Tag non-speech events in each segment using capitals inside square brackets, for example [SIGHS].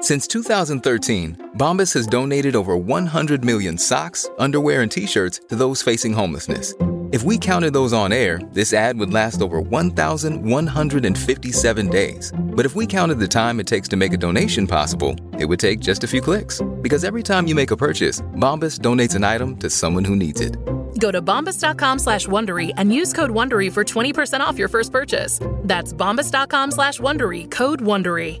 Since 2013, Bombas has donated over 100 million socks, underwear, and t shirts to those facing homelessness. If we counted those on air, this ad would last over 1,157 days. But if we counted the time it takes to make a donation possible, it would take just a few clicks. Because every time you make a purchase, Bombas donates an item to someone who needs it. Go to bombas.com slash Wondery and use code WONDERY for 20% off your first purchase. That's bombas.com slash WONDERY, code WONDERY.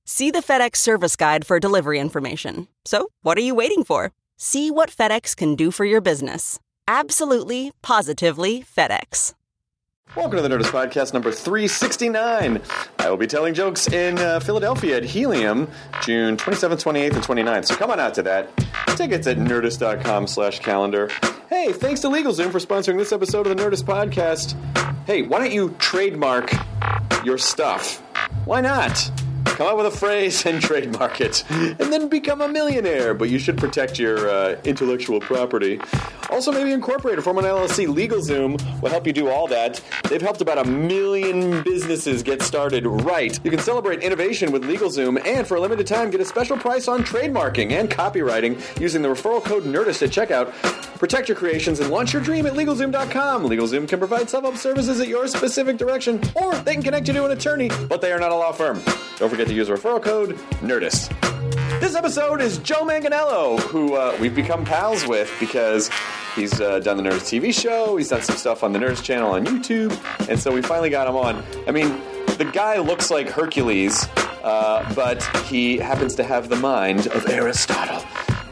See the FedEx service guide for delivery information. So, what are you waiting for? See what FedEx can do for your business. Absolutely, positively FedEx. Welcome to the Nerdist Podcast number 369. I will be telling jokes in uh, Philadelphia at Helium, June 27th, 28th, and 29th. So come on out to that. Tickets at nerdist.com slash calendar. Hey, thanks to LegalZoom for sponsoring this episode of the Nerdist Podcast. Hey, why don't you trademark your stuff? Why not? Come up with a phrase and [LAUGHS] trademark it, and then become a millionaire. But you should protect your uh, intellectual property. Also, maybe incorporate or form an LLC. LegalZoom will help you do all that. They've helped about a million businesses get started right. You can celebrate innovation with LegalZoom, and for a limited time, get a special price on trademarking and copywriting using the referral code Nerdist at checkout. Protect your creations and launch your dream at LegalZoom.com. LegalZoom can provide sub-up services at your specific direction, or they can connect you to an attorney, but they are not a law firm. Don't forget to use referral code Nerdist. This episode is Joe Manganello, who uh, we've become pals with because he's uh, done the Nerds TV show, he's done some stuff on the Nerds channel on YouTube, and so we finally got him on. I mean, the guy looks like Hercules, uh, but he happens to have the mind of Aristotle.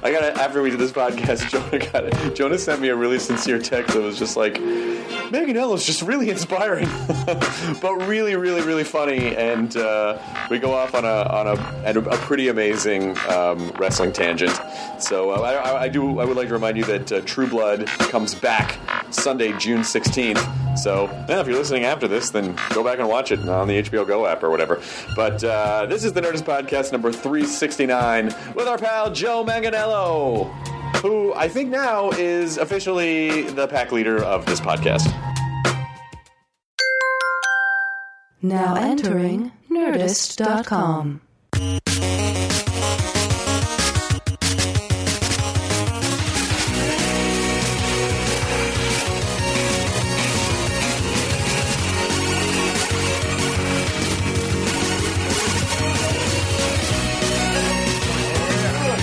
I got to after we did this podcast, [LAUGHS] Jonah got it. Jonah sent me a really sincere text that was just like, Manganello's just really [LAUGHS] inspiring, but really, really, really funny, and uh, we go off on a on a, at a, a pretty amazing um, wrestling tangent. So uh, I, I- I do I would like to remind you that uh, True Blood comes back Sunday, June sixteenth. So yeah, if you're listening after this, then go back and watch it on the HBO Go app or whatever. But uh, this is the Nerdist podcast number three sixty nine with our pal Joe Manganello. Who I think now is officially the pack leader of this podcast. Now entering Nerdist.com.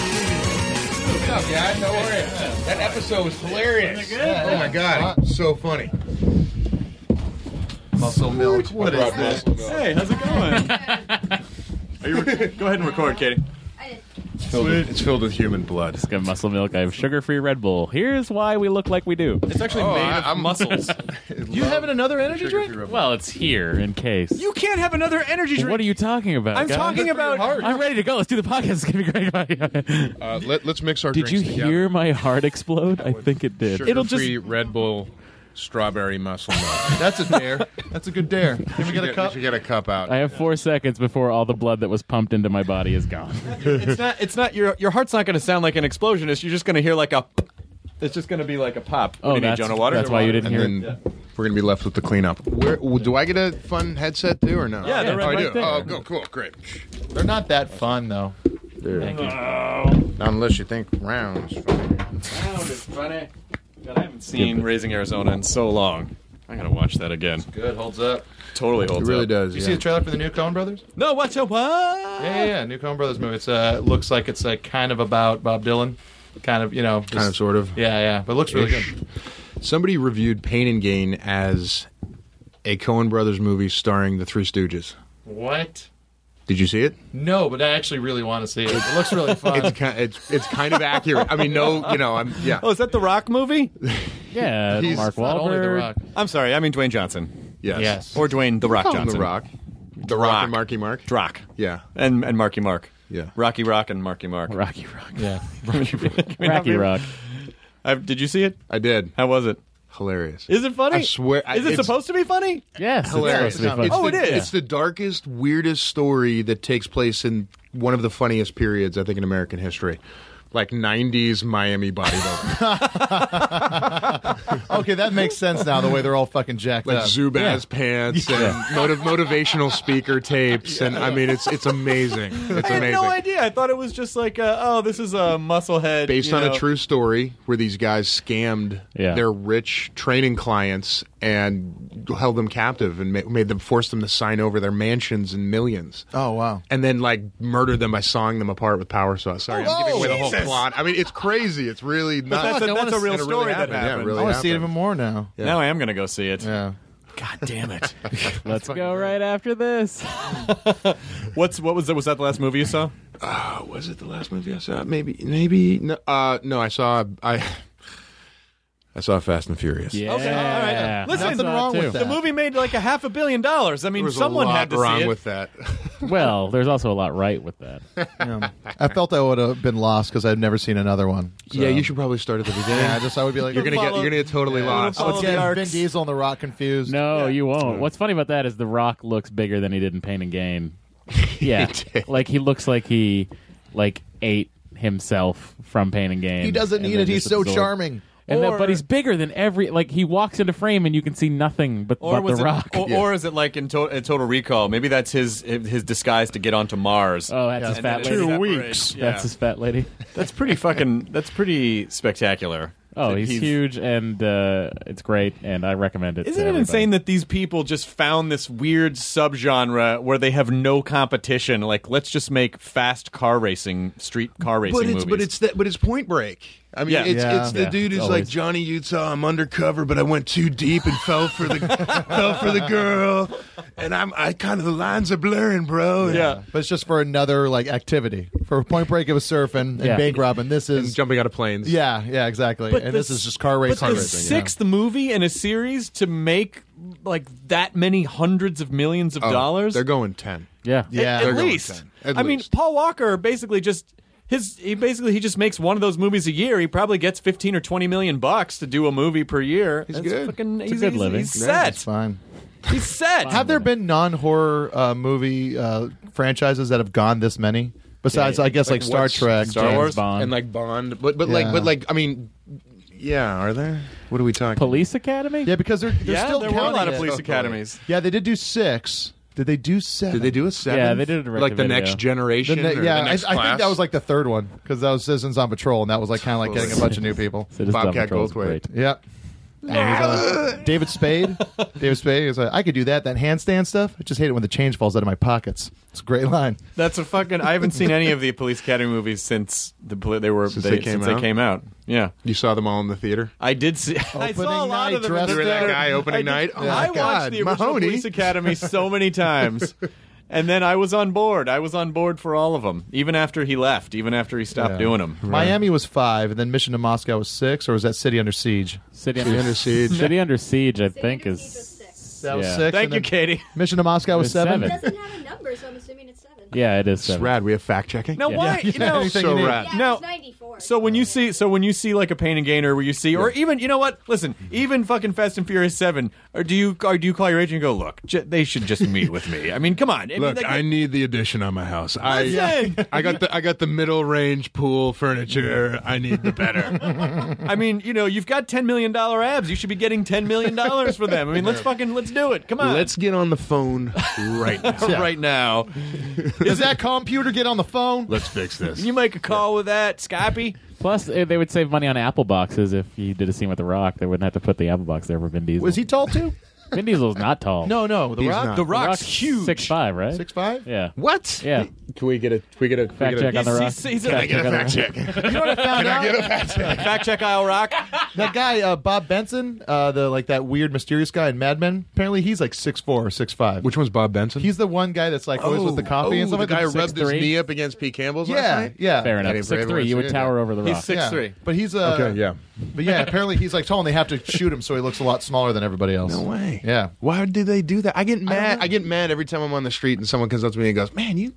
What's up, guys? How are you? That episode was hilarious. Oh my god, it's so funny. Muscle milk. What is this? Hey, how's it [LAUGHS] going? Are you re- go ahead and record, Katie. It's filled, with, it's filled with human blood. got muscle milk. I have sugar-free Red Bull. Here's why we look like we do. It's actually Oh, made I- of I'm- [LAUGHS] muscles. you love having another energy Sugar-free drink? Red Bull. Well, it's here in case. You can't have another energy drink. what are you talking about? I'm guys? talking about. I'm ready to go. Let's do the podcast. It's gonna be great. [LAUGHS] Uh, let, us mix our did you drinks hear my heart explode? I think it did. It'll just Red Bull, strawberry muscle milk. [LAUGHS] That's a dare. That's a good dare. Can we get a cup? We should get a cup out. I have four seconds before all the blood that was pumped into my body is gone. [LAUGHS] It's not. It's not. Your your heart's not going to sound like an explosion. It's you're just going to hear like a. p- It's just going to be like a pop. What Oh, do you need, that's- Jonah Water? that's why you didn't and hear then we're gonna be left with the cleanup. Where w- do I get a fun headset too, or no? Yeah, they're oh, right I do. there. Oh, go, cool, great. They're not that fun though. Not unless you think rounds. funny. I haven't seen Raising Arizona in so long. I gotta watch that again. Good, holds up. Totally holds It really up. does. You yeah. see the trailer for the new Coen Brothers? No, watch it. What? Yeah, yeah, yeah. New Coen Brothers movie. It's uh, looks like it's like kind of about Bob Dylan, kind of you know, just, Kind of, sort of. Yeah, yeah. But it looks really Ish. good. Somebody reviewed Pain and Gain as a Coen Brothers movie starring the Three Stooges. What? Did you see it? No, but I actually really want to see it. It [LAUGHS] looks really fun. It's kind, it's, it's kind of accurate. I mean, no, you know, I'm yeah. Oh, is that the Rock movie? Yeah, He's Mark Not only The Wahlberg. Rock. I'm sorry, I mean Dwayne Johnson Yes. Oh, Yes. or Dwayne the Rock Call him Johnson. The Rock. The Rock, Rock. and Marky Mark. Rock. Yeah. and and Marky Mark. Yeah. Rocky Rock and Marky Mark. Rocky Rock. [LAUGHS] Yeah. [LAUGHS] Rocky Rock. i did you see it? I did. How was it? Hilarious. Is it funny? I swear- I- Is it it's- supposed to be funny? Yes. hilarious? It's supposed to be It's fun. Oh, the- it is. It's the darkest, weirdest story that takes place in one of the funniest periods I think in American history, like '90s Miami [LAUGHS] bodybuilding, [LAUGHS] Okay, that makes sense now. The way they're all fucking jacked like up. Zubaz pants and motiv- motivational speaker tapes, and I mean, it's it's amazing. It's I had amazing. no idea. I thought it was just like, uh, oh, this is a musclehead. based you on know. a true story where these guys scammed Yeah. their rich training clients and held them captive and ma- made them force them to sign over their mansions and millions. oh wow. And then like murdered them by sawing them apart with power saws. Sorry, Oh, I'm giving away the whole plot. I mean, it's crazy. It's really not. That's a, I that's wanna a real it really story that happened. Yeah, it happened. really I want to see it happened. even more [LAUGHS] now. Now I am going to go see it. Yeah. God damn [LAUGHS] it. [LAUGHS] Let's go right after this. [LAUGHS] What's What was that? Was that the last movie you saw? Oh, was it the last movie I saw? Uh, Maybe, maybe. No, uh, no I saw. I I saw Fast and Furious. Yeah. Okay, all right. Listen, Nothing wrong with that. The movie made like a half a billion dollars. I mean, There was someone a lot had to wrong see it. with that. Well, there's also a lot right with that. Yeah. I felt I would have been lost because I'd never seen another one. So, Yeah, you should [LAUGHS] probably start at the beginning. Yeah, I just I would be like, you're gonna get Follow- you're gonna get totally Yeah. lost. I Follow was the getting Vin arcs. Diesel and The Rock confused. No, you won't. What's funny about that is The Rock looks bigger than he did in Pain and [LAUGHS] Gain. Yeah, did. like he looks like he like ate himself from Pain and Gain. He doesn't and need then it. He's just so absorbed- charming. And then- Or- but he's bigger than every. Like he walks into frame and you can see nothing but, Or but was The it, Rock. Or, or is it like in, to- in Total Recall? Maybe that's his his disguise to get onto Mars. oh, that's his And fat then it lady. separates. Yeah. That's his fat lady. [LAUGHS] That's pretty fucking. That's pretty spectacular. Oh, That he's, huge and uh, it's great, and I recommend it. Isn't it insane that these people just found this weird subgenre where they have no competition? Like, let's just make fast car racing, street car racing but it's movies. but it's that but it's Point Break. I mean, Yeah. it's Yeah. it's the Yeah, dude who's like always. Johnny Utah. I'm undercover, but I went too deep and fell for the fell for the girl, and I'm I kind of the lines are blurring, bro. And- Oh, yeah. But it's just for another like activity. For Point Break, it was surfing and Yeah. bank robbing. This and is jumping out of planes. yeah, yeah, exactly. But and the this is just car racing. But the sixth movie in a series to make like that many hundreds of millions of Oh, dollars. They're going ten. Yeah. Yeah, at, they're at going least. 10. At I mean, least. Paul Walker basically just his he basically he just makes one of those movies a year. He probably gets fifteen or twenty million bucks to do a movie per year. He's good. Fucking, a he's, good he's- living. He's Yeah, That's set. fine. He's set. Have there been non-horror uh, movie uh, franchises that have gone this many? Besides, Yeah, I guess like, Star what's- Trek, Star James Wars? Bond. Bond. and like Bond, but but Yeah. like but like I mean, yeah, are there? What are we talking? Police Academy? Yeah, because they're, they're yeah, still there were a counting lot of it. police academies. Yeah, they did do six. Did they do seven? Did they do a seven? Yeah, they did a direct-to-video. like the next The generation. ne- or yeah, the I, next I think that class? was like the third one because that was Citizens on Patrol, and that was like kind of like getting a bunch of new [LAUGHS] people. Citizen Bobcat Patrol's Goldthwait. great. Yep. [LAUGHS] And he's on- David Spade. David Spade is like, I could do that. That handstand stuff. I just hate it when the change falls out of my pockets. It's a great line. That's a fucking. I haven't seen any of the police academy movies since the poli- they were Since they, they came since out? they came out. Yeah. You saw them all in the theater. I did see. [LAUGHS] I saw a Opening lot night, of them. in dressed the You were that theater. guy opening I did- night? Oh my I watched God, the original Mahoney. Police Academy so many [LAUGHS] times, and then I was on board. I was on board for all of them, even after he left, even after he stopped Yeah. doing them. Miami was five, and then Mission to Moscow was six, or was that City Under Siege? City, City Under Siege. City Under Siege, I think, is. That was Yeah. six. Thank and you, then Katie. Mission to Moscow was was seven. seven. doesn't have a number, so I'm assuming it's seven. Yeah, it is. It's seven. rad. We have fact checking. Now [LAUGHS] why? You know, Anything so you need. rad. Yeah, Now- it's 94. So when you see, so when you see like a pain and gainer, where you see, or even you know what? Listen, Mm-hmm. even fucking Fast and Furious Seven, or do you or do you call your agent and go, look, j- they should just meet with me. I mean, come on. I mean, Look, like- I need the addition on my house. I Listen! I got the I got the middle range pool furniture. I [LAUGHS] need the better. I mean, you know, you've got ten million dollar abs. You should be getting ten million dollars for them. I mean, let's fucking let's do it. Come on, Let's get on the phone [LAUGHS] right now. right now. Does that computer get on the phone? Let's fix this. You make a call with that Skypey. Plus, eh, they would save money on Apple boxes if you did a scene with The Rock. They wouldn't have to put the Apple box there for Vin Diesel. Was he tall too? [LAUGHS] Vin Diesel's not tall. No, no. The He's Rock, not. The The Rock's, Rock's huge. Six five, right? six five. Yeah. What? Yeah. Can we get a can we get a can we Fact get check a, on The Rock. He's- he's a- Fact I check get on The Rock. check. You know what I found out? Fact check Isle Rock. [LAUGHS] That guy uh, Bob Benson, uh, the like that weird mysterious guy in Mad Men. Apparently, he's like six four or six five. Which one's Bob Benson? he's the one guy that's like always with the coffee and oh, stuff. the guy like that. who Six- rubbed his three. knee up against Pete Campbell's last Yeah, night. yeah. Fair enough. Eddie Six Bravo three. You would is- tower over The Rock. He's six Yeah. three. But he's uh, Okay, yeah. But yeah, apparently he's like tall, and they have to shoot him, so he looks a lot smaller than everybody else. No way. Yeah. Why do they do that? I get mad. know. I, get mad every time I'm on the street and someone comes up to me and goes, "Man, you."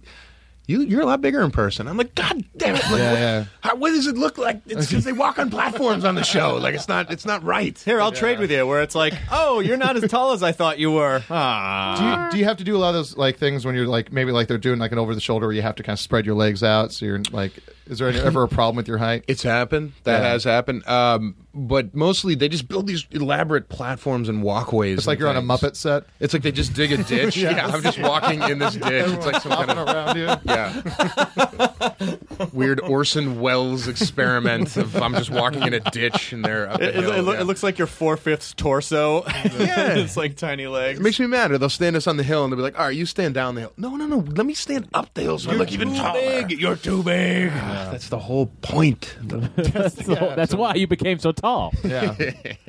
you you're a lot bigger in person. I'm like, God damn it! Like, Yeah, what, yeah. How, what does it look like? It's because they walk on platforms on the show. Like it's not it's not right. Here, I'll trade with you. Where it's like, oh, you're not as tall as I thought you [LAUGHS] were. Do Ah. you, do you have to do a lot of those like things when you're like maybe like they're doing like an over the shoulder where you have to kind of spread your legs out so you're like is there any, ever a problem with your height? It's happened. That Yeah. has happened. Um, but mostly they just build these elaborate platforms and walkways. It's like and you're on a things. Muppet set. It's like they just dig a [LAUGHS] ditch. Yes. Yeah, I'm just walking in [LAUGHS] this ditch. It's like some kind of around you. Yeah. [LAUGHS] Weird Orson Welles experiment of I'm just walking in a ditch and they're up It, a it, hill. it, loo- yeah. it looks like your four fifths [LAUGHS] torso. [LAUGHS] Yeah, it's like tiny legs. It makes me mad. Or they'll stand us on the hill and they'll be like, "All right, you stand down the hill." No, no, no. Let me stand up the hill so I look even taller. You're too big. That's the whole point. that's [LAUGHS] the whole- that's why you became so tall. Yeah.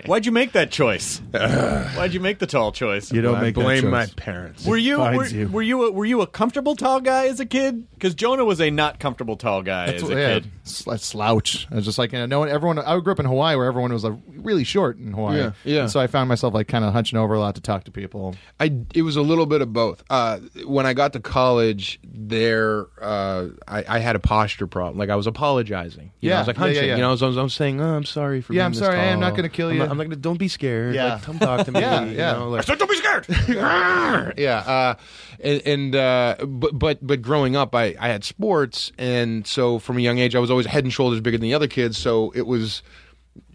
Why'd you make that choice? Why'd you make the tall choice? You don't I make blame that choice. my parents. Were you were, finds you. were you a, were you a comfortable tall guy as a kid? Because Jonah was a not comfortable tall guy That's as what, a yeah, kid. sl- slouch. I was just like, you know, no one, everyone. I grew up in Hawaii where everyone was like really short in Hawaii. Yeah, yeah. And so I found myself like kind of hunching over a lot to talk to people. I it was a little bit of both. Uh, when I got to college, there uh, I, I had a posture problem. Like I was apologizing. You know, I was Yeah, like yeah, yeah, hunching. yeah. You know, I was, I was- I was saying, "Oh, I'm sorry for Yeah, being I'm this sorry. Hey, I'm tall. not gonna kill I'm you." not- I'm not going to. Don't be scared. Yeah. Like, come talk [LAUGHS] [LAUGHS] to me. Yeah, you yeah. know, like- Don't be scared. [LAUGHS] yeah. Uh, and and uh, but but but growing up, I I had sports, and so from a young age, I was always head and shoulders bigger than the other kids. So it was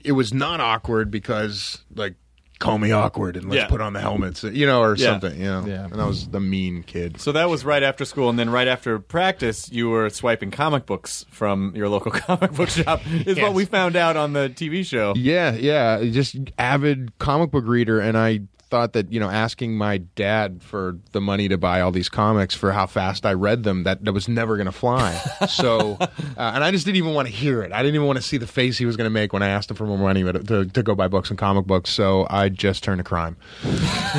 it was not awkward because like call me awkward and let's Yeah. put on the helmets, you know, or Yeah. something. You know? Yeah. And I was the mean kid. So that was right after school, and then right after practice, you were swiping comic books from your local [LAUGHS] comic book shop. Is what Yes. we found out on the TV show. Yeah, yeah, just avid comic book reader, and I thought that you know asking my dad for the money to buy all these comics for how fast I read them that that was never going to fly. so, uh, and I just didn't even want to hear it. I didn't even want to see the face he was going to make when I asked him for more money to, to, to go buy books and comic books. So I just turned to crime, [LAUGHS]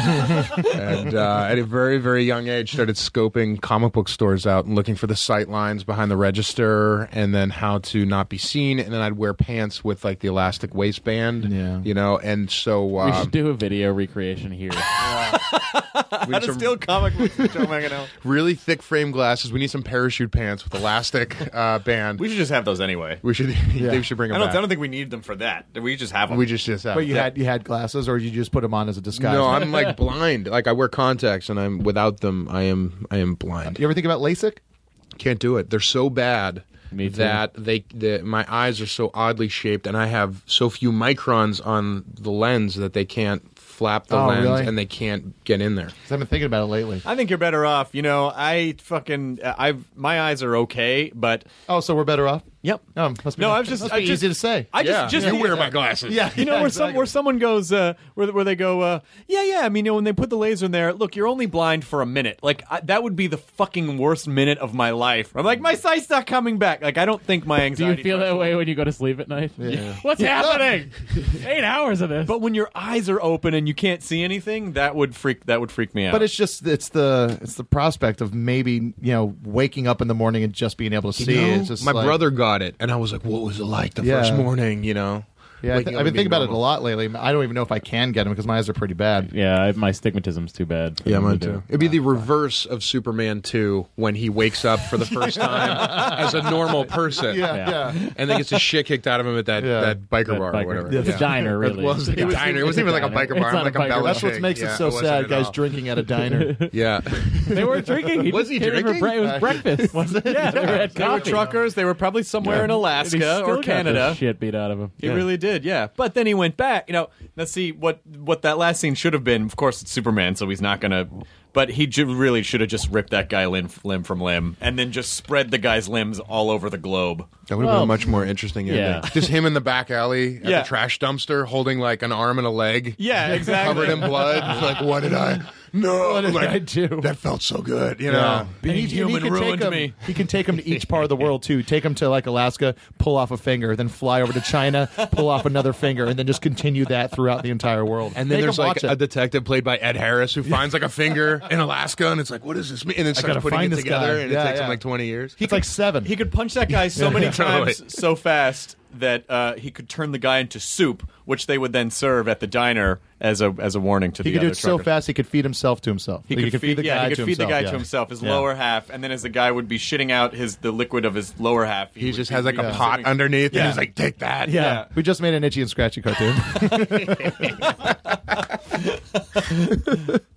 and uh, at a very very young age started scoping comic book stores out and looking for the sight lines behind the register, and then how to not be seen. And then I'd wear pants with like the elastic waistband, Yeah. you know. And so We um, should do a video recreation here. we [LAUGHS] How need to some steal comic books from Joe [LAUGHS] Manganiello. [LAUGHS] really thick frame glasses. We need some parachute pants with elastic uh, band. We should just have those anyway. We should. [LAUGHS] They should bring I them don't, back. I don't think we need them for that. We just have them. we just just have. But you Yeah. had you had glasses, or you just put them on as a disguise. no, I'm like blind. Like I wear contacts, and I'm without them. I am. I am blind. You ever think about LASIK? Can't do it. They're so bad Me too. that they. The, my eyes are so oddly shaped, and I have so few microns on the lens that they can't flap the Oh, lens, really? and they can't get in there. 'Cause I've been thinking about it lately. I think you're better off. You know, I fucking I've my eyes are okay, but Oh, so we're better off. yep. Um, must be No, nice. I was just- must I be just- easy to say. I just just you wear my glasses. yeah, You know yeah, where some exactly. where someone goes uh, where where they go uh, yeah yeah I mean you know when they put the laser in there look you're only blind for a minute like I, that would be the fucking worst minute of my life I'm like my sight's not coming back like I don't think my Do you anxiety feel that way when you go to sleep at night? What's happening? [LAUGHS] Eight hours of this. but when your eyes are open and you can't see anything that would freak that would freak me out But it's just it's the it's the prospect of maybe you know waking up in the morning and just being able to see. You know, it's just my like- brother got it, and I was like, "What was it like the Yeah. first morning?" You know. Yeah, Waking I th- up I've been and being thinking about it a normal. lot lately. I don't even know if I can get them because my eyes are pretty bad. yeah, I, my stigmatism's too bad. for Yeah, them mine to do. too. It'd be the reverse of Superman 2 when he wakes up for [LAUGHS] the first time as a normal person. Yeah, yeah. And then gets the shit kicked out of him at that, Yeah. that biker That bar biker- or whatever. That's a diner, really. [LAUGHS] [LAUGHS] It was a It's a diner. It wasn't even like a biker bar. It's not like a a biker bar. belly That's what shake. makes Yeah, it so wasn't sad, at guys all. drinking at a diner. [LAUGHS] Yeah. [LAUGHS] They were [LAUGHS] drinking. He Was just he can't even drinking? bre- it was breakfast. was it? Yeah, they were at they were coffee. truckers they were probably somewhere in And he Alaska still or got the Canada Shit beat out of him. He really did, yeah. But then he went back. You know, let's see what what that last scene should have been. Of course, it's Superman, so he's not gonna. But he ju- really should have just ripped that guy limb, limb from limb, and then just spread the guy's limbs all over the globe. That would have been Well, a much more interesting ending. yeah. Just him in the back alley at Yeah. the trash dumpster holding like an arm and a leg. Yeah, exactly. Covered in blood. It's like, what did I? No. What did I do? That felt so good, you know? And he- human can take ruined [LAUGHS] 'em- me. He can take them to each part of the world too. Take them to like Alaska, pull off a finger, then fly over to China, pull off another finger, and then just continue that throughout the entire world. And then Make there's 'em like watch a it. detective played by Ed Harris who finds like a finger in Alaska, and it's like, what does this mean? And then starts gotta putting find it this together, guy. and Yeah, it takes yeah. him like 20 years. it's like seven. He could punch that guy so many Totally. times, so fast, that uh, he could turn the guy into soup, which they would then serve at the diner as a as a warning to He the could do other it so truckers. fast he could feed himself to himself. He Like, could, feed, yeah, he could feed the guy yeah. to himself, his Yeah. lower half, and then as the guy would be shitting out his the liquid of his lower half, he, just has, like, a pot underneath, and he's like, "Take that." Yeah. we just made an itchy and scratchy cartoon.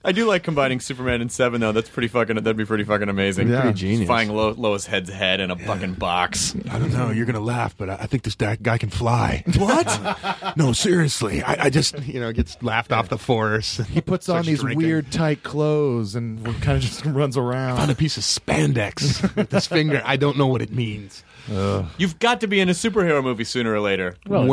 I do like combining Superman and Seven though. That's pretty fucking. That'd be pretty fucking amazing. Yeah. Pretty genius. Finding Lo- Lois Head's head in a fucking box. I don't know. You're gonna laugh, but I, I think this da- guy can fly. What? [LAUGHS] no, seriously. I, I just you know gets laughed off the force. He puts on these [LAUGHS] weird tight clothes and kind of just runs around. on a piece of spandex with his finger. I don't know what it means. You've got to be in a superhero movie sooner or later. When-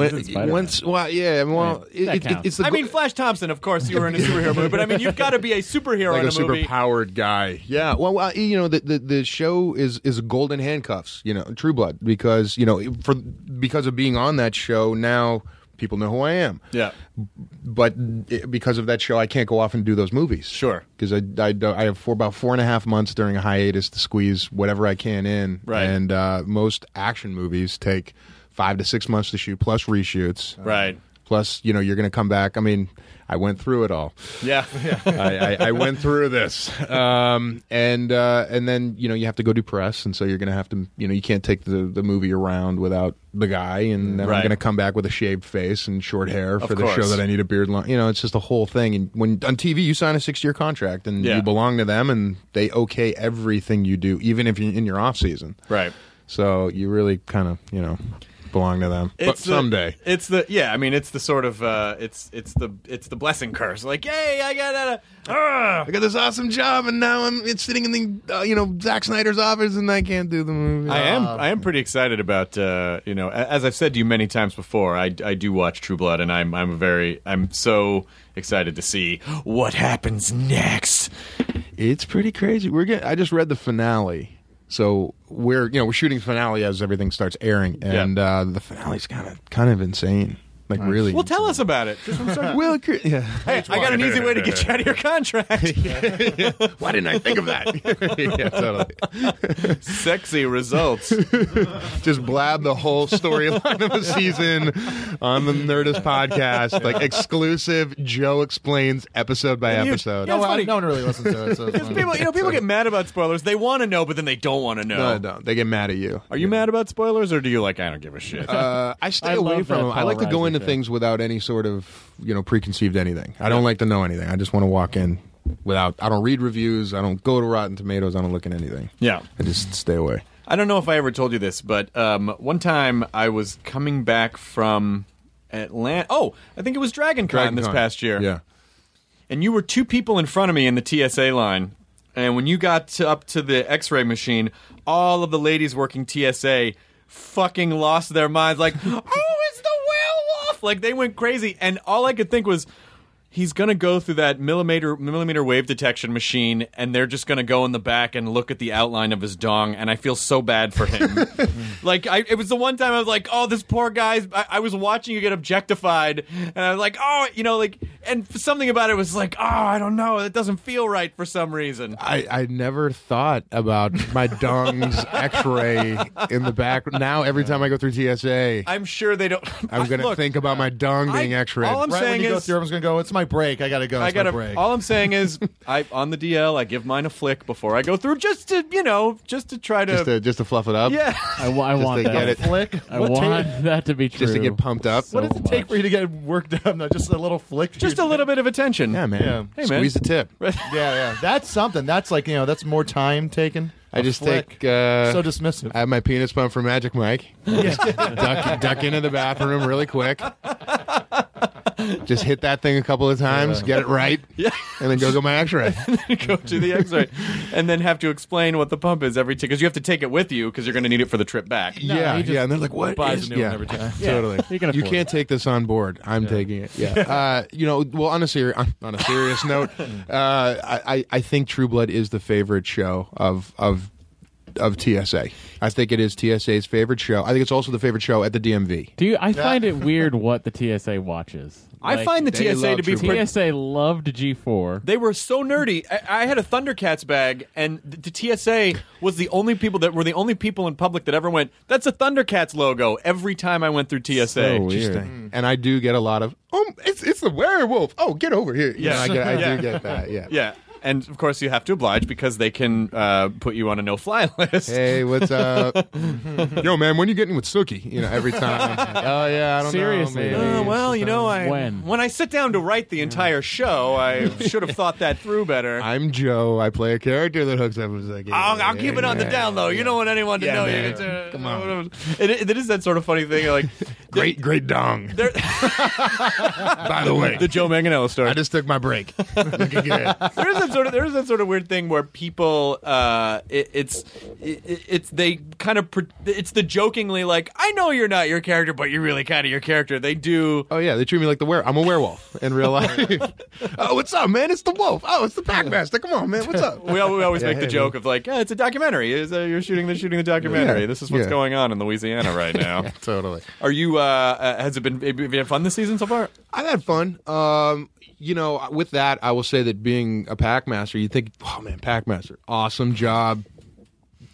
once, well, Uh, yeah, well, it- it- it's the I mean, Flash Thompson, of course, you were in a superhero movie, but I mean, you've got to be a superhero like in a, a, super movie. powered guy. [LAUGHS] Yeah. Well, well, you know, the, the the show is is golden handcuffs. You know, True Blood, because you know, for because of being on that show, now people know who I am. Yeah. But it- because of that show, I can't go off and do those movies. Sure. Because I, I, do- I have for about four and a half months during a hiatus to squeeze whatever I can in. Right. And uh, most action movies take five to six months to shoot, plus reshoots. Uh, Right. Plus, you know, you're going to come back. I mean, I went through it all. Yeah. [LAUGHS] I, I, I went through this, um, and uh, and then you know you have to go do press, and so you're gonna have to you know you can't take the, the movie around without the guy, and then Right. I'm gonna come back with a shaved face and short hair Of for the show course. that I need a beard. Line. You know, it's just a whole thing. And when on TV, you sign a six year contract, and Yeah. you belong to them, and they okay everything you do, even if you're in your off season. Right. So you really kind of you know belong to them, but the- someday. it's the yeah. I mean, it's the sort of uh, it's it's the it's the blessing curse. Like, yay, I got a ah! I got this awesome job, and now I'm it's sitting in the uh, you know Zack Snyder's office, and I can't do the movie. Uh, I am. I am pretty excited about. Uh, you know, a- as I've said to you many times before, I, I do watch True Blood, and I'm I'm very I'm so excited to see what happens next. It's pretty crazy. We're getting, I just read the finale, so we're you know we're shooting the finale as everything starts airing, Yeah. and uh, the finale's kind of kind of insane, like really. Well, tell us about it. [LAUGHS] Just from start- Will Cre- yeah. hey, I got an easy way to [LAUGHS] get you out of your [LAUGHS] contract. Why didn't I think of [LAUGHS] that? [LAUGHS] yeah, totally. Sexy [LAUGHS] results. Just blab the [LAUGHS] whole storyline of the season on the Nerdist podcast, like exclusive. Joe explains episode by You- [LAUGHS] episode. Yeah, it's funny. no one really listens to um, it. So it's Because fine. people, you know, people get mad about spoilers. They want to know, but then they don't want to know. No, no, they get mad at you. Are you mad about spoilers, or do you like? I don't give a shit. Uh, I stay I away love from that them. I like to go polarizing into thing. things without any sort of you know preconceived anything. I don't like to know anything. I just want to walk in without. I don't read reviews. I don't go to Rotten Tomatoes. I don't look at anything. Yeah. I just stay away. I don't know if I ever told you this, but um, one time I was coming back from Atlanta. Oh, I think it was DragonCon Dragon this Con. past year. Yeah. And you were two people in front of me in the TSA line. And when you got to, up to the x ray machine, all of the ladies working TSA fucking lost their minds. Like, [LAUGHS] oh, it's the werewolf! Like, they went crazy. And all I could think was, he's going to go through that millimeter millimeter wave detection machine and they're just going to go in the back and look at the outline of his dong and i feel so bad for him [LAUGHS] like I, it was the one time i was like oh this poor guy's I, I was oh, watching you get objectified and i was like oh you know like and something about it was like oh i don't know that doesn't feel right for some reason I, I never thought about my dung's X-ray in the back. Now every time I go through TSA, i'm sure they don't [LAUGHS] I'm gonna Look, think about my dung being I- X-rayed. all I'm right when saying you go is- through, everyone's gonna go. It's my break. I gotta go. It's I gotta. my break. All I'm saying [LAUGHS] is, I on the DL, I give mine a flick before I go through, just to you know, just to try to. just to just to fluff it up. yeah, [LAUGHS] I, wa- I Just want to that. get it- [LAUGHS] flick. I What take- want that to be true. Just to get pumped [LAUGHS] up. So what does it take much. for you to get worked up? No, just a little flick. to just a your- little bit of attention. Yeah, man. Yeah. Hey, man. Squeeze [LAUGHS] the tip. Yeah, yeah. That's something. That's like you know. That's more time taken. I A just flick. take uh, [LAUGHS] so dismissive. I have my penis pump for Magic Mike. duck, duck into the bathroom really quick. Just hit that thing a couple of times, get [LAUGHS] it right, yeah. and then go get my X-ray. go to the X-ray, and then have to explain what the pump is every because you have to take it with you because you're going to need it for the trip back. yeah, he just yeah. And they're like, "What?" buys is- a new one yeah. every time. Totally. You can You afford can't take this on board. I'm taking it. Yeah. [LAUGHS] uh, you know, well, on a serious [LAUGHS] on, on a serious note, uh, I I- I think True Blood is the favorite show of of of TSA. I think it is TSA's favorite show. I think it's also the favorite show at the DMV. Do you? I find it weird what the TSA watches. I find the They TSA love to be Trooper. pretty- TSA loved G4. They were so nerdy. I, I had a Thundercats bag, and the, the TSA was the only people that were the only people in public that ever went. That's a Thundercats logo every time I went through TSA. Interesting. Mm. And I do get a lot of oh, it's it's the werewolf. Oh, get over here. You know, I, get, I do get that. Yeah. [LAUGHS] yeah. And of course, you have to oblige because they can uh, put you on a no-fly [LAUGHS] list. Hey, what's up? Yo, man, when you getting with Suki? You know, [LAUGHS] every time. oh yeah, I don't Seriously. know. Uh, well, you know, I When? when I sit down to write the entire show, [LAUGHS] I should have thought that through better. I'm Joe. I play a character that hooks up with Suki. I'll, I'll keep it on the down low. You don't want anyone to Yeah, know. man. You can, uh, Come on. It, it is that sort of funny thing. Like [LAUGHS] Great, great dong. [LAUGHS] they're, By the [LAUGHS] way, the Joe Manganiello story. I just took my break. [LAUGHS] Looking good. there is that sort of there is that sort of weird thing where people uh it, it's it, it's they kind of pre- it's the jokingly like I know you're not your character but you're really kind of your character they do Oh yeah, they treat me like the were. I'm a werewolf in real [LAUGHS] life. oh, what's up, man? It's the wolf. Oh, it's the packmaster. Come on, man. What's up? we, al- we always [LAUGHS] Yeah, make the hey, joke of like yeah, it's a documentary It's, uh, you're shooting the shooting the documentary Yeah. this is what's Yeah. going on in Louisiana right [LAUGHS] now totally. are you uh, uh has it been have you had fun this season so far I've had fun. Um, you know, with that, I will say that being a packmaster, you think, oh man, packmaster, awesome job.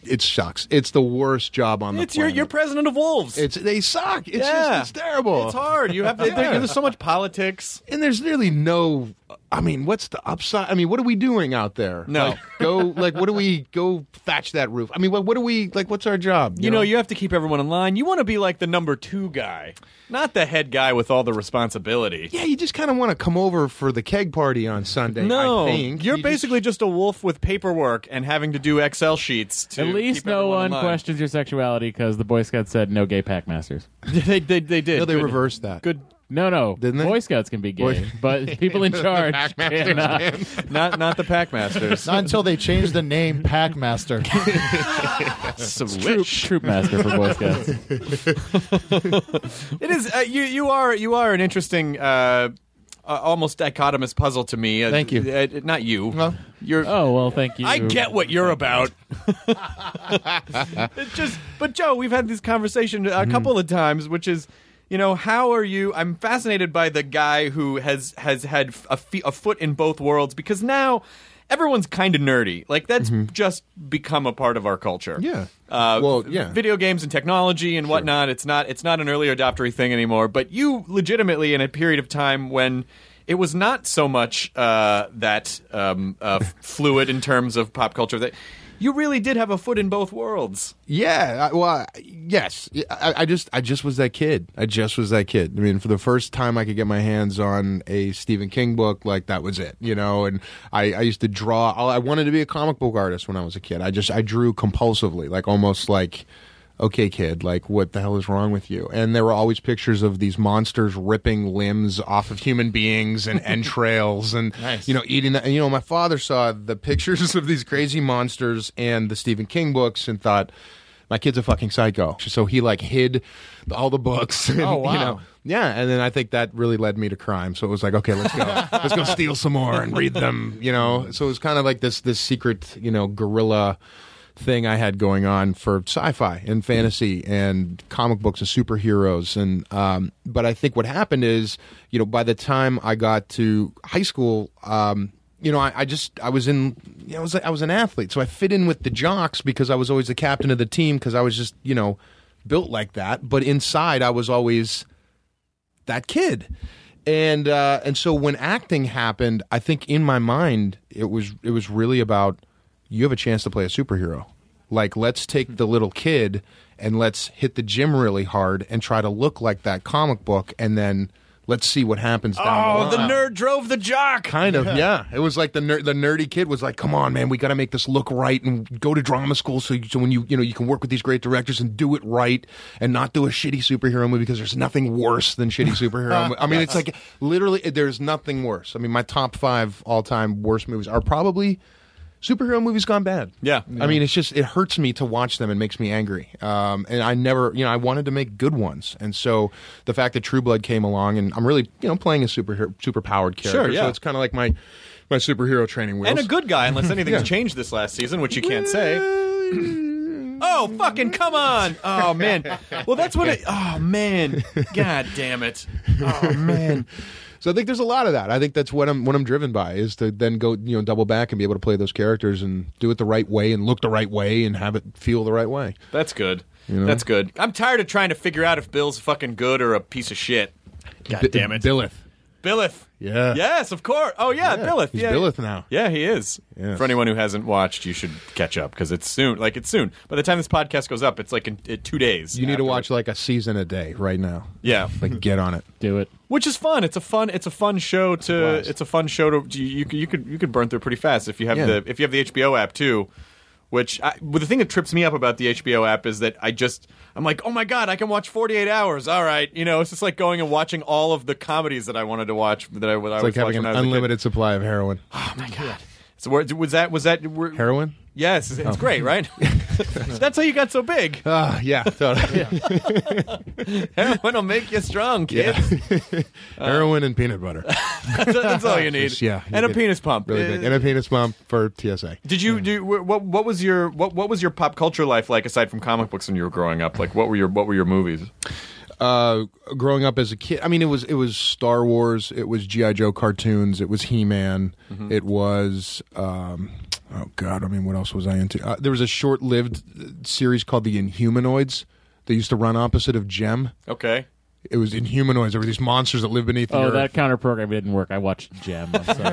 It sucks. It's the worst job on the it's your planet. you're president of wolves It's they suck. It's Yeah. just it's terrible. It's hard you have to, Yeah. there's so much politics and there's really no i mean what's the upside i mean what are we doing out there No. like, go like what do we go thatch that roof i mean what, what do we like what's our job You know, you have to keep everyone in line. You want to be like the number two guy, not the head guy with all the responsibility. yeah you just kind of want to come over for the keg party on sunday no, i think you're You just- basically just... a wolf with paperwork and having to do Excel sheets. To At least keep no everyone one in line. questions your sexuality because the Boy Scouts said no gay pack masters. they, they, they did. no they Good. reversed that Good. No, no. Didn't they? Boy Scouts can be gay, Boy- [LAUGHS] but people in [LAUGHS] charge cannot. [LAUGHS] Not not the Packmasters. Not until they change the name Packmaster. Troop, [LAUGHS] Switch. troop master for Boy Scouts. [LAUGHS] It is. Uh, you you are you are an interesting. Uh, uh, almost dichotomous puzzle to me. Uh, Thank you. Uh, uh, not you. No. You're. Oh well, thank you. I get what you're about. it's just, but Joe, we've had this conversation Mm-hmm. a couple of times, which is, you know, how are you? I'm fascinated by the guy who has has had f- a, fe- a foot in both worlds because now everyone's kind of nerdy. Like that's just become a part of our culture. Mm-hmm. Yeah. Uh, Well, yeah. Video games and technology and whatnot. It's not it's not an early adoptery thing anymore. But you legitimately in a period of time when it was not so much uh, that um, uh, [LAUGHS] f- fluid in terms of pop culture that [LAUGHS] you really did have a foot in both worlds. Yeah, I, well, I- yes. Yeah, I, I just, I just was that kid. I just was that kid. I mean, for the first time I could get my hands on a Stephen King book, like that was it, you know. And I, I used to draw. I wanted to be a comic book artist when I was a kid. I just, I drew compulsively, like almost like, okay, kid, like what the hell is wrong with you? And there were always pictures of these monsters ripping limbs off of human beings and entrails, and Nice. you know, eating that. And, you know, my father saw the pictures [LAUGHS] of these crazy monsters and the Stephen King books and thought, my kid's a fucking psycho. So he like hid the- all the books. [LAUGHS] And, Oh, wow. You know, yeah, and then I think that really led me to crime. So it was like, okay, let's [LAUGHS] go, let's go steal some more and read them. You know, so it was kind of like this this secret, you know, guerrilla thing I had going on for sci-fi and fantasy and comic books and superheroes. And um, but I think what happened is, you know, by the time I got to high school, um, you know, I, I just I was in you know, I was I was an athlete, so I fit in with the jocks because I was always the captain of the team because I was just you know built like that. But inside, I was always that kid. And uh, and so when acting happened, I think in my mind it was it was really about you have a chance to play a superhero. Like let's take the little kid and let's hit the gym really hard and try to look like that comic book, and then let's see what happens. [LAUGHS] down Oh, line. the nerd drove the jock. Kind of, yeah. It was like the ner- the nerdy kid was like, "Come on, man, we got to make this look right and go to drama school so you, so when you you know you can work with these great directors and do it right and not do a shitty superhero movie because there's nothing worse than shitty superhero. mo- I mean, it's like literally there's nothing worse. I mean, my top five all time worst movies are probably superhero movies gone bad. Yeah. I mean, it's just it hurts me to watch them and makes me angry. Um, and I never, you know, I wanted to make good ones, and so the fact that True Blood came along, and I'm really, you know, playing a superhero, super powered character, Sure, yeah. so it's kind of like my my superhero training wheels. [LAUGHS] And a good guy, unless anything's changed this last season, which you can't say. No, Oh, fucking come on. Oh man. Well, that's what. [LAUGHS] It, oh man. God damn it. Oh [LAUGHS] man. So I think there's a lot of that. I think that's what I'm what I'm driven by is to then go you know double back and be able to play those characters and do it the right way and look the right way and have it feel the right way. That's good. You know? That's good. I'm tired of trying to figure out if Bill's fucking good or a piece of shit. God B- damn it. Billeth. Billeth. Yeah. Yes, of course. Oh yeah, Billeth. He's yeah. Billeth now. Yeah, he is. Yes. For anyone who hasn't watched, you should catch up because it's soon. Like it's soon. By the time this podcast goes up, it's like in, in two days. You need to watch like a season a day right now. Yeah. Like get on it. Do it. which is fun. It's a fun. It's a fun show to. blast. It's a fun show to. You, you, could- you could you could burn through pretty fast if you have Yeah. the if you have the HBO app too. Which I, well, the thing that trips me up about the HBO app is that I just I'm like, oh my god, I can watch 48 hours. All right, you know, it's just like going and watching all of the comedies that I wanted to watch that I, that I It's was like having watching when an I was a kid. unlimited supply [SIGHS] of heroin. Oh my god. So where, was that was that were, Heroin? [LAUGHS] Yes, it's it's great, [LAUGHS] right? That's how you got so big. Oh. Ah, yeah, totally. Heroin will make you strong, kids. [LAUGHS] heroin and [LAUGHS] peanut butter. that's, [LAUGHS] that's [LAUGHS] all you need. Just, yeah, you and a get penis pump. Really Uh, big. And a penis pump for TSA. Did you do wh- what? What was your what? What was your pop culture life like aside from comic books when you were growing up? Like, what were your what were your movies? uh, growing up as a kid. I mean, it was it was Star Wars, it was GI Joe cartoons, it was He Man, it was um, oh god, I mean, what else was I into? Uh, there was a short-lived uh, series called The Inhumanoids. They used to run opposite of Gem. Okay, It was Inhumanoids. There were these monsters that live beneath the Oh, earth. that counter program didn't work. I watched Gem. I'm sorry. [LAUGHS]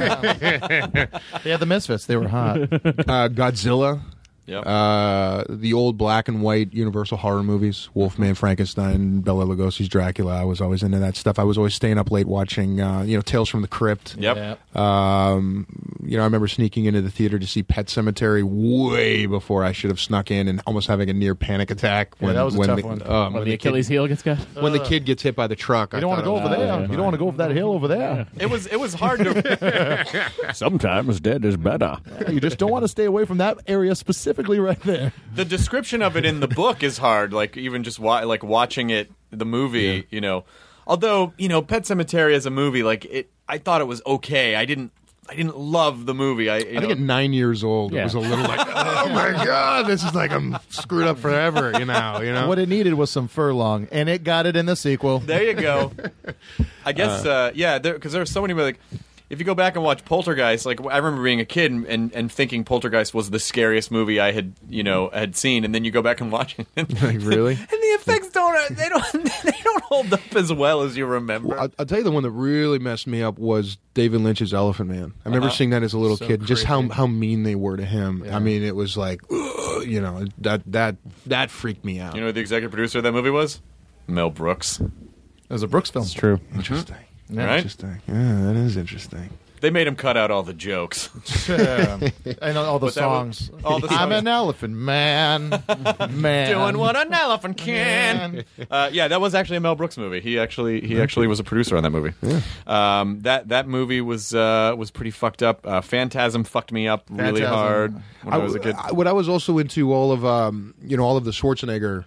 Yeah, the Misfits. They were hot. uh, Godzilla. Yep. Uh, the old black and white Universal horror movies, Wolfman, Frankenstein, Bela Lugosi's Dracula. I was always into that stuff. I was always staying up late watching, uh, you know, Tales from the Crypt. Yep. Yeah. Um, you know, I remember sneaking into the theater to see Pet Cemetery way before I should have snuck in, and almost having a near panic attack when that was a when tough the, one. um, when when the Achilles heel gets cut. Kid, when the kid gets hit by the truck, You don't want to Uh, go over there. You don't want to go over that hill over there. it was it was hard to. Sometimes dead is better. You just don't want to stay away from that area specifically right there. the description of it in the book is hard. Like even just wa- like watching it, the movie, you know. Although you know, Pet Cemetery as a movie, like it, I thought it was okay. I didn't I didn't love the movie. I, you I think know, at nine years old, it Yeah. was a little like, oh my god, this is like I'm screwed up [LAUGHS] forever. You know, you know. What it needed was some furlong, and it got it in the sequel. There you [LAUGHS] go. I guess, uh, yeah, because there, are so many. Like, if you go back and watch Poltergeist, like I remember being a kid and, and, and thinking Poltergeist was the scariest movie I had, you know, had seen, and then you go back and watch it, and, [LAUGHS] Like, really? [LAUGHS] and the effects don't uh, they don't they don't hold up as well as you remember. I'll, I'll tell you the one that really messed me up was David Lynch's Elephant Man. I Uh-huh. remember seeing that as a little So kid, just how creepy. how mean they were to him. I mean, it was like, "Ugh," you know, that that that freaked me out. you know, who the executive producer of that movie was Mel Brooks. It was a Brooks film. It's true. interesting. Right? Interesting. Yeah, that is interesting. They made him cut out all the [LAUGHS] jokes. and all the But that was- songs. all the I'm songs. an [LAUGHS] elephant man, [LAUGHS] man. Doing what Um, an elephant can. [LAUGHS] Uh, yeah, that was actually a Mel Brooks movie. He actually he actually was a producer on that movie. Um, that that movie was uh, was pretty fucked up. Uh, Phantasm fucked me up really Phantasm. hard when I, was a w- kid. I- what I was also into all of um, you know all of the Schwarzenegger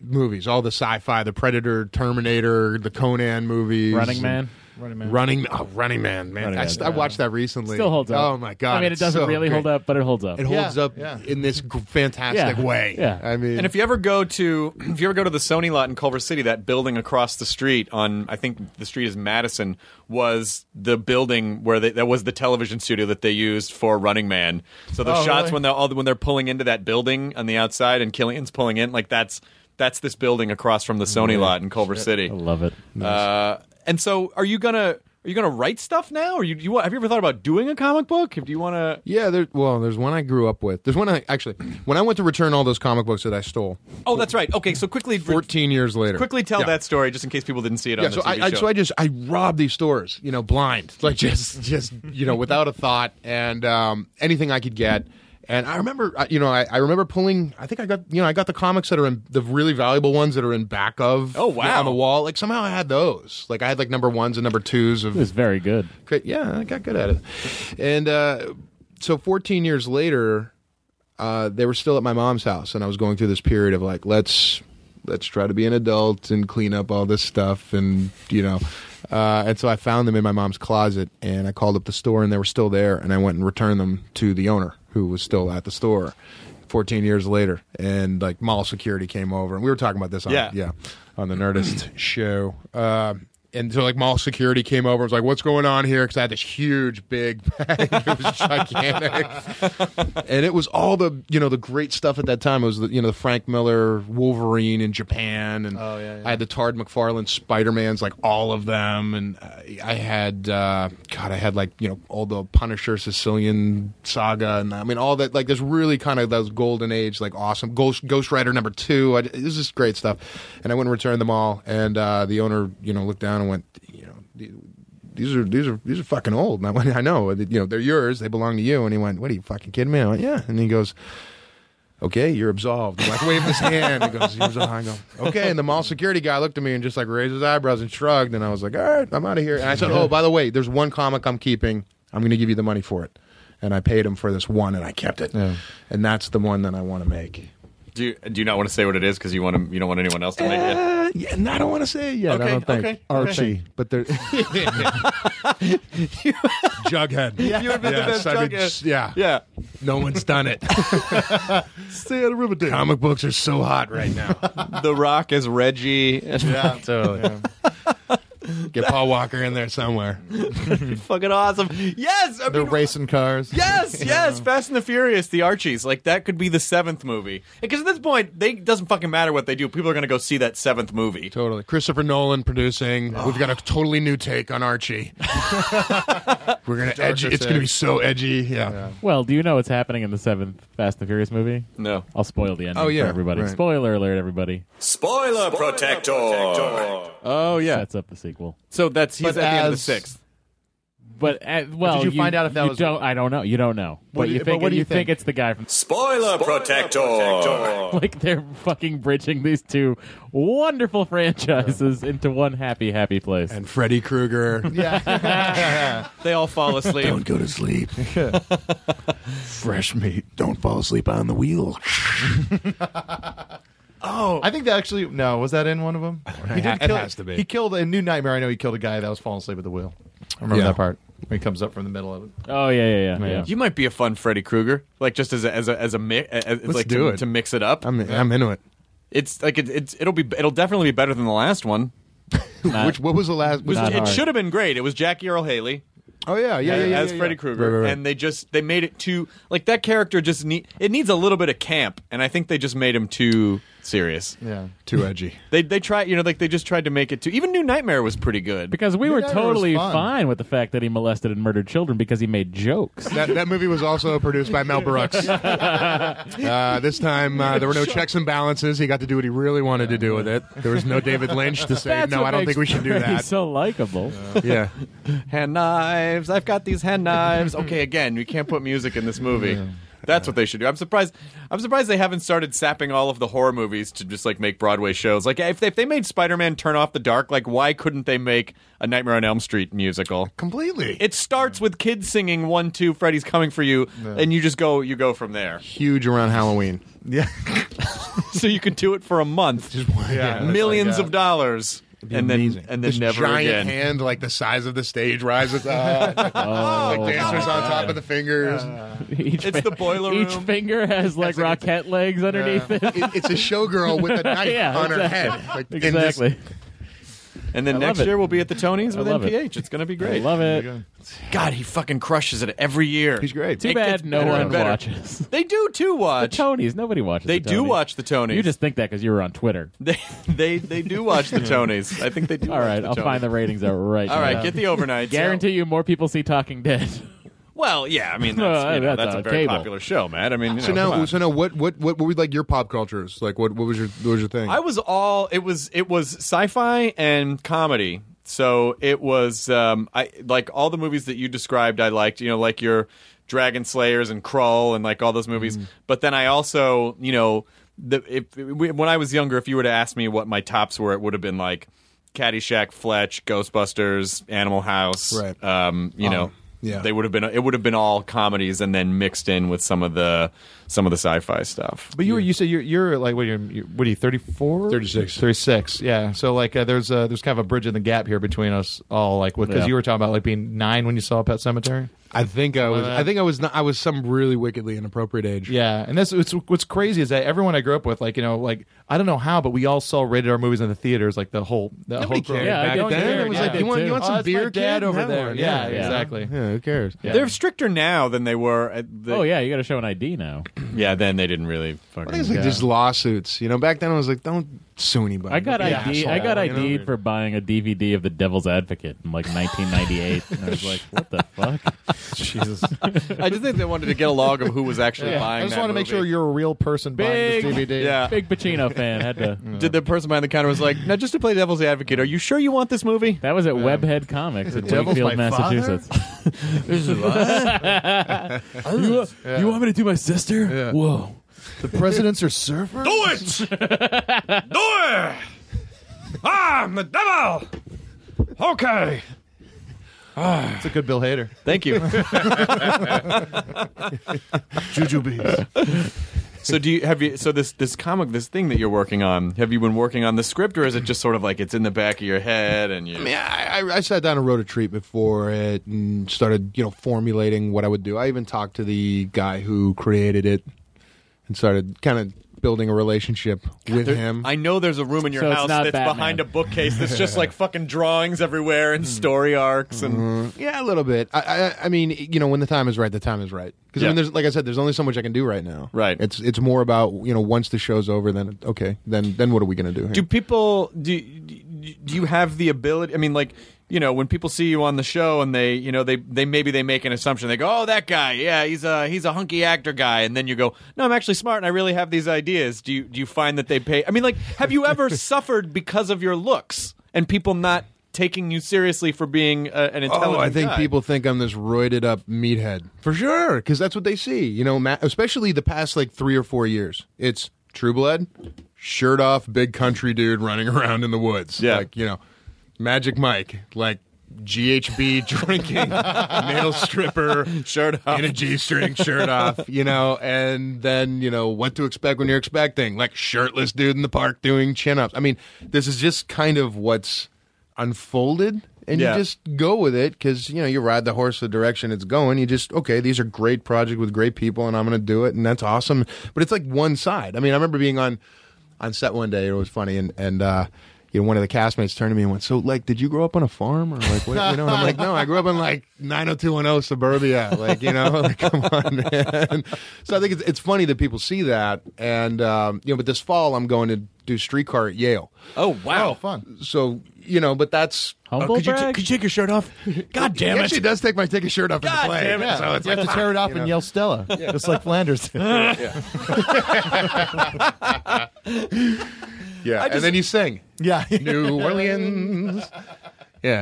movies, all the sci-fi, the Predator, Terminator, the Conan movies, Running Man. Running Man, Running, oh, Running Man, man. Running I, Man, st- I watched that recently. Still holds up. Oh my god! I mean, it it's doesn't so really great. hold up, but it holds up. It holds Yeah, up yeah. in this g- fantastic Yeah, way. yeah. I mean, And if you ever go to [CLEARS THROAT] if you ever go to the Sony lot in Culver City, that building across the street on I think the street is Madison was the building where they, that was the television studio that they used for Running Man. So the Oh, shots really? when they're all, when they're pulling into that building on the outside and Killian's pulling in, like that's that's this building across from the Sony lot in Culver City. I love it. Uh, and so are you gonna are you gonna write stuff now? Or you, you want- have you ever thought about doing a comic book? If you want to, yeah, there, well, there's one I grew up with. There's one I actually when I went to return all those comic books that I stole. oh, that's right. Okay, so quickly. 14 years later. Quickly tell Yeah. that story, just in case people didn't see it on Yeah, the so TV I, I show. so I just I robbed these stores, you know, blind, [LAUGHS] like just just you know without a thought and um, anything I could get. And I remember, I- you know, I, I remember pulling. I think I got, you know, I got the comics that are in the really valuable ones that are in back of. Oh, wow. On the wall, like somehow I had those. Like I had like number ones and number twos of It was very good. Great. Yeah, I got good at it. And uh, so 14 years later, uh, they were still at my mom's house, and I was going through this period of like, let's let's try to be an adult and clean up all this stuff, and you know. Uh, and so I found them in my mom's closet, and I called up the store, and they were still there, and I went and returned them to the owner, who was still at the store. 14 years later, and like mall security came over, and we were talking about this on Yeah. yeah on the Nerdist show. Uh, and so like mall security came over, was like, "What's going on here?" Because I had this huge big bag, [LAUGHS] it was gigantic, and it was all the you know the great stuff at that time. It was the you know the Frank Miller Wolverine in Japan, and Oh, yeah, yeah. I had the Tard McFarlane Spider Mans, like all of them, and I I had uh, God, I had like you know all the Punisher Sicilian Saga, and I mean all that like this really kind of those golden age like awesome Ghost Ghost Rider number two. I, this is great stuff, and I went and returned them all, and uh, the owner you know looked down and went you know. These are these are these are fucking old. And I went, [LAUGHS] I know, you know, they're yours. They belong to you. And he went, "What are you fucking kidding me?" I went, "Yeah." And he goes, okay, you're absolved. I'm like, wave this hand. He goes, you're absolved. I go, [LAUGHS] okay. And the mall security guy looked at me and just like raised his eyebrows and shrugged. And I was like, all right, I'm out of here. And I said, oh, by the way, there's one comic I'm keeping. I'm going to give you the money for it. And I paid him for this one and I kept it. And that's the one that I want to make. Do you, do you not want to say what it is because you want to, you don't want anyone else to make it? Uh, yeah, and I don't want to say it yet. Okay, I don't think. okay, Archie. okay. But [LAUGHS] there. [LAUGHS] Jughead. You would've been the best I mean, Jughead. s- yeah. Yeah. No one's done it. Stay out of Riverdale. Comic books are so hot right now. [LAUGHS] the Rock is Reggie. [LAUGHS] Yeah, totally. Get Paul Walker in there somewhere. [LAUGHS] Fucking awesome. Yes. I They're mean, racing [LAUGHS] cars. Yes, yes, Fast and the Furious, the Archies, like that could be the seventh movie. Because at this point, they it doesn't fucking matter what they do. People are gonna go see that seventh movie. Totally. Christopher Nolan producing. Oh. We've got a totally new take on Archie. Uh, We're gonna edgy. It's gonna be so edgy. Yeah. Well, do you know what's happening in the seventh Fast and the Furious movie? No. I'll spoil the ending Oh, yeah, for everybody. right. Spoiler alert, everybody. Spoiler, protector. Oh yeah. Sets up the sequel. So that's he's But at the end of the as- sixth. But uh, well, did you find out if that you was- Don't, I don't know. You don't know. What but do you you- think but what do you you think think? it's the guy from Spoiler, protector. [LAUGHS] like they're fucking bridging these two wonderful franchises into one happy, happy place. And Freddy Krueger. [LAUGHS] [LAUGHS] They all fall asleep. Don't go [LAUGHS] to sleep. Fresh meat. Don't fall asleep on the wheel. Oh. I think that actually no was that in one of them. He ha- did it kill, has to be. He killed in New Nightmare. I know he killed a guy that was falling asleep at the wheel. I remember Yeah. that part when he comes up from the middle of it. Oh yeah, yeah, yeah. yeah. You might be a fun Freddy Krueger, like just as a as a as a mi- as, as, like do to, it. to mix it up. I'm I'm into it. it's like it, it's it'll be it'll definitely be better than the last one. Not- [LAUGHS] Which what was the last? It, was- Not it hard. should have been great. It was Jackie Earl Haley. oh yeah, yeah, yeah, yeah as yeah, Freddy yeah. Krueger, Right, right, right. and they just they made it too like that character just need it needs a little bit of camp, and I think they just made him too serious. Yeah. too edgy. They they try you know like they just tried to make it too. Even New Nightmare was pretty good. because we were Nightmare was totally fun. fine with the fact that he molested and murdered children because he made [LAUGHS] jokes. That, that movie was also produced by Mel Brooks. [LAUGHS] Uh, this time, uh, there were no checks and balances. He got to do what he really wanted to do with it. There was no David Lynch to say, That's no, what I don't makes think we should do Freddy that. So likable. yeah. [LAUGHS] hand knives, I've got these hand [LAUGHS] knives. Okay, again, we can't put music in this movie. That's what they should do. I'm surprised. I'm surprised they haven't started sapping all of the horror movies to just like make Broadway shows. Like if they, if they made Spider-Man turn off the dark, like why couldn't they make a Nightmare on Elm Street musical? Completely. It starts with kids singing one, two, Freddy's coming for you, and you just go, you go from there. huge around Halloween. Yeah, [LAUGHS] so you can do it for a month, Just one hand. millions of dollars, and then and then This never again. giant hand, like the size of the stage, [LAUGHS] rises up. Oh, like dancers on top of the fingers. Each It's the boiler Each room. finger has like rocket legs underneath it. Uh, It- it's a [LAUGHS] showgirl with a knife Yeah, on her exactly. head. Like, and just- Exactly. And then I next love it. year we'll be at the Tonys with love it. NPH. It's going to be I great. love it. God, he fucking crushes it every year. he's great. Too It gets bad no better and one better. watches. [LAUGHS] They do too The watch. Tonys. Nobody watches. they the do Tonys. watch the Tonys. You just think that because you were on Twitter. they, they they do watch [LAUGHS] the Tonys. I think they do. All right, watch the I'll Tonys. find the ratings out right. All now. right, get [LAUGHS] the overnights. Guarantee you more people see Talking Dead. Well, yeah, I mean No, that's, you know, that's that's on a very cable. popular show, man. I mean, you So know, come now, on. so now, what, what, what, were like your pop cultures? Like, what, what was your, what was your thing? I was all it was it was sci-fi and comedy. So it was um I like all the movies that you described I liked, you know, like your Dragon Slayers and Krull and like all those movies. Mm-hmm. But then I also, you know, the if we- when I was younger if you were to ask me what my tops were, it would have been like Caddyshack, Fletch, Ghostbusters, Animal House, Right. Um, you know, yeah. they would have been it would have been all comedies and then mixed in with some of the some of the sci-fi stuff. but you were you said you're, you're like what are you what are you thirty four? 36. Thirty six. Yeah. So like uh, there's uh, there's kind of a bridge in the gap here between us all. Like because Yeah. you were talking about like being nine when you saw Pet Cemetery. Uh, I think I was. that. I think I was. Not, I was some really wickedly inappropriate age. Yeah, and that's it's, what's crazy is that everyone I grew up with, like you know, like I don't know how, but we all saw rated R movies in the theaters, like the whole the Nobody whole crew. cared Yeah, back I don't then. care. It was like, Yeah. you want- you want Oh, some that's my beer, dad kid? over Have there? one. Yeah, Yeah. exactly. Yeah, who cares? They're stricter now than they were. At the, Oh yeah, you got to show an ID now. yeah. Then they didn't really fucking. I think it's like just lawsuits. You know, back then I was like, don't sue anybody. I got Don't be an ID. asshole, I got you know? ID'd for buying a DVD of The Devil's Advocate in like 1998, and I was like, "What the fuck?" [LAUGHS] Jesus. I just think they wanted to get a log of who [LAUGHS] was actually Yeah. buying. I just that want to make movie. sure you're a real person Big- buying this DVD. yeah. Big Pacino fan had to. [LAUGHS] Did the person behind the counter was like, now just to play devil's advocate, are you sure you want this movie? That was at Webhead Comics in Devil's Wakefield, my [LAUGHS] father? Massachusetts. [LAUGHS] Oh. You you, want me to do my sister? Whoa. The presidents [SIGHS] are surfers. Do it! Do it! Ah, I'm the devil! Okay. It's a good Bill Hader. Thank you. Juju bees. so do you have you so this this comic this thing that you're working on? Have you been working on the script or is it just sort of like it's in the back of your head and you? I mean, I, I, I sat down and wrote a treatment for it and started, you know, formulating what I would do. I even talked to the guy who created it and started kind of building a relationship with There- him. I know there's a room in your So it's house not that's Batman. behind a bookcase that's just [LAUGHS] like fucking drawings everywhere Hmm. and story arcs and Mm, yeah, a little bit. I, I, I mean, you know, when the time is right, the time is right. Because I Yeah. mean, there's like I said, there's only so much I can do right now. Right. It's it's more about you know once the show's over, then okay, then then what are we gonna do? Here? Do people do do you have the ability? I mean, like you know, when people see you on the show and they you know they they maybe they make an assumption. They go, "Oh, that guy, yeah, he's a he's a hunky actor guy," and then you go, "No, I'm actually smart and I really have these ideas." Do you do you find that they pay? I mean, like, have you [LAUGHS] ever suffered because of your looks and people not taking you seriously for being a, an intelligent? Oh, I think guy? people think I'm this roided up meathead for sure, because that's what they see. You know, ma especially the past like three or four years. It's True Blood, shirt off, big country dude running [LAUGHS] around in the woods. Yeah. like you know, Magic Mike, like GHB [LAUGHS] drinking, male stripper, Shirt off. in a g-string shirt off you know and then you know what to expect when you're expecting like shirtless dude in the park doing chin-ups i mean this is just kind of what's unfolded and Yeah. you just go with it because you know you ride the horse the direction it's going you just okay these are great project with great people and i'm gonna do it and that's awesome but it's like one side i mean i remember being on on set one day it was funny and and uh you know, one of the castmates turned to me and went, "So, like, did you grow up on a farm, or like, what, you know?" And I'm like, "No, I grew up in like 90210 suburbia, like, you know, [LAUGHS] like, come on, man." So I think it's, it's funny that people see that, and um, you know, but this fall I'm going to do streetcar at Yale. Oh wow, Oh, Fun. So you know, but that's Humble could you, ta- brag? could you take your shirt [LAUGHS] off? God damn he it! actually does take my take his shirt off God in the play. damn it. So it's you like, have to tear it off and yell Stella, just like Flanders did. yeah, and then you sing. yeah. New [LAUGHS] Orleans. Yeah,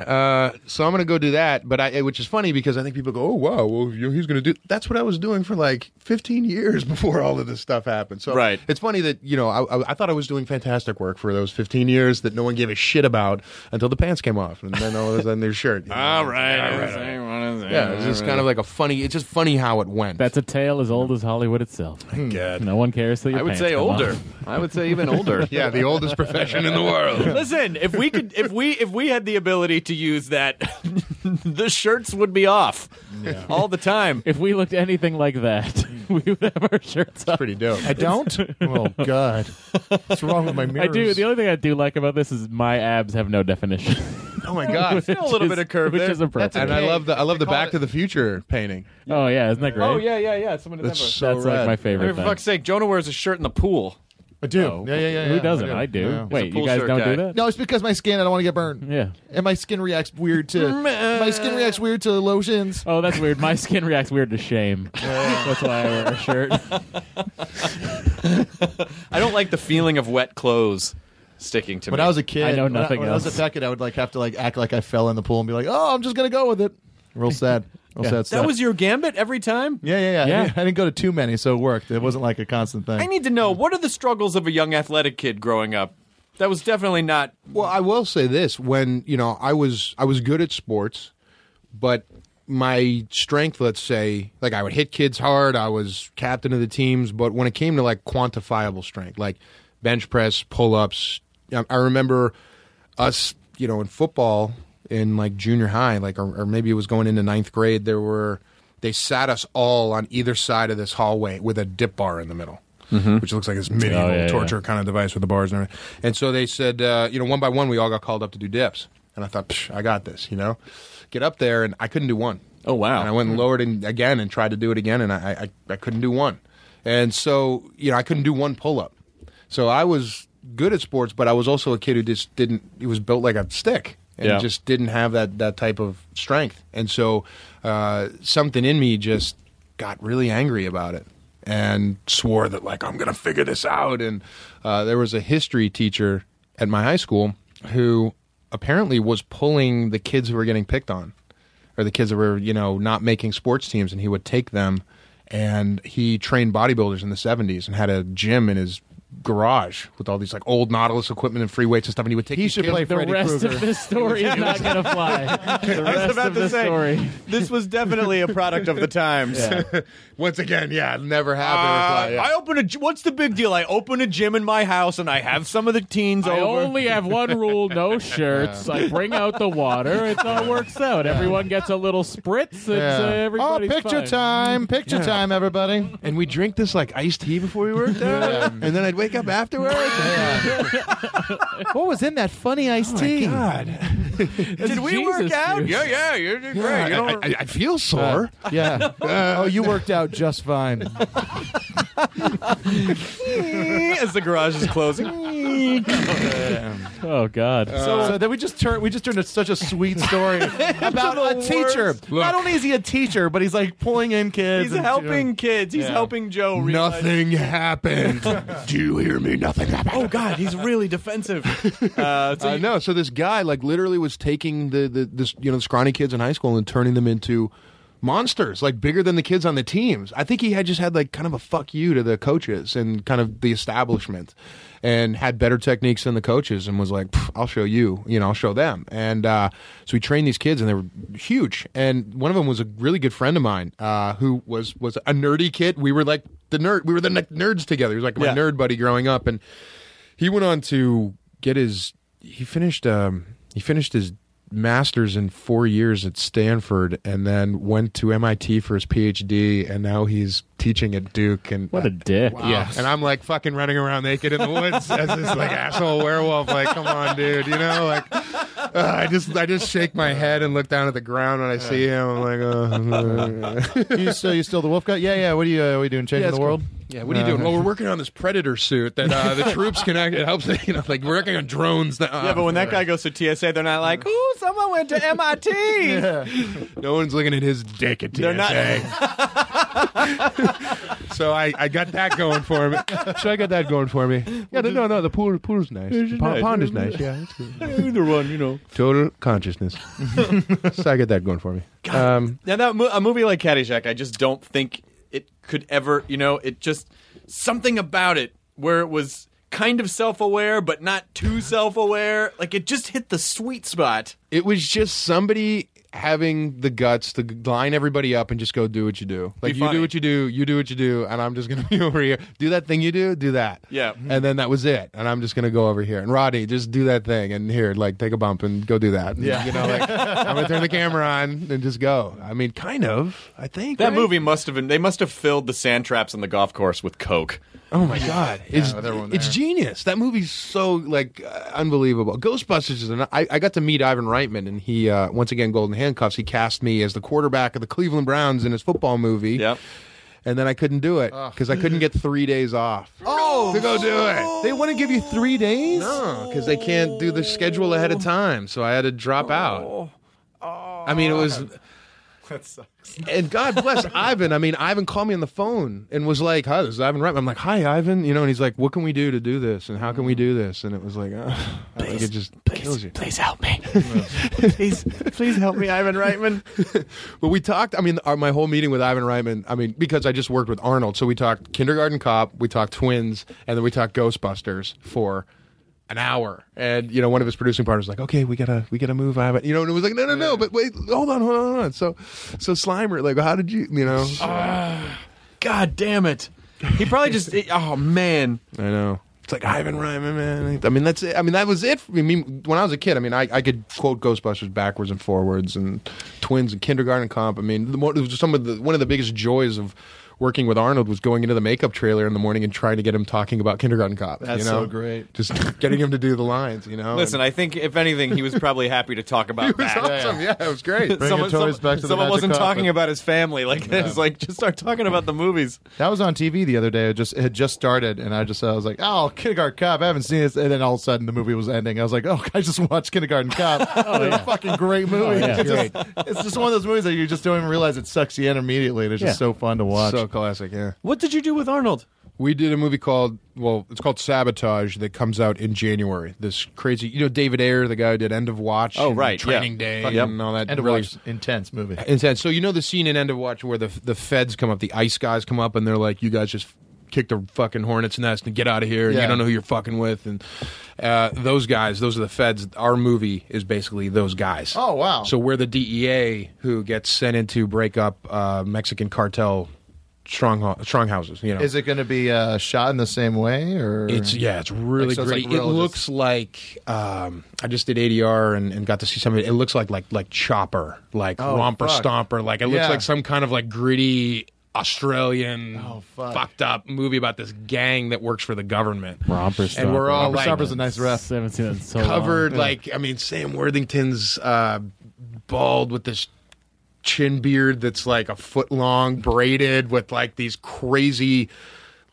uh, so I'm gonna go do that, but I, which is funny because I think people go, "Oh wow, well you know, he's gonna do." That's what I was doing for like 15 years [LAUGHS] before all of this stuff happened. So Right. it's funny that you know I, I, I thought I was doing fantastic work for those 15 years that no one gave a shit about until the pants came off, and then all of a sudden their shirt. [LAUGHS] you know? all right, all right, all right. Yeah, it's just [LAUGHS] kind of like a funny. It's just funny how it went. That's a tale as old as Hollywood itself. No one cares that your I would pants say come older. off. I would say even [LAUGHS] older. yeah, the oldest profession in the world. Listen, if we could, if we, if we had the ability to use that, [LAUGHS] the shirts would be off all the time. If we looked anything like that, [LAUGHS] we would have our shirts off. Pretty dope. I don't. [LAUGHS] Oh God, what's wrong with my I mirrors? do. The only thing I do like about this is my abs have no definition. [LAUGHS] Oh my god. Which little is- bit of curve which there. is impressive. And I love the I love the Back to the Future painting. oh yeah, isn't that great? yeah, yeah. Someone That's so that's like rad. my I mean, favorite for thing. fuck's sake, Jonah wears a shirt in the pool. I do. Oh. Yeah, yeah, yeah. Who yeah, doesn't? I do. Yeah. Wait, pool you guys shirt don't guy. do that? No, it's because my skin. I don't want to get burned. Yeah. And my skin reacts weird to my skin reacts weird to lotions. Oh, that's weird. My skin reacts weird to shame. that's why I wear a [LAUGHS] shirt. [LAUGHS] I don't like the feeling of wet clothes sticking to When me. I was a kid, I know when nothing when I was else. a peckett, I would like have to like act like I fell in the pool and be like, "Oh, I'm just gonna go with it." Real sad. Real sad stuff. that was your gambit every time. yeah, yeah, yeah. I Yeah. didn't- I didn't go to too many, so it worked. It wasn't like a constant thing. I need to know what are the struggles of a young athletic kid growing up. That was definitely [LAUGHS] not. Well, I will say this: when you know, I was I was good at sports, but my strength, let's say, like I would hit kids hard. I was captain of the teams, but when it came to like quantifiable strength, like bench press, pull ups, I I remember us, you know, in football in like junior high, like or, or maybe it was going into ninth grade. There were they sat us all on either side of this hallway with a dip bar in the middle. Mhm. Which looks like this medieval Oh, yeah, yeah. torture kind of device with the bars and everything. And so they said, uh, you know, one by one, we all got called up to do dips. And I thought, Psh, I got this, you know? Get up there, and I couldn't do one. Oh, wow. And I went and lowered in again and tried to do it again, and I, I, I couldn't do one. And so, you know, I couldn't do one pull up. So I was good at sports, but I was also a kid who just didn't, he was built like a stick and Yeah. just didn't have that, that type of strength. And so uh, something in me just got really angry about it and swore that, like, I'm going to figure this out. And uh, there was a history teacher at my high school who apparently was pulling the kids who were getting picked on or the kids that were, you know, not making sports teams, and he would take them. And he trained bodybuilders in the '70s and had a gym in his garage with all these like old Nautilus equipment and free weights and stuff. And he would take. He [LAUGHS] should the rest of this story [LAUGHS] is not going to [LAUGHS] [LAUGHS] fly. The rest of the story. this was definitely a product of the times. Once again, yeah, never Uh, I open a. gy- What's the big deal? I open a gym in my house and I have some of the teens I over. only have one rule: no shirts. I bring out the water. It all works out. Everyone gets a little spritz. It's, Yeah. uh, everybody's oh, picture fine. time! Picture Yeah. time, everybody. And we drink this like iced tea before [LAUGHS] we work there, and then I'd wake up afterwards. [LAUGHS] what was in that funny iced tea? [LAUGHS] God. Oh, Did we work out? Yeah, yeah, you're doing great. You I, don't- Uh, I, I [LAUGHS] feel sore. yeah. [LAUGHS] oh, you worked out just fine. [LAUGHS] As the garage is closing. [LAUGHS] Oh God. Uh, so, then we just turned we just turned a, such a sweet [LAUGHS] story about a the teacher. worst. Not only is he a teacher, but he's like pulling in kids. He's and, helping you know. kids. He's Yeah. helping Joe. Realize. Nothing [LAUGHS] happened. Do you hear me? Nothing happened. Oh God, he's really defensive. [LAUGHS] Uh, so I you- know. So this guy like literally was taking the the this you know the scrawny kids in high school and turning them into monsters like bigger than the kids on the teams. I think he had just had like kind of a fuck you to the coaches and kind of the establishment and had better techniques than the coaches and was like "Pff, I'll show you, you know, I'll show them. And uh, so we trained these kids and they were huge. And one of them was a really good friend of mine uh, who was was a nerdy kid. We were like the nerd we were the ne- nerds together. He was like my Yeah. nerd buddy growing up and he went on to get his he finished um he finished his masters in 4 years at Stanford and then went to MIT for his PhD and now he's teaching at Duke and What a dick. Wow. And I'm like fucking running around naked in the woods as this like asshole werewolf. Like, come on, dude. You know, like uh, I just I just shake my head and look down at the ground when I see him. I'm like, uh, [LAUGHS] you still you still the wolf guy? Yeah, yeah. What are you uh, what are you doing? Changing Yeah, it's the world? cool. Yeah, what are you doing? Well, we're working on this predator suit that uh, [LAUGHS] the troops can act. It helps, you know, like we're working on drones. That, uh, yeah, but when that guy goes to TSA, they're not like, [LAUGHS] "Ooh, someone went to MIT." [LAUGHS] no one's looking at his dick at TSA. They're not- [LAUGHS] so I, I got that going for me. So I got that going for me. Yeah, no, no, no. The pool pool's [LAUGHS] nice. It's Pond, nice. pond is nice. Yeah, it's good. Either one, you know. Total [LAUGHS] consciousness. so I get that going for me. Um, Now that mo- a movie like Caddyshack, I just don't think it could ever. You know, it just something about it where it was kind of self-aware, but not too self-aware. Like it just hit the sweet spot. it was just somebody having the guts to line everybody up and just go do what you do. Like you funny. do what you do, you do what you do, and I'm just gonna [LAUGHS] be over here. Do that thing you do, do that. Yeah. Mm-hmm. And then that was it. And I'm just gonna go over here. And Roddy, just do that thing. And here, like, take a bump and go do that. And, Yeah. You know, [LAUGHS] like I'm gonna turn the camera on and just go. I mean, kind of. I think That right? movie must have been. They must have filled the sand traps on the golf course with coke. Oh my god, it's it's genius. That movie's so like uh, unbelievable. Ghostbusters is an, I, I got to meet Ivan Reitman, and he uh, once again Golden Handcuffs. He cast me as the quarterback of the Cleveland Browns in his football movie. Yep. And then I couldn't do it because I couldn't get three days off. Oh, to go [LAUGHS] do it. They wouldn't give you three days. No, because they can't do the schedule ahead of time. So I had to drop out. I mean, it was That sucks. and God [LAUGHS] bless Ivan. I mean, Ivan called me on the phone and was like, "Hi, this is Ivan Reitman." I'm like, "Hi, Ivan," you know, and he's like, "What can we do to do this? And how can we do this?" And it was like, uh, like it just kills you. Please help me. [LAUGHS] please, please help me, Ivan Reitman. But we talked. I mean, our, my whole meeting with Ivan Reitman. I mean, because I just worked with Arnold, so we talked Kindergarten Cop, we talked Twins, and then we talked Ghostbusters for an hour. And you know, one of his producing partners was like, "Okay, we gotta we gotta move Ivan." You know, and it was like, "No, no, no!" But wait, hold on, hold on, hold on. So, so Slimer, like, how did you, you know? [LAUGHS] Ah, God damn it. He probably just. Oh man. I know. It's like Ivan Reitman, man. I mean, that's it. I mean, that was it. For me. I mean, when I was a kid, I mean, I, I could quote Ghostbusters backwards and forwards, and Twins and Kindergarten Comp. I mean, the, mo- it was some of the one of the biggest joys of working with Arnold was going into the makeup trailer in the morning and trying to get him talking about Kindergarten Cop. That's you know? Um, so great. Just getting him to do the lines, you know. Listen, I think if anything, he was probably happy to talk [LAUGHS] about that. awesome. Yeah, it was great. Bring [LAUGHS] your someone someone- toys back to the someone Magic wasn't Carpet. talking about his family. [LAUGHS] Like Yeah. it's like just start talking about the movies. That was on TV the other day. It just it had just started, and I just I was like, "Oh, Kindergarten Cop! I haven't seen this." And then all of a sudden, the movie was ending. I was like, "Oh, [LAUGHS] I just watched Kindergarten Cop! [LAUGHS] oh, yeah. fucking great [LAUGHS] movie! Oh, yeah. it's, Great. Just, it's just one of those movies that you just don't even realize it sucks you in immediately, and it's just Yeah. so fun to watch. So classic, yeah. What did you do with Arnold? We did a movie called well, it's called Sabotage that comes out in January. This crazy, you know, David Ayer, the guy who did End of Watch, Oh, and right, Training yeah. Day, Fuck, and yep. all that. End of really Uh, Watch, intense movie. Intense. So you know the scene in End of Watch where the the feds come up, the ICE guys come up, and they're like, "You guys just kicked a fucking hornet's nest and get out of here. and Yeah. You don't know who you're fucking with." And uh, those guys, those are the feds. Our movie is basically those guys. Oh, wow. So we're the DEA who gets sent in to break up uh, Mexican cartel strong stronghouses. You know, Is it going to be uh, shot in the same way, or It's yeah, it's really Like, so it's great. like it real, just- looks like um, I just did ADR and, and got to see some of it. It looks like like like Chopper, like Oh, Romper fuck. Stomper. Like it looks Yeah. like some kind of like gritty Australian Oh, fucked up movie about this gang that works for the government. Romper And we're all Stomper. like Romper Stomper's a nice ref. haven't seen that in so covered long. like I mean Sam Worthington's uh, bald with this chin beard that's like a foot long, braided with like these crazy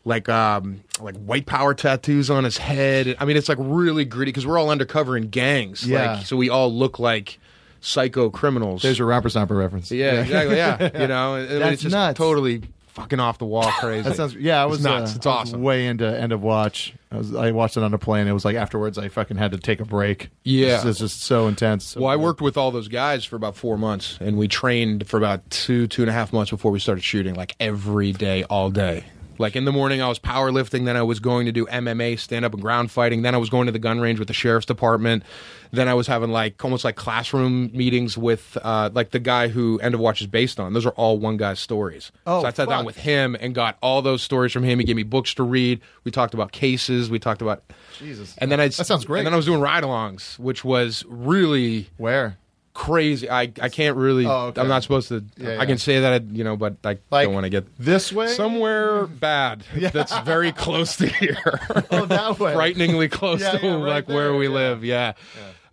like um like white power tattoos on his head. I mean it's like really gritty because we're all undercover in gangs. Yeah. Like so we all look like psycho criminals. There's your romper stomper reference. yeah, exactly. Yeah, [LAUGHS] you know, I mean, That's it's just nuts. totally fucking off the wall crazy. [LAUGHS] That sounds yeah. I It's was nuts. uh, it's I was awesome. way into end of watch. I, was, I watched it on a plane. It was like afterwards, I fucking had to take a break. Yeah. it's, it's just so intense. well, I worked with all those guys for about four months, and we trained for about two, two and a half months before we started shooting, like every day, all day. Like in the morning, I was powerlifting, then I was going to do MMA, stand up and ground fighting, then I was going to the gun range with the sheriff's department, then I was having like almost like classroom meetings with uh, like the guy who End of Watch is based on. Those are all one guy's stories. Oh, so I sat down fuck. with him and got all those stories from him. He gave me books to read. We talked about cases. We talked about Jesus. and then I That sounds great. And then I was doing ride-alongs, which was really where crazy. I, I can't really. Oh, okay. I'm not supposed to. Yeah, I yeah. can say that I- you know, but I Like, don't want to get this [LAUGHS] way. somewhere bad. That's very close to here. [LAUGHS] oh, that way. frighteningly close Yeah, to yeah, right like where we live. Yeah.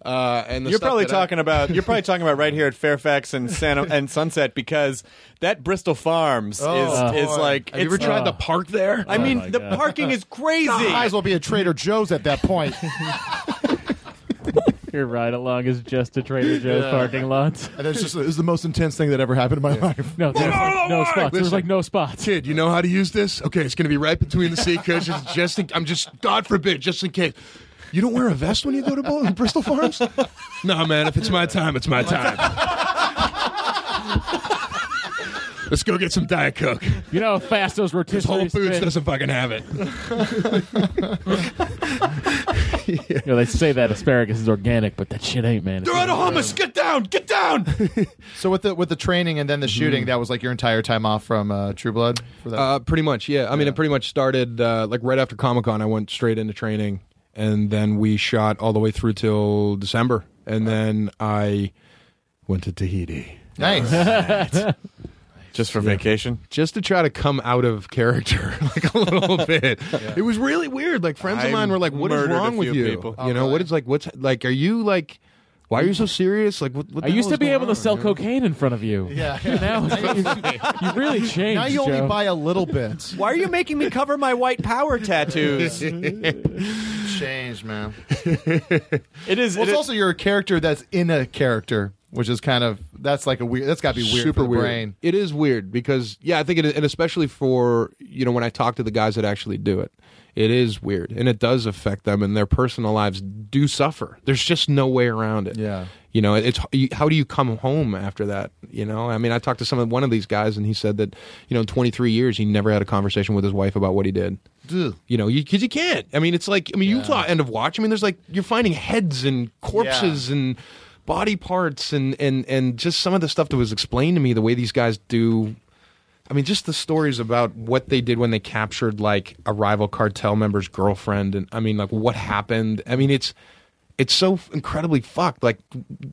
Uh, and the [LAUGHS] You're stuff probably that I- [LAUGHS] talking about you're probably talking about right here at Fairfax and Santa and Sunset because that Bristol Farms Oh, is is boy. like Oh. Have you ever tried to park there? Oh I mean, the [LAUGHS] parking [LAUGHS] is crazy. Oh Might as well be a Trader Joe's at that point. Your ride along is just a Trader Joe's parking lot. and it's just it's the most intense thing that ever happened in my [LAUGHS] life. No, [LAUGHS] there's like, no spots. There's Listen. like no spots. Kid, you know how to use this? Okay, it's going to be right between the seat cushions. [LAUGHS] Just, in, I'm just, God forbid, just in case. You don't wear a vest when you go to Bo- Bristol [LAUGHS] Farms? no, man. If it's my time, it's my time. Let's go get some Diet Coke. You know how fast those rotisserie Whole Foods spin- doesn't fucking have it. [LAUGHS] You know, they say that asparagus is organic, but that shit ain't, man. It's out of hummus. Get down. Get down. [LAUGHS] So with the with the training and then the shooting, that was like your entire time off from uh, True Blood for that. Mm-hmm. Uh, pretty much, yeah. I mean, it pretty much started uh, like right after Comic Con. I went straight into training, and then we shot all the way through till December, and then I went to Tahiti [LAUGHS] nice. [LAUGHS] Just for vacation. just to try to come out of character [LAUGHS] like [LAUGHS] a little bit. It was really weird. Like friends I of mine were like, "What is murdered a wrong with few you? people. you Oh, know, what is like? What's like? Are you like?" Why are you so serious? Like, what, what I the used hell to be is going able to on, sell you know? cocaine in front of you. Yeah. [LAUGHS] Now you, you really changed. now you only Joe. buy a little bit. Why are you making me cover my white power [LAUGHS] tattoos? it Change, man. is. Well, it it's is- also you're a character that's in a character, which is kind of that's like a weird. That's got to be weird. Super for the weird. Brain. It is weird because yeah, I think it, and especially for you know when I talk to the guys that actually do it, it is weird and it does affect them and their personal lives do suffer. There's just no way around it. Yeah. You know, it's you- how do you come home after that? You know, I mean, I talked to some one of these guys and he said that you know in 23 years he never had a conversation with his wife about what he did. Ugh. You know, because you, can't. I mean, it's like I mean, you saw End of Watch. I mean, there's like you're finding heads and corpses and body parts and and and just some of the stuff that was explained to me the way these guys do I mean, just the stories about what they did when they captured like a rival cartel member's girlfriend, and I mean, like what happened. I mean, it's it's so incredibly fucked. Like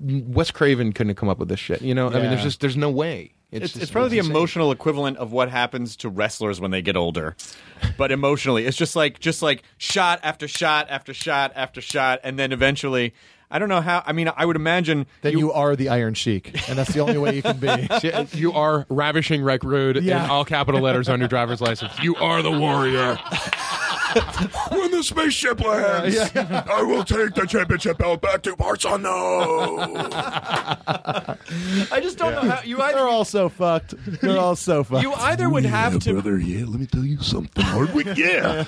Wes Craven couldn't have come up with this shit. You know, I mean, there's Yeah. just there's no way. It's, it's, just- probably the insane. emotional equivalent of what happens to wrestlers when they get older, but emotionally, it's just like just like shot after shot after shot after shot, and then eventually, I don't know how. I mean, I would imagine Then you, are the Iron Sheik, and that's the only way you can be. you are ravishing Rec Rude in Yeah. all capital letters on your driver's license. You are the [LAUGHS] warrior. when the spaceship lands, I will take the championship belt back to Barcelona. I just don't know how you either. They're all so fucked. They're all [LAUGHS] so fucked. You either would have yeah, to- brother. Yeah, let me tell you something, Hardwick. Yeah,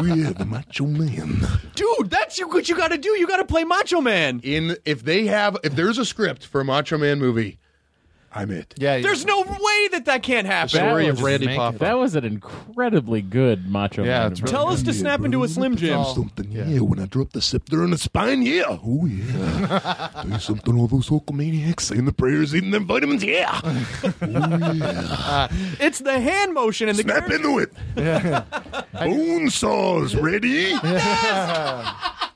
we're the macho man. dude, that's you, what you got to do. You got to play Macho Man. In if they have if there's a script for a Macho Man movie, I'm it. Yeah, [LAUGHS] there's no way that that can't happen. That was an incredibly good Macho Yeah, Man. it's really Tell good. us to Yeah, snap into bro, a let me Slim tell you Jim. Something. Yeah. when I drop the scepter in the spine. Yeah. Oh yeah. tell you something. All those maniacs saying the prayers, eating them vitamins. Yeah. Oh, it's the hand motion and the snap into it. Bone saws ready.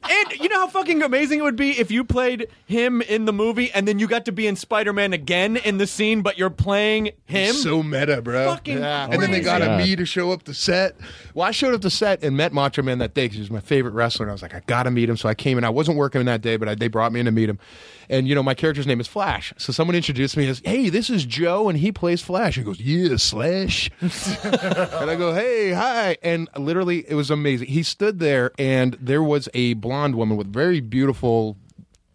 And you know how fucking amazing it would be if you played him in the movie and then you got to be in Spider Man again in the scene, but you're playing him? So meta, bro. Fucking And then they crazy. got a me to show up to set. Well, I showed up to set and met Macho Man that day because he was my favorite wrestler. And I was like, I got to meet him. So I came in. I wasn't working that day, but I, they brought me in to meet him. And, you know, my character's name is Flash. So someone introduced me as, hey, this is Joe, and he plays Flash. He goes, yeah, Slash. [LAUGHS] and I go, hey, hi. And literally, it was amazing. He stood there, and there was a blonde woman with very beautiful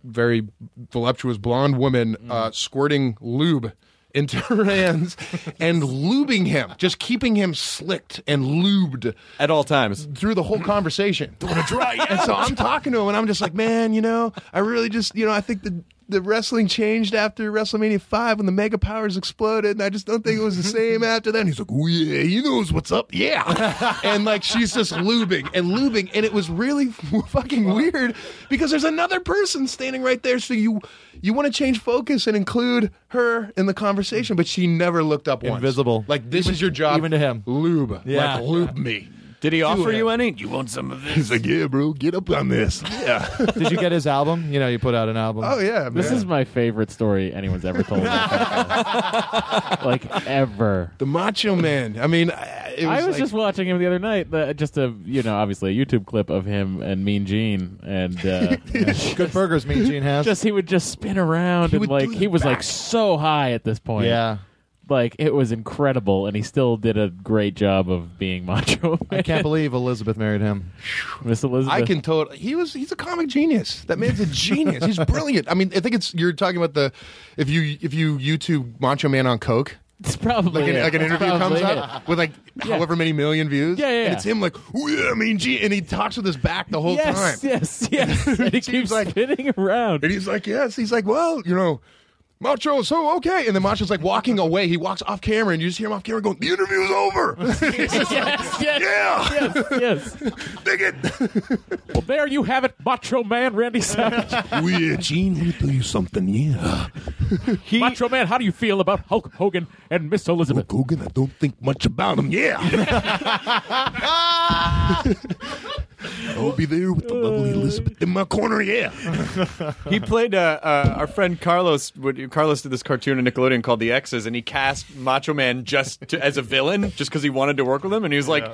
very voluptuous blonde woman Mm. uh, squirting lube into [LAUGHS] her hands and lubing him, just keeping him slicked and lubed at all times through the whole conversation. dry [LAUGHS] and so I'm talking to him, and I'm just like, man, you know, I really just, you know, I think the the wrestling changed after WrestleMania five when the mega powers exploded, and I just don't think it was [LAUGHS] the same after that. And he's like, oh yeah, he knows what's up, yeah. and like she's just lubing and lubing, and it was really [LAUGHS] fucking weird because there's another person standing right there, so you. You want to change focus and include her in the conversation, but she never looked up once. Invisible. Like this is your job, even to him. Lube, Yeah. like lube me. Did he offer you any? You want some of this? He's like, yeah, bro, get up on this. Yeah. [LAUGHS] Did you get his album? You know, you put out an album. Oh, yeah, This man. is my favorite story anyone's ever told. me. [LAUGHS] like ever. The Macho Man. I mean, I, it was I was like- just watching him the other night. The, just a you know, obviously a YouTube clip of him and Mean Gene, and uh, Good burgers, Mean Gene has. just he would just spin around and like he was like so high at this point. Yeah. Like it was incredible, and he still did a great job of being [LAUGHS] macho. I can't believe Elizabeth married him. Miss Elizabeth. I can totally. He was. He's a comic genius. That man's a genius. He's brilliant. I mean, I think it's you're talking about the if you if you YouTube Macho Man on Coke. It's probably like an, it. like an That's interview comes probably up with like however many million views. Yeah, yeah, And yeah. it's him like, "Ooh, yeah, I mean, gee, and he talks with his back the whole Yes, time. [LAUGHS] Yes, yes, yes. and he keeps like, spinning around. And he's like, yes. He's like, well, you know. Macho, so okay, and then Macho's like walking away. He walks off camera, and you just hear him off camera going, "The interview's over." [LAUGHS] He's just like, yeah, [LAUGHS] yes, dig it. Well, there you have it, Macho Man Randy Savage. [LAUGHS] Oh, Weird, Gene, let me tell you something. [LAUGHS] [LAUGHS] Yeah. Macho Man, how do you feel about Hulk Hogan and Miss Elizabeth? Hulk Hogan, I don't think much about him. [LAUGHS] Yeah. I'll be there with the lovely Elizabeth in my corner. Yeah. [LAUGHS] he played uh, uh, our friend Carlos. would- Carlos did this cartoon on Nickelodeon called The X's, and he cast Macho Man just to, as a villain, just because he wanted to work with him. And he was like,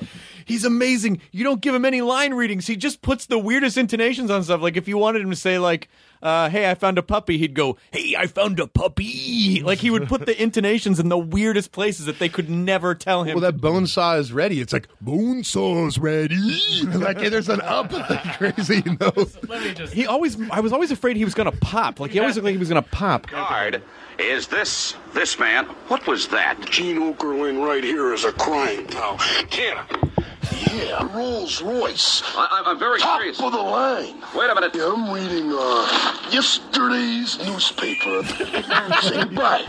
"He's amazing. You don't give him any line readings. He just puts the weirdest intonations on stuff. Like if you wanted him to say like." Uh, hey, I found a puppy. He'd go, "Hey, I found a puppy." Like he would put the intonations in the weirdest [LAUGHS] places that they could never tell him. Well, that bone saw is ready. It's like bone saw's ready. [LAUGHS] like there's an up, [LAUGHS] like crazy. [LAUGHS] You know, he always. I was always afraid he was gonna pop. Like he always looked like he was gonna pop. Guard is this this man. What was that? Gene Okerlin right here is a crime pal. Yeah, Yeah, Rolls Royce. I, I'm very Top curious. of the line. Wait a minute. Yeah, I'm reading uh, yesterday's newspaper. Say bye.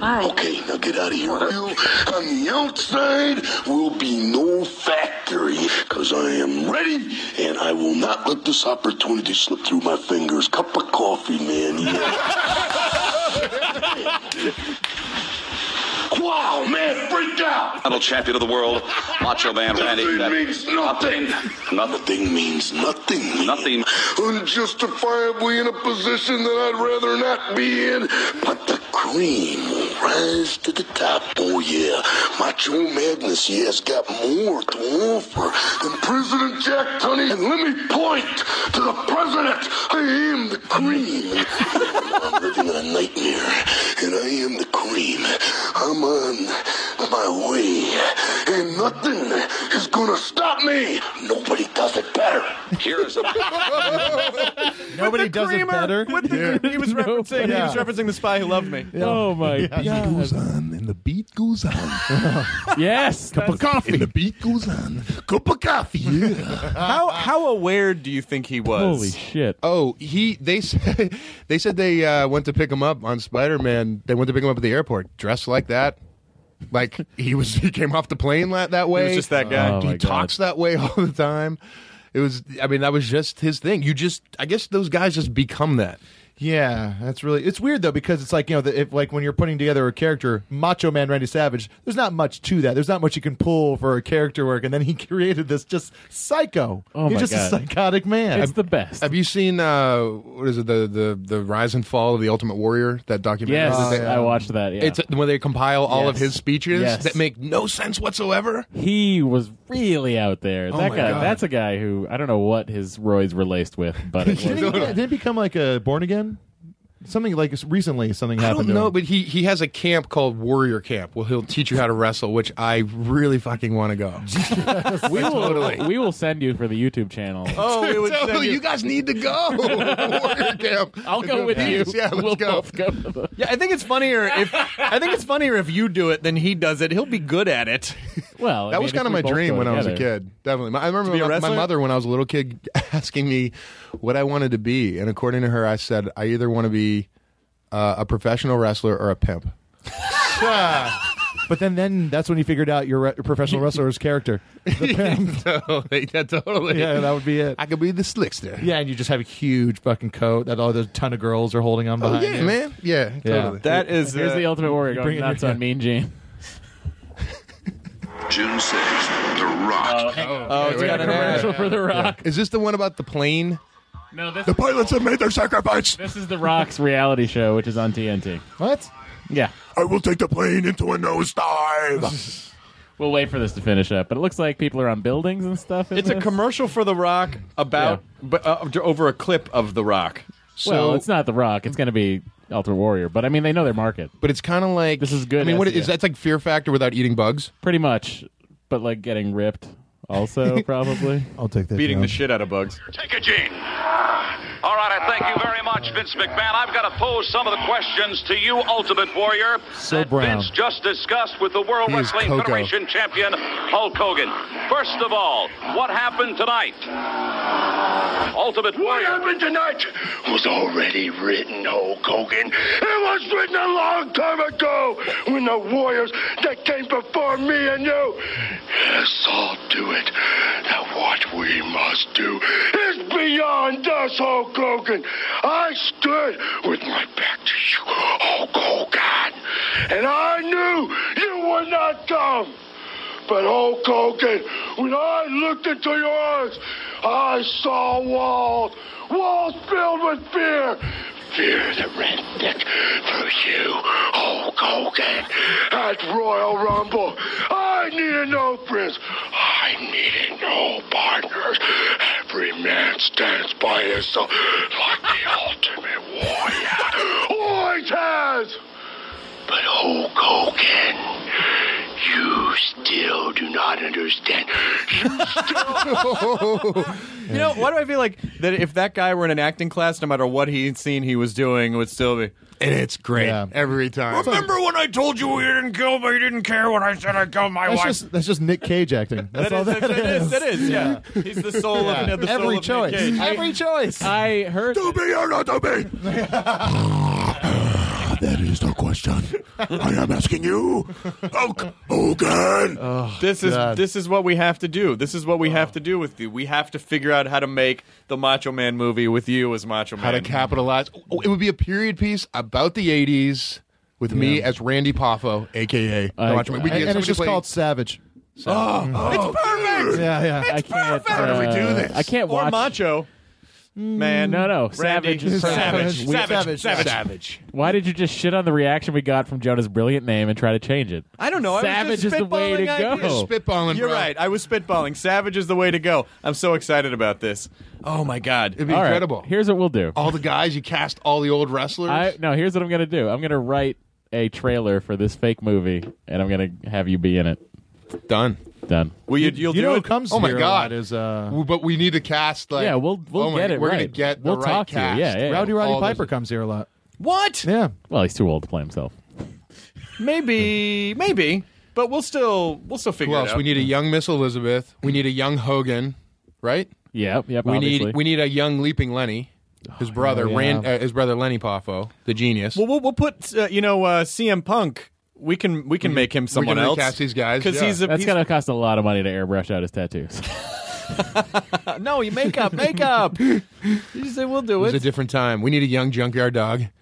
Bye. Okay, now get out of here, Will. On the outside will be no factory, because I am ready, and I will not let this opportunity slip through my fingers. Cup of [LAUGHS] coffee, man. Yeah. wow, Oh, man, freak out! Double champion of the [LAUGHS] world, Macho Man Randy. Nothing that- means nothing. Nothing means nothing. Nothing. Unjustifiably in a position that I'd rather not be in. But the cream will rise to the top. Oh yeah, Macho Madness yeah, has got more to offer than President Jack Tunney. And let me point to the president. I am the cream. [LAUGHS] I'm living in a nightmare, and I am the cream. I'm on my way, and nothing is gonna stop me. Nobody does it better. Here's a Nobody does it better. he [LAUGHS] was referencing. He was referencing the spy who loved me. Oh my God. goes on and the beat goes on. yes, cup of coffee. And the beat goes on. Cup of coffee. [LAUGHS] How how aware do you think he was? Holy shit! Oh, he they [LAUGHS] said they said they uh, went to pick him up on Spider Man. They went to pick him up at the airport, dressed like that. Like he was, he came off the plane that, that way. just that guy. Oh, my he God. talks that way [LAUGHS] all the time. It was, I mean, that was just his thing. You just, I guess, those guys just become that. Yeah, that's really. It's weird though because it's like you know, the, if like when you're putting together a character, Macho Man Randy Savage, there's not much to that. There's not much you can pull for a character work, and then he [LAUGHS] created this just psycho. Oh He's my just a God. psychotic man. Have- [LAUGHS] Have you seen uh, what is it the, the the rise and fall of the Ultimate Warrior? That documentary. Yes, that I watched that, yeah. It's when they compile all of Yes. his speeches Yes. that make no sense whatsoever. He was really out there. Oh that my guy. God. That's a guy who I don't know what his roids were laced with, but it [LAUGHS] Didn't was he, get- didn't he become like a born again? Something like recently, something I don't happened. to know, him. but he he has a camp called Warrior Camp. Well, he'll teach you how to wrestle, which I really fucking want to [LAUGHS] go. we will, we will send you for the YouTube channel. [LAUGHS] Oh, we would send you- you guys need to go. [LAUGHS] Warrior Camp. I'll go with you. Yeah, let's We'll go. both go. Yeah, I think it's funnier if I think it's funnier if you do it than he does it. He'll be good at it. Well, that was kind of my dream when I was a kid. Definitely, My- I remember be a my, my wrestler? mother when I was a little kid [LAUGHS] asking me what I wanted to be, and according to her, I said I either want to be uh, a professional wrestler or a pimp. [LAUGHS] but then, then that's when he figured out your re- professional wrestler's character. [LAUGHS] totally, yeah, totally. Yeah, that would be it. I could be the slickster. Yeah, and you just have a huge fucking coat that all the ton of girls are holding on behind. yeah, you. man. Yeah, totally. That is, Here's uh, the Ultimate Warrior you going bring in nuts your- on Mean Gene. June 6th, The Rock. Oh, it's got an commercial for The Rock. Is this the one about the plane? No, this the pilots have made their sacrifice. This is The Rock's reality show, which is on TNT. What? Yeah. I will take the plane into a nosedive. [LAUGHS] We'll wait for this to finish up, but it looks like people are on buildings and stuff. in It's a this. commercial for The Rock about but, uh, over a clip of The Rock. well, it's not The Rock. It's going to be Ultimate Warrior, but I mean, they know their market. But it's kind of like this is good. I mean, what SEO. is that's like Fear Factor without eating bugs? Pretty much, but like getting ripped. Also, [LAUGHS] probably. I'll take that. beating the shit out of bugs. Take a gene. All right, I thank you very much, Vince McMahon. I've got to pose some of the questions to you, Ultimate Warrior. So that brown. Vince just discussed with the World He is Wrestling Coco. Federation champion Hulk Hogan. First of all, what happened tonight? Ultimate What happened tonight was already written, Hulk Hogan. It was written a long time ago when the warriors that came before me and you yes, all do it. Now what we must do is beyond us, Hulk Hogan. I stood with my back to you, Hulk Hogan, and I knew you would not come. But Hulk Hogan, when I looked into your eyes, I saw walls, walls filled with fear. Fear that ran thick through you, Hulk Hogan. At Royal Rumble, I needed no friends. I needed no partners. Every man stands by himself like the ultimate warrior always has. But Hulk Hogan, you still do not understand. [LAUGHS] You know, why do I feel like that if that guy were in an acting class, no matter what he'd seen he was doing, it would still be. And it's great every time. Remember when I told you you didn't kill me? You didn't care when I said I killed my That's wife. just that's just Nick Cage acting. That's all that That is, that is, yeah. He's the soul Yeah. of the soul Every of Nick choice. Cage. Every choice. I heard. To be or not to be? that is the question. Oh, I am asking you, Hulk Hogan. This is God. this is what we have to do. This is what we have to do with you. We have to figure out how to make the Macho Man movie with you as Macho Man. How to capitalize? Oh, it would be a period piece about the '80s with me as Randy Poffo, aka the I- Macho Man. We can and, get and somebody it's just playing- called Savage. Oh, oh. perfect. Yeah, yeah. I can't. How did we do uh, this? I can't Or watch [LAUGHS] Macho. Man, no, no, Savage, is Savage, We- Savage, Savage, Why did you just shit on the reaction we got from Jonah's brilliant name and try to change it? I don't know. I was Savage just is the way to spitballing ideas. go. Spitballing, You're bro. right. I was spitballing. Savage is the way to go. I'm so excited about this. Oh my god, it'd be All right. incredible. Here's what we'll do. all the guys. You cast all the old wrestlers. I no. Here's what I'm gonna do. I'm gonna write a trailer for this fake movie, and I'm gonna have you be in it. Done. Done. Well, you, you'll You know who comes Oh my here a God. lot is uh, W- but we need to cast like Yeah, we'll- we'll oh my- get it We're gonna right. get the We'll right talk to you. cast. Yeah, yeah, yeah. Rowdy Roddy All Piper comes here a lot. What? Yeah. Well, he's too old to play himself. Maybe, maybe. But we'll still, we'll still figure Who it else? out. We need a young Miss Elizabeth. We need a young Hogan, right? Yep, yep. We obviously. Oh, need we need a young leaping Lenny, his brother yeah. Rand, uh, his brother Lenny Poffo, the genius. Well, we'll, we'll put uh, you know uh, CM Punk. We can we can make him someone else. recast these guys, because yeah. he's a That's he's, gonna cost a lot of money to airbrush out his tattoos. uh, [LAUGHS] no you make up make [LAUGHS] up. you just say we'll it do was it. a different time. We need a young junkyard dog. [LAUGHS]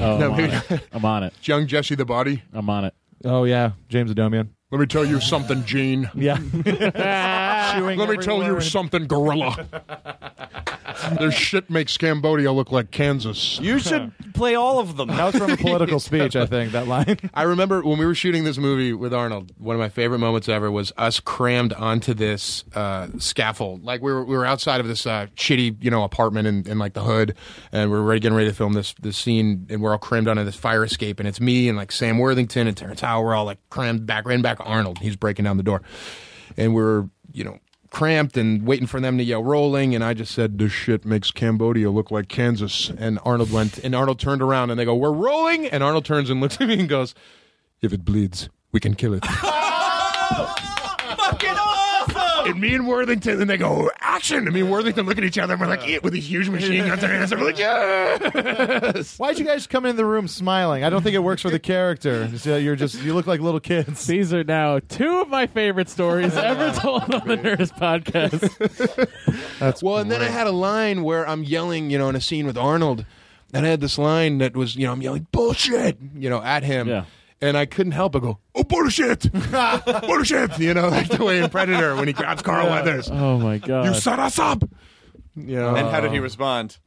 Oh, No, I'm, maybe on it. I'm on it. Young Jesse the Body. I'm on it. Oh yeah, James Adomian. Let me tell you something, Gene. [LAUGHS] Yeah. [LAUGHS] Let me tell you something, gorilla. Their shit makes Cambodia look like Kansas. You should play all of them. That was [LAUGHS] from a political speech, I think. That line. [LAUGHS] I remember when we were shooting this movie with Arnold. One of my favorite moments ever was us crammed onto this uh, scaffold. Like we were we were outside of this uh, shitty you know apartment in, in like the hood, and we we're ready, getting ready to film this this scene, and we're all crammed onto this fire escape, and it's me and like Sam Worthington and Terrence Howell. We're all like crammed back, right back Arnold. He's breaking down the door, and we're you know. Cramped and waiting for them to yell rolling, and I just said, "This shit makes Cambodia look like Kansas." And Arnold went, and Arnold turned around, and they go, "We're rolling." And Arnold turns and looks at me and goes, if it bleeds, we can kill it. Fucking awesome. and me and Worthington, and they go, action! And me and Worthington look at each other, and we're like, "Yeah," with a huge machine gun to our hands. and We're like, yes! [LAUGHS] Why'd you guys come in the room smiling? I don't think it works for the character. So you're just you look like little kids. These are now two of my favorite stories ever told [LAUGHS] on the Nerdist podcast. That's Well, and then I had a line where I'm yelling, you know, in a scene with Arnold, and I had this line that was, you know, I'm yelling, bullshit, you know, at him. Yeah. And I couldn't help but go, oh, bullshit! bullshit! You know, like the way in Predator when he grabs Carl Weathers. Oh my You god! set us up! You know, and how did he respond?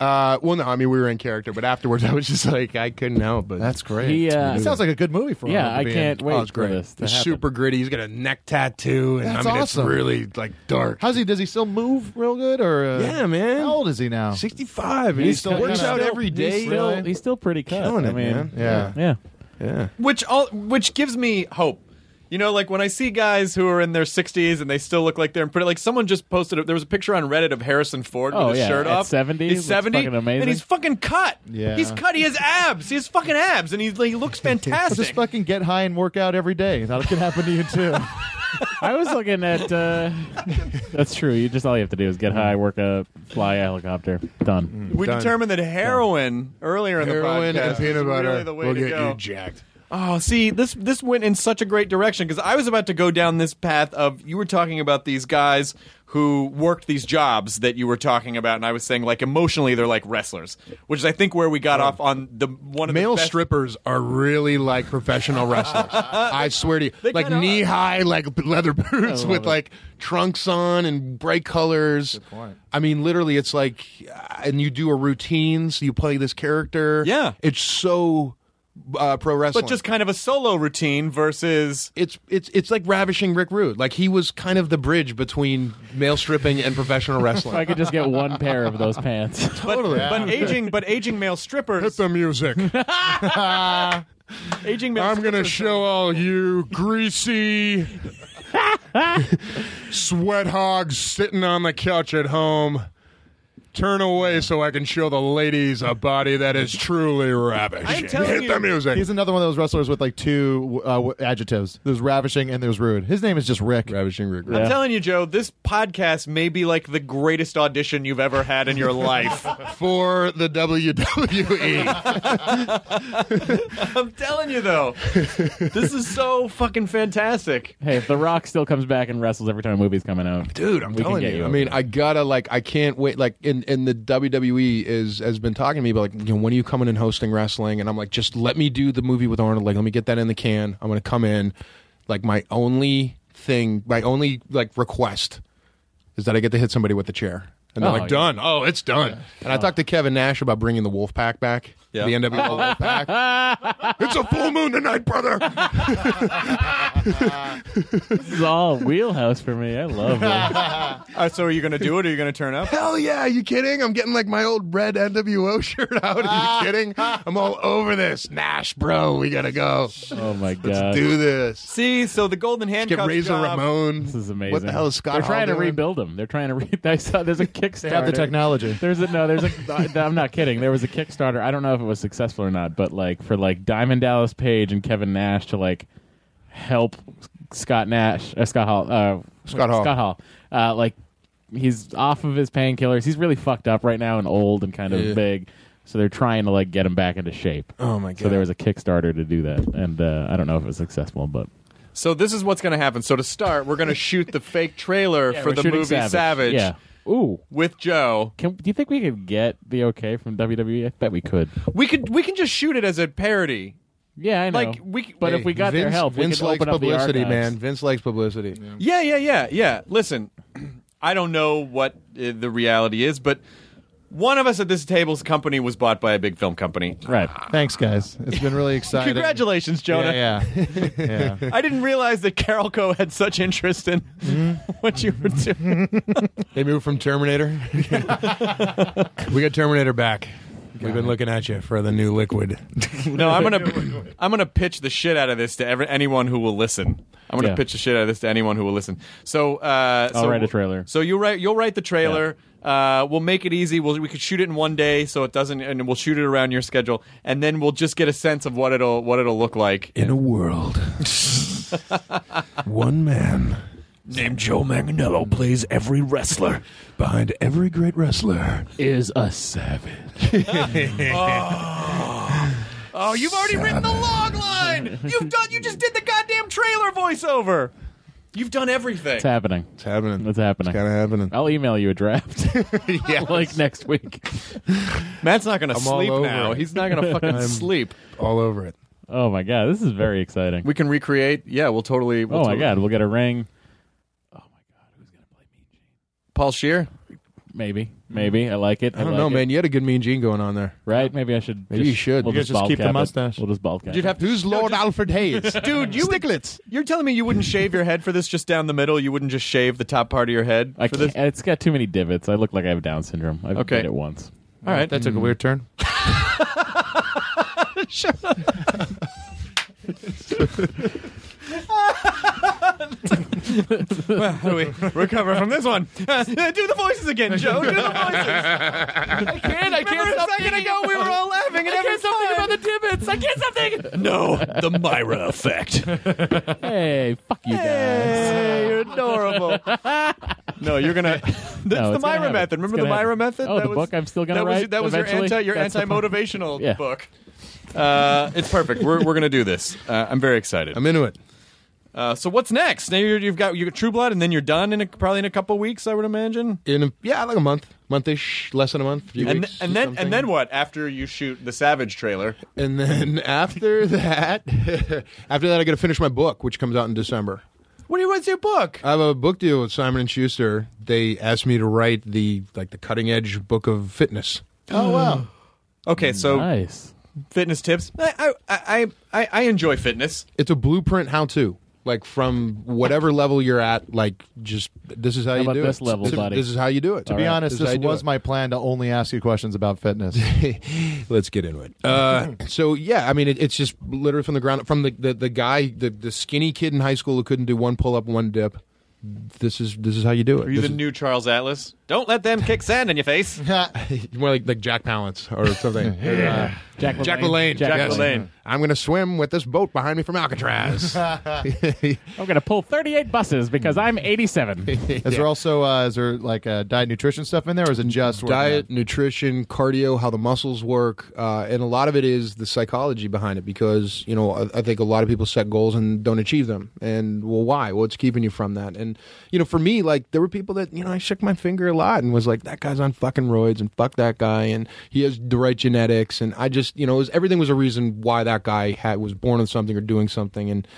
uh, well, no, I mean, we were in character, but afterwards [LAUGHS] I was just like, I couldn't help but. That's great. He, uh, it sounds like a good movie for yeah, Arnold to I be in. can't wait oh, it's for great. this to it's happen. super gritty. He's got a neck tattoo, and That's I mean, awesome. it's really like Oh, dark. How's he? Does he still move real good? Or uh, Yeah, man. How old is he now? Sixty-five, and He's he still still- works kinda- out every He's day. still- really? he's still pretty cut. Killing I it, mean, man. Yeah. yeah. yeah, Which all which gives me hope. You know, like when I see guys who are in their 60s and they still look like they're in pretty. Like someone just posted, a- there was a picture on Reddit of Harrison Ford Oh, with his yeah, shirt at off. 70, he's looks 70, fucking amazing. and he's fucking cut. Yeah. he's cut. He has abs. He has fucking abs, and he, like, he [LAUGHS] looks I'll fantastic. just fucking get high and work out every day. That could happen to you too. [LAUGHS] I was looking at. [LAUGHS] Uh, [LAUGHS] that's true. You just all you have to do is get high, work up, fly a helicopter. Done. we Mm, Done. determined that heroin earlier in heroin the podcast and peanut is butter really the way will to get go. you jacked. Oh, see, this this went in such a great direction because I was about to go down this path of you were talking about these guys who worked these jobs that you were talking about, and I was saying like emotionally they're like wrestlers, which is I think where we got off on the one of Male the best- strippers are really like [LAUGHS] professional wrestlers. [LAUGHS] I swear to you, They like kinda are. knee high, like [LAUGHS] leather boots with like trunks on and bright colors. Good point. I mean, literally, it's like, uh, and you do a routine, so you play this character. Yeah. it's so uh, pro wrestling. but just kind of a solo routine versus it's it's it's like ravishing Rick Rude. Like he was kind of the bridge between male stripping and [LAUGHS] professional If I wrestling. could just get one pair of those pants. but, but aging [LAUGHS] but aging male strippers music. [LAUGHS] aging male gonna show all you [LAUGHS] greasy sweat hogs sitting on the couch at home. Turn away so I can show the ladies a body that is truly ravishing. I'm telling Hit you- the music. He's another one of those wrestlers with like two uh, w- adjectives. There's ravishing and there's rude. His name is just Rick. ravishing Rick. I'm telling you, Joe, this podcast may be like the greatest audition you've ever had in [LAUGHS] your life. For the E. WWE. [LAUGHS] I'm telling you, though, this is so fucking fantastic. hey, if The Rock still comes back and wrestles every time a movie's coming out, Dude, I'm we can telling get you. you. I over mean, there. I gotta like I can't wait like in and and the WWE is has been talking to me about like, you know, when are you coming and hosting wrestling? And I'm like, just let me do the movie with Arnold. Like, let me get that in the can. I'm gonna come in. Like my only thing, my only like request is that I get to hit somebody with the chair. And they're Oh, like, yeah. done. Oh, it's done. And I talked to Kevin Nash about bringing the Wolf Pack back. Yeah. The NWO Wolf Pack. [LAUGHS] it's a full moon tonight, brother. this is all wheelhouse for me. I love [LAUGHS] it. Uh, so are you going to do it or are you going to turn up? [LAUGHS] Hell yeah, you kidding? I'm getting like my old red NWO shirt out. Ah. Are you kidding? I'm all over this. Nash, bro, we gotta go. Oh my god. Let's do this. See, so the golden handcuffs. Get Razor job- Ramon. This is amazing. What the hell is Scott They're trying to Hall doing? rebuild them. They're trying to. Re- [LAUGHS] I saw there's a Kickstarter. have the technology. There's a no. There's a. I'm not kidding. There was a Kickstarter. I don't know if it was successful or not, but like for like Diamond Dallas Page and Kevin Nash to like help Scott Nash, uh, Scott Hall, uh, Scott Hall. Scott Hall. Uh, like he's off of his painkillers. He's really fucked up right now and old and kind of Yeah. big. So they're trying to like get him back into shape. Oh, my So God. there was a Kickstarter to do that, and uh, I don't know if it was successful, but So this is what's going to happen. So to start, we're going to shoot the fake trailer Yeah, for we're the shooting movie Savage. Yeah. Ooh. With Joe. Can, do you think we could get the okay from WWE? I bet we could. We could we can just shoot it as a parody. Yeah, I know. Like we [LAUGHS] But but if we got their Vince- help, we Vince could likes open up the publicity, archives. man. Vince likes publicity. Yeah, yeah, yeah, yeah. Listen, [CLEARS THROAT] I don't know what uh, the reality is, but one of us at this table's company was bought by a big film company. Right. [LAUGHS] Thanks, guys. It's [LAUGHS] been really exciting. Congratulations, Jonah. Yeah, yeah. [LAUGHS] yeah. I didn't realize that Carol Co had such interest in Mm-hmm. [LAUGHS] what you were doing. [LAUGHS] They moved from Terminator. [LAUGHS] we got Terminator back. We've been looking at you for the new liquid. No, [LAUGHS] I'm gonna I'm gonna pitch the shit out of this to every, anyone who will listen. I'm gonna Yeah. pitch the shit out of this to anyone who will listen. So, uh, I'll so- write a trailer. So you write you'll write the trailer. Uh, we'll make it easy. We'll, we could shoot it in one day, so it doesn't, and we'll shoot it around your schedule, and then we'll just get a sense of what it'll what it'll look like. In a world, one man Named Joe Manganello plays every wrestler. behind every great wrestler. Is a savage. [LAUGHS] Oh, you've already written the log line. You've done. You just did the goddamn trailer voiceover. You've done everything. It's happening. It's happening. It's happening. Kind of happening. I'll email you a [LAUGHS] draft. [LAUGHS] like next week. Matt's not gonna I'm all sleep over now. it. He's [LAUGHS] not gonna fucking I'm- sleep. All over it. Oh my god, this is very exciting. We can recreate. Yeah, we'll totally. We'll oh my totally- god, we'll get a ring. Oh, Paul Shear. Maybe, maybe I like it. I don't like know, it. man. You had a good mean gene going on there. Right? Maybe I should. Maybe just, you should. We'll You just, guys just bald keep the cap it. mustache. We'll just bald cap. You'd it. have to. Who's no, Lord just- Alfred Hayes? [LAUGHS] Dude, you would- Sticklets. You're telling me you wouldn't shave your head for this just down the middle? You wouldn't just shave the top part of your head I for this? can't, it's got too many divots. I look like I have Down syndrome. I've Okay. did it once. Mm. All right. That took a weird turn. [LAUGHS] [LAUGHS] Well, how do we recover from this one? Uh, do the voices again, Joe. Do the voices. I can't. I can't. Remember a second ago, we were all laughing at every something about the divots. I can't stop [LAUGHS] thinking. [LAUGHS] No, the Myra effect. Hey, fuck you guys. Hey, you're adorable. no, you're gonna. [LAUGHS] [LAUGHS] No, That's it's the gonna Myra happen. method. Remember It's the gonna Myra happen. method? Oh, the book I'm still gonna that Was, write that was your eventually? anti your That's the anti book. motivational Yeah. book. Uh, it's perfect. We're we're gonna do this. Uh, I'm very excited. I'm into it. Uh, so what's next? Now you're, you've got you got True Blood, and then you're done in a, probably in a couple weeks, I would imagine. In a, yeah, like a month, monthish, less than a month, few And, weeks, and then something. and then what? After you shoot the Savage trailer, And then after that, [LAUGHS] after that, I got to finish my book, which comes out in December. what do you what's your book? I have a book deal with Simon and Schuster. They asked me to write the like the cutting edge book of fitness. Oh wow. Okay, so Nice. fitness tips. I I, I I I enjoy fitness. It's a blueprint how to like from whatever level you're at. Like just this is how, you about do this it. level, this, buddy? This is how you do it. To be honest, is how this you do was it. my plan to only ask you questions about fitness. [LAUGHS] Let's get into it. Uh, so yeah, I mean, it, it's just literally from the ground from the the, the guy, the, the skinny kid in high school who couldn't do one pull up, one dip. This is this is how you do it. Are you This the new Charles Atlas? Don't let them kick sand in your [LAUGHS] face. is- more like like Jack Palance or [LAUGHS] something. Jack Jack LaLanne. LaLanne. Jack yes. LaLanne. I'm going to swim with this boat behind me [LAUGHS] from Alcatraz. [LAUGHS] I'm gonna pull 38 buses because I'm [LAUGHS] 87. Is there also uh, is there like uh, diet nutrition stuff in there, or is it just working out? diet, nutrition, cardio, how the muscles work, uh, and a lot of it is the psychology behind it. Because you know, I, I think a lot of people set goals and don't achieve them. And well, why? What's keeping you from that? And you know, for me, like there were people that you know, I shook my finger lot and was like, that guy's on fucking roids and fuck that guy and he has the right genetics and I just you know it was, everything was a reason why that guy had was born with something or doing something and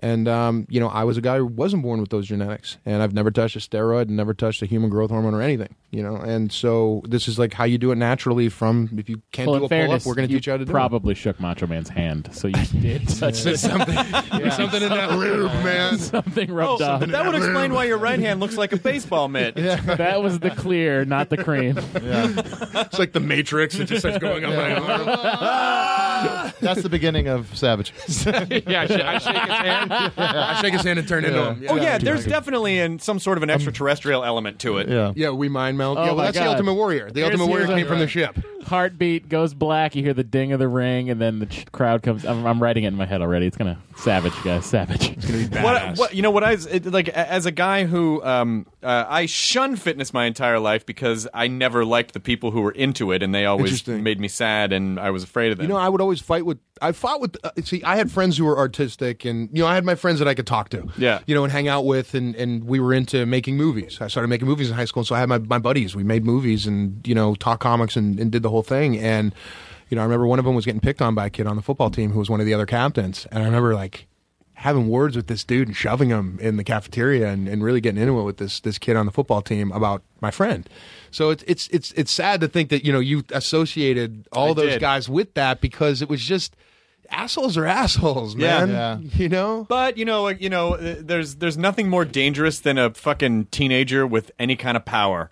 and um, you know I was a guy who wasn't born with those genetics and I've never touched a steroid and never touched a human growth hormone or anything you know and so this is like how you do it naturally from if you can't well, in do a pull fairness, up we're going to you teach you how to do it. probably shook Macho Man's hand, so you [LAUGHS] did touch [LAUGHS] [LAUGHS] There's something- there's something in that lube, [LAUGHS] man. Something rubbed Oh, off. that would explain why your right hand looks like a baseball [LAUGHS] mitt. that was the clear, not the cream. It's like the Matrix. It just [LAUGHS] starts going up Oh. [LAUGHS] That's the beginning of Savage. [LAUGHS] [LAUGHS] yeah, I, sh- I shake his hand. [LAUGHS] I shake his hand and turn into Yeah. him. Oh yeah, there's definitely an, some sort of an extraterrestrial element to it. Yeah. Yeah, we mind meld. Um, Oh yeah, my well, that's the God. Ultimate Warrior. The Here's- Ultimate Warrior here's came a- from the ship. Heartbeat goes black. You hear the ding of the ring, and then the ch- crowd comes. I'm, I'm writing it in my head already. It's gonna savage, guys. Savage. It's gonna be [LAUGHS] What, what you know? What I it, like a- as a guy who um, uh, I shunned fitness my entire life because I never liked the people who were into it, and they always Interesting. made me sad, and I was afraid of them. You know, I would always fight with. I fought with. Uh, see, I had friends who were artistic, and you know, I had my friends that I could talk to. Yeah. You know, and hang out with, and and we were into making movies. I started making movies in high school, and so I had my my buddies. We made movies, and you know, talk comics, and and did the whole thing, and. You know, I remember one of them was getting picked on by a kid on the football team who was one of the other captains, and I remember like having words with this dude and shoving him in the cafeteria and, and really getting into it with this this kid on the football team about my friend. So it's it's it's it's sad to think that you know you associated all I those did. guys with that because it was just assholes are assholes, Yeah. man. [LAUGHS] You know, but you know, like, you know, th- there's there's nothing more dangerous than a fucking teenager with any kind of [LAUGHS] power.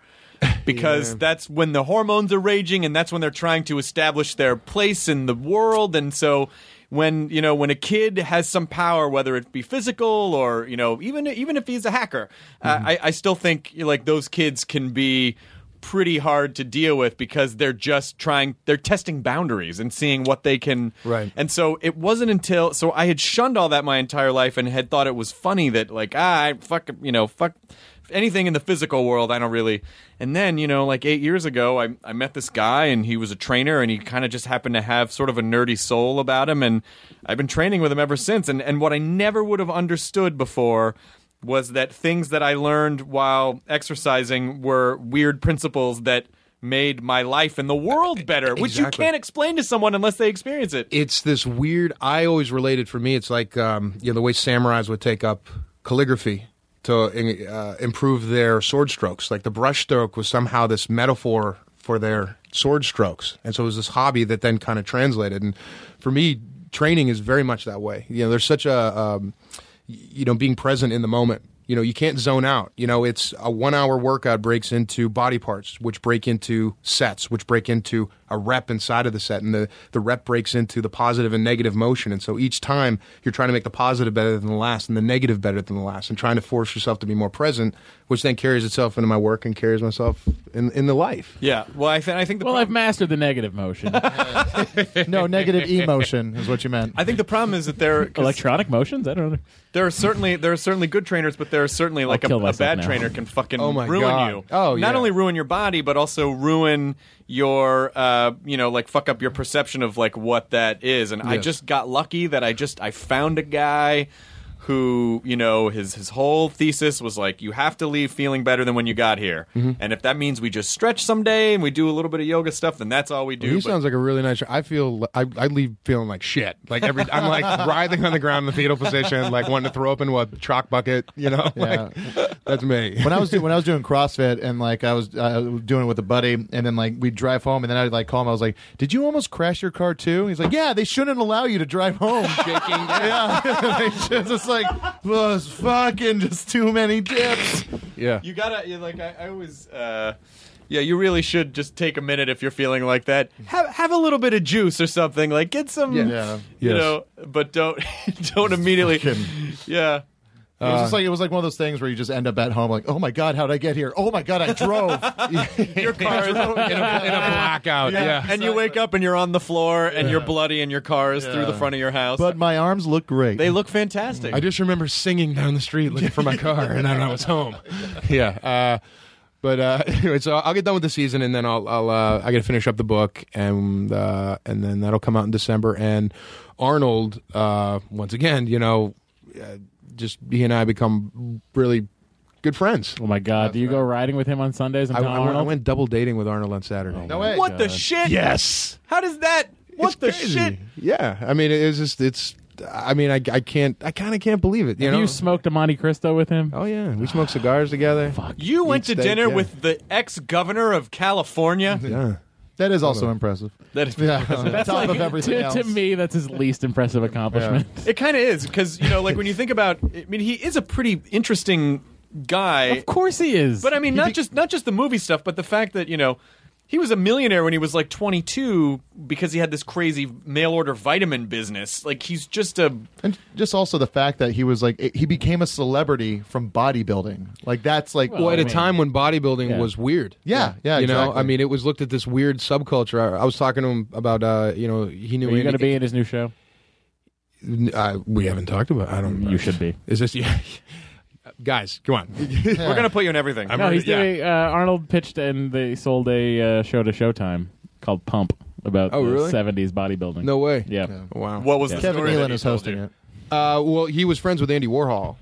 Because Yeah. that's when the hormones are raging, and that's when they're trying to establish their place in the world. And so, when you know, when a kid has some power, whether it be physical or you know, even even if he's a hacker, Mm-hmm. uh, I, I still think like those kids can be pretty hard to deal with because they're just trying they're testing boundaries and seeing what they can Right. and so it wasn't until so I had shunned all that my entire life and had thought it was funny that like ah I fuck you know fuck anything in the physical world I don't really. And then you know like eight years ago I I met this guy and he was a trainer and he kind of just happened to have sort of a nerdy soul about him and I've been training with him ever since. And and what I never would have understood before was that things that I learned while exercising were weird principles that made my life and the world better, which you Exactly. can't explain to someone unless they experience it. it's this weird. I always related for me. It's like um, you know the way samurais would take up calligraphy to uh, improve their sword strokes. Like the brush stroke was somehow this metaphor for their sword strokes, and so it was this hobby that then kind of translated. And for me, training is very much that way. You know, there's such a um, y- you know being present in the moment. You know, you can't zone out. You know, it's a one hour workout breaks into body parts, which break into sets, which break into a rep inside of the set. And the, the rep breaks into the positive and negative motion. And so each time you're trying to make the positive better than the last and the negative better than the last and trying to force yourself to be more present, which then carries itself into my work and carries myself in, in the life. Yeah. Well, I, th- I think the well, I've mastered the negative [LAUGHS] motion. no, negative E emotion is what you meant. I think the [LAUGHS] problem is that there [LAUGHS] 'cause Electronic motions? I don't know. there are certainly there are certainly good trainers, but there are certainly like a, kill a myself bad now. trainer can fucking Oh my ruin God. you. Oh, not yeah. only ruin your body, but also ruin your uh, you know like fuck up your perception of like what that is. And I Yes. just got lucky that I just I found a guy who you know his his whole thesis was like you have to leave feeling better than when you got here. Mm-hmm. And if that means we just stretch someday and we do a little bit of yoga stuff, then that's all we do. he But- sounds like a really nice. I feel I, I leave feeling like shit. Like every I'm like [LAUGHS] writhing on the ground in the fetal position, like wanting to throw up into a chalk bucket. You know, [LAUGHS] Like, that's me. [LAUGHS] when I was doing when I was doing CrossFit and like I was uh, doing it with a buddy, and then like we would drive home, and then I'd like call him. I was like, "Did you almost crash your car too?" He's like, "Yeah, they shouldn't allow you to drive [LAUGHS] home." Shaking, yeah, [LAUGHS] They just- it's like well, it's fucking just too many dips. Yeah. You gotta you like I, I always. Uh, yeah, you really should just take a minute if you're feeling like that. Have have a little bit of juice or something. Like get some, Yeah. Yeah. you Yes. know. But don't [LAUGHS] don't [LAUGHS] immediately. Yeah. It was just like it was like one of those things where you just end up at home, like, "Oh my god, how did I get here? Oh my god, I drove." Your car is in a, [LAUGHS] blackout. And you wake up and you're on the floor and you're bloody and your car is through the front of your house. but my arms look great. they look fantastic. I just remember singing down the street looking for my car, and then I was home. [LAUGHS] Yeah. Uh, but uh, [LAUGHS] anyway, so I'll get done with the season, and then I'll, I'll uh, I got to finish up the book, and uh, and then that'll come out in December. And Arnold, uh, once again, you know, uh, just he and I become really good friends. Oh my God! Do you go riding with him on Sundays? And I, Tom I went, I Arnold? went double dating with Arnold on Saturday. No my way. What the God. shit? Yes. How does that? What the shit? Yeah. I mean, it was just it's. I mean, I, I can't. I kind of can't believe it. You Have know, you smoked a Monte Cristo with him? Oh yeah, we smoked cigars together. You went to steak, dinner yeah. with the ex governor of California. Yeah. That is also impressive. That is Yeah. impressive. That's Top like- of everything to, to else. me, that's his least impressive accomplishment. It kind of is because you know, like when you think about, I mean, he is a pretty interesting guy. Of course, he is. But I mean, not just not just the movie stuff, but the fact that you know. He was a millionaire when he was like 22 because he had this crazy mail order vitamin business. Like he's just a [LAUGHS] And just also the fact that he was like it- he became a celebrity from bodybuilding. Like that's like Well, at a time when bodybuilding Yeah. was weird. Yeah, yeah, You know, exactly. I mean, it was looked at this weird subculture. I, I was talking to him about, uh, you know, he knew. Are you Andy- going to be in his new show? N- I- we haven't talked about. I don't. You should be. Is this? Yeah. Guys, come on. We're gonna put you in everything. no, he's doing. Uh, Arnold pitched and they sold a uh, show to Showtime called Pump about Oh, the really? 70s bodybuilding. No way. Yeah. Wow. What was Yeah. the story? that he told you? Uh, well, he was friends with Andy Warhol,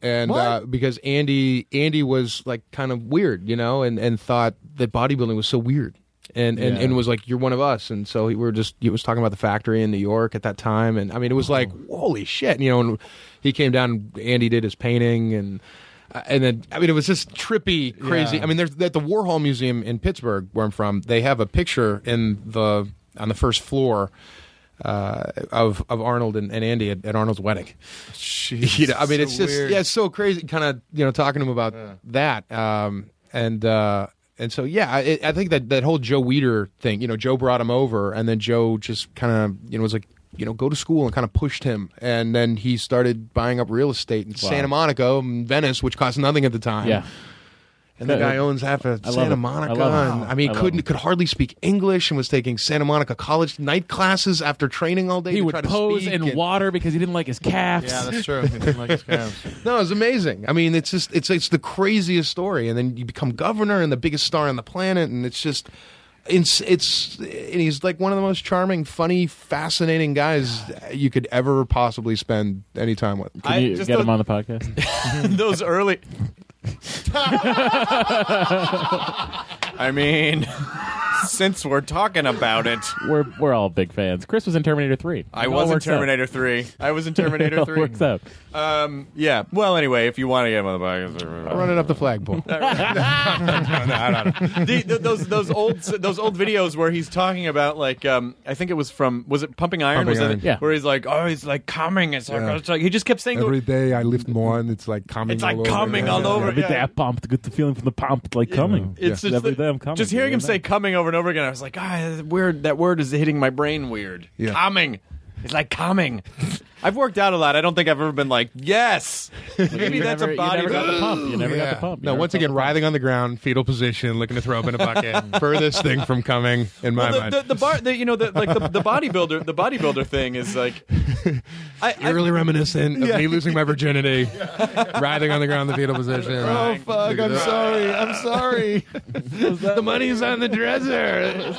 and uh, because Andy Andy was like kind of weird, you know, and, and thought that bodybuilding was so weird, and and, Yeah. and was like you're one of us, and so he, we were just he was talking about the factory in New York at that time, and I mean it was like holy shit, you know, and he came down, and Andy did his painting, and uh, and then I mean it was just trippy, crazy. Yeah. I mean there's at the Warhol Museum in Pittsburgh where I'm from, they have a picture in the on the first floor uh, of of Arnold and, and Andy at, at Arnold's wedding. [LAUGHS] You know, I mean, so it's just weird. yeah, it's so crazy. Kind of you know talking to him about that, um, and uh, and so yeah, I, I think that that whole Joe Weider thing. You know, Joe brought him over, and then Joe just kind of you know was like. You know, go to school and kind of pushed him, and then he started buying up real estate in Santa Monica and Venice, which cost nothing at the time. Yeah. and the That- guy owns half of I love it. I Santa love Monica. it. and, I mean, I love couldn't it. could hardly speak English and was taking Santa Monica college night classes after training all day. He to would try to pose speak in and- water because he didn't like his calves. Yeah, that's true. He didn't like his calves. [LAUGHS] No, it's amazing. I mean, it's just it's it's the craziest story, and then you become governor and the biggest star on the planet, and it's just. It's, it's and he's like one of the most charming, funny, fascinating guys you could ever possibly spend any time with. Can I- you just get the- him on the podcast? [LAUGHS] Those early. I mean, [LAUGHS] since we're talking about it, we're we're all big fans. Chris was in Terminator Three. I It all was in works out. Terminator Three. I was in [LAUGHS] It Terminator all Three. works out. Um, yeah. Well, anyway, if you want to get him on the podcast, Run it up the [LAUGHS] flagpole. the, th those those old those old videos where he's talking about like um, I think it was from was it Pumping Iron? Pumping was it- Iron. Yeah. Where he's like, oh, it's like coming. It's like, Yeah. it's like- he just kept saying. Every day I lift more and it's like coming. It's like all coming over. all over. Every yeah. day I pumped, get the feeling from the pump, like coming. It's just every the- day I'm coming. Just hearing him Every say day. "coming" over and over again, I was like, ah, that word. That word is hitting my brain weird. Yeah. Coming. It's like coming. I've worked out a lot. I don't think I've ever been like, yes. Maybe [LAUGHS] you that's never- a you body. never got the pump. You never got the pump. You No, never once felt again, writhing on the ground, fetal position, looking to throw up in [LAUGHS] a bucket. Furthest thing from coming in my Well, mind. the, the, the bar, the, you know, the, like [LAUGHS] the, the bodybuilder, the bodybuilder thing is like, I, I Eerily reminiscent of Yeah. me losing [LAUGHS] my virginity, writhing on the ground in the fetal position. Oh fuck! I'm sorry. I'm [LAUGHS] sorry. the money's on [LAUGHS] the dresser.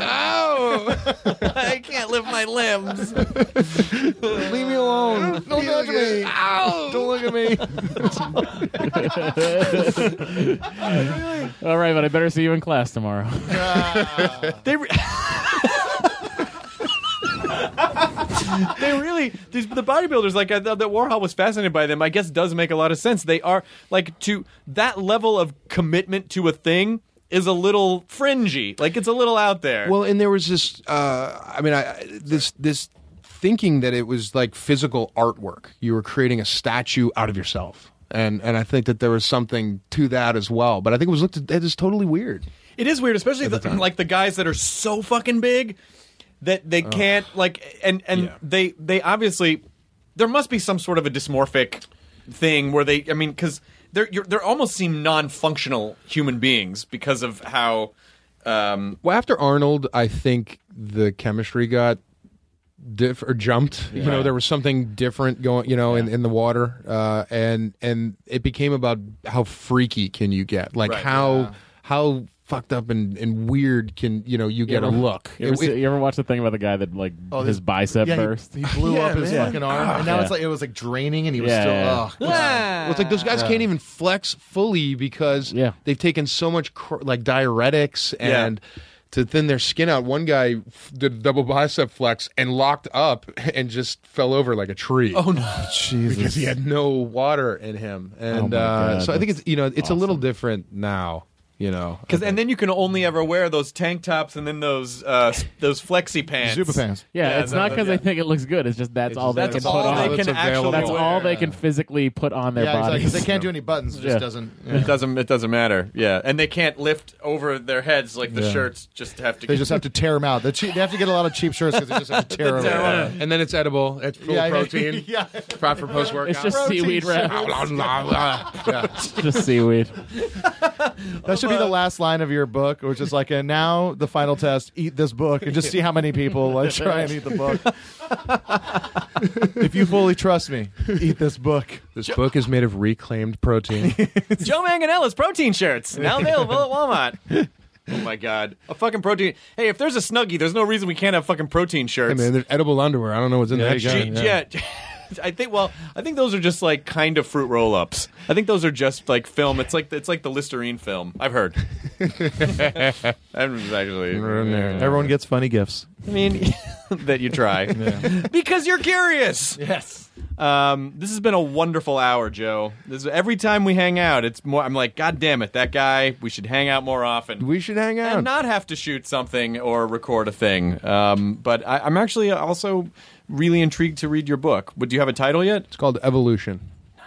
Ow! I can't lift my limbs. Leave me alone. Don't touch me. Ow! Don't look at me. All right, but I better see you in class tomorrow. [LAUGHS] [LAUGHS] they re- they really these the bodybuilders like I thought that Warhol was fascinated by them. I guess does make a lot of sense. They are like to that level of commitment to a thing is a little fringy. Like it's a little out there. Well, and there was this. Uh, I mean, I, this this thinking that it was like physical artwork. You were creating a statue out of yourself, and and I think that there was something to that as well. But I think it was looked at as totally weird. It is weird, especially the, [LAUGHS] like the guys that are so fucking big that they can't like and and they they obviously there must be some sort of a dysmorphic thing where they I mean because they're you're, they're almost seem non-functional human beings because of how um Well, after Arnold, I think the chemistry got diff or jumped. You know, Right. there was something different going. You know, in, in the water, uh, and and it became about how freaky can you get, like Right. how how fucked up and, and weird can you know you You get a ever- look. You ever, It- see- it- you ever watch the thing about the guy that like Oh, his this- bicep yeah, he- burst? He blew Yeah, up his man. Ah. fucking arm, and now Yeah. it's like it was like draining, and he was Yeah, still. yeah. ugh. Well, it's like those guys Yeah. can't even flex fully because they've taken so much cr- like diuretics Yeah. and to thin their skin out. One guy f- did a double bicep flex and locked up [LAUGHS] and just fell over like a tree. [LAUGHS] Oh no, Jesus! Because he had no Oh. water in him, and my uh, God, so I think that's it's you know it's a little different now. You know, Because and then you can only ever wear those tank tops and then those uh, s- those flexi pants. Zupa pants. Yeah, it's no, not because yeah. they think it looks good. It's just that's It's all they just- that's can all put they on. can That's actually That's wear. all they can physically put on their Yeah, exactly, 'cause bodies. they can't do any buttons. It just doesn't- yeah. It doesn't. It doesn't matter. Yeah, and they can't lift over their heads like the Yeah. shirts. Just have to. They just have to tear them out. They che- they have to get a lot of cheap shirts because they [LAUGHS] just have to tear them out. and then it's edible. It's full Yeah, I- of [LAUGHS] protein. yeah. Prop for post workout. It's just Protein seaweed wrap. [LAUGHS] Just seaweed. That should be the last line of your book, which is like, and now the final test: eat this book and just see how many people like try and eat the [LAUGHS] book. if you fully trust me, eat this book. This book is made of reclaimed [LAUGHS] [LAUGHS] protein. Joe Manganiello's protein shirts now available at Walmart. [LAUGHS] Oh my god, a fucking protein. Hey, if there's a snuggie, there's no reason we can't have fucking protein Hey shirts. man, there's edible underwear. I don't know what's in Yeah, that. G- shit. yeah. [LAUGHS] I think well, I think those are just like kind of fruit roll-ups. I think those are just like film. It's like it's like the Listerine film. I've [LAUGHS] heard. [LAUGHS] I haven't actually. Everyone gets funny gifts. I mean, [LAUGHS] that you try because you're curious. Yes. Um, this has been a wonderful hour, Joe. This is, every time we hang out, it's more. I'm like, God damn it, that guy. We should hang out more often. We should hang out. and not have to shoot something or record a thing. Um, but I, I'm actually also really intrigued to read your book. But do you have a title yet? It's called Evolution.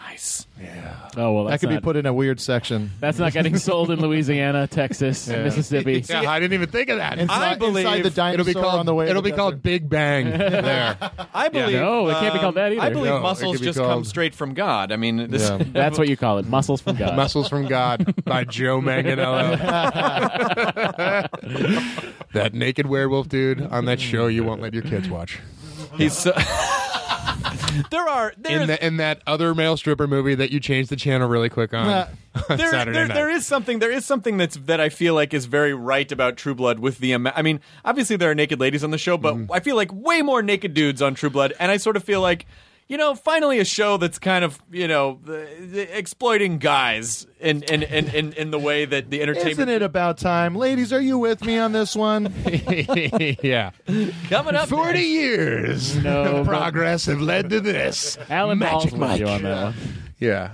Nice. Yeah. Oh well, That that's could be not- put in a weird section. That's not [LAUGHS] getting sold in Louisiana, Texas, Yeah. Mississippi. Yeah, I didn't even think of that. Inside- I believe- inside the dinosaur it'll be called, on the way to It'll the be called Big [LAUGHS] Bang. there. I believe. No, it can't be um, called that either. I believe No, it muscles could be just come called- straight from God. I mean, this, [LAUGHS] Yeah. That's what you call it. Muscles from God. Muscles [LAUGHS] from God by Joe Manganello. [LAUGHS] that naked werewolf dude on that show you won't let your kids watch. He's so. there are there in, the, in that other male stripper movie that you changed the channel really quick on, Nah. [LAUGHS] on there, Saturday there- night. there is something. There is something that's that I feel like is very right about True Blood. With the, ama- I mean, obviously there are naked ladies on the show, but Mm. I feel like way more naked dudes on True Blood, and I sort of feel like, you know, finally a show that's kind of you know the- the exploiting guys in in in in, in the way that the Isn't entertainment it about time, ladies? Are you with me on this one? [LAUGHS] yeah. [LAUGHS] coming up Forty years No, of but- progress have led to this. Alan Magic Ball's with Mike. you on that one. Yeah.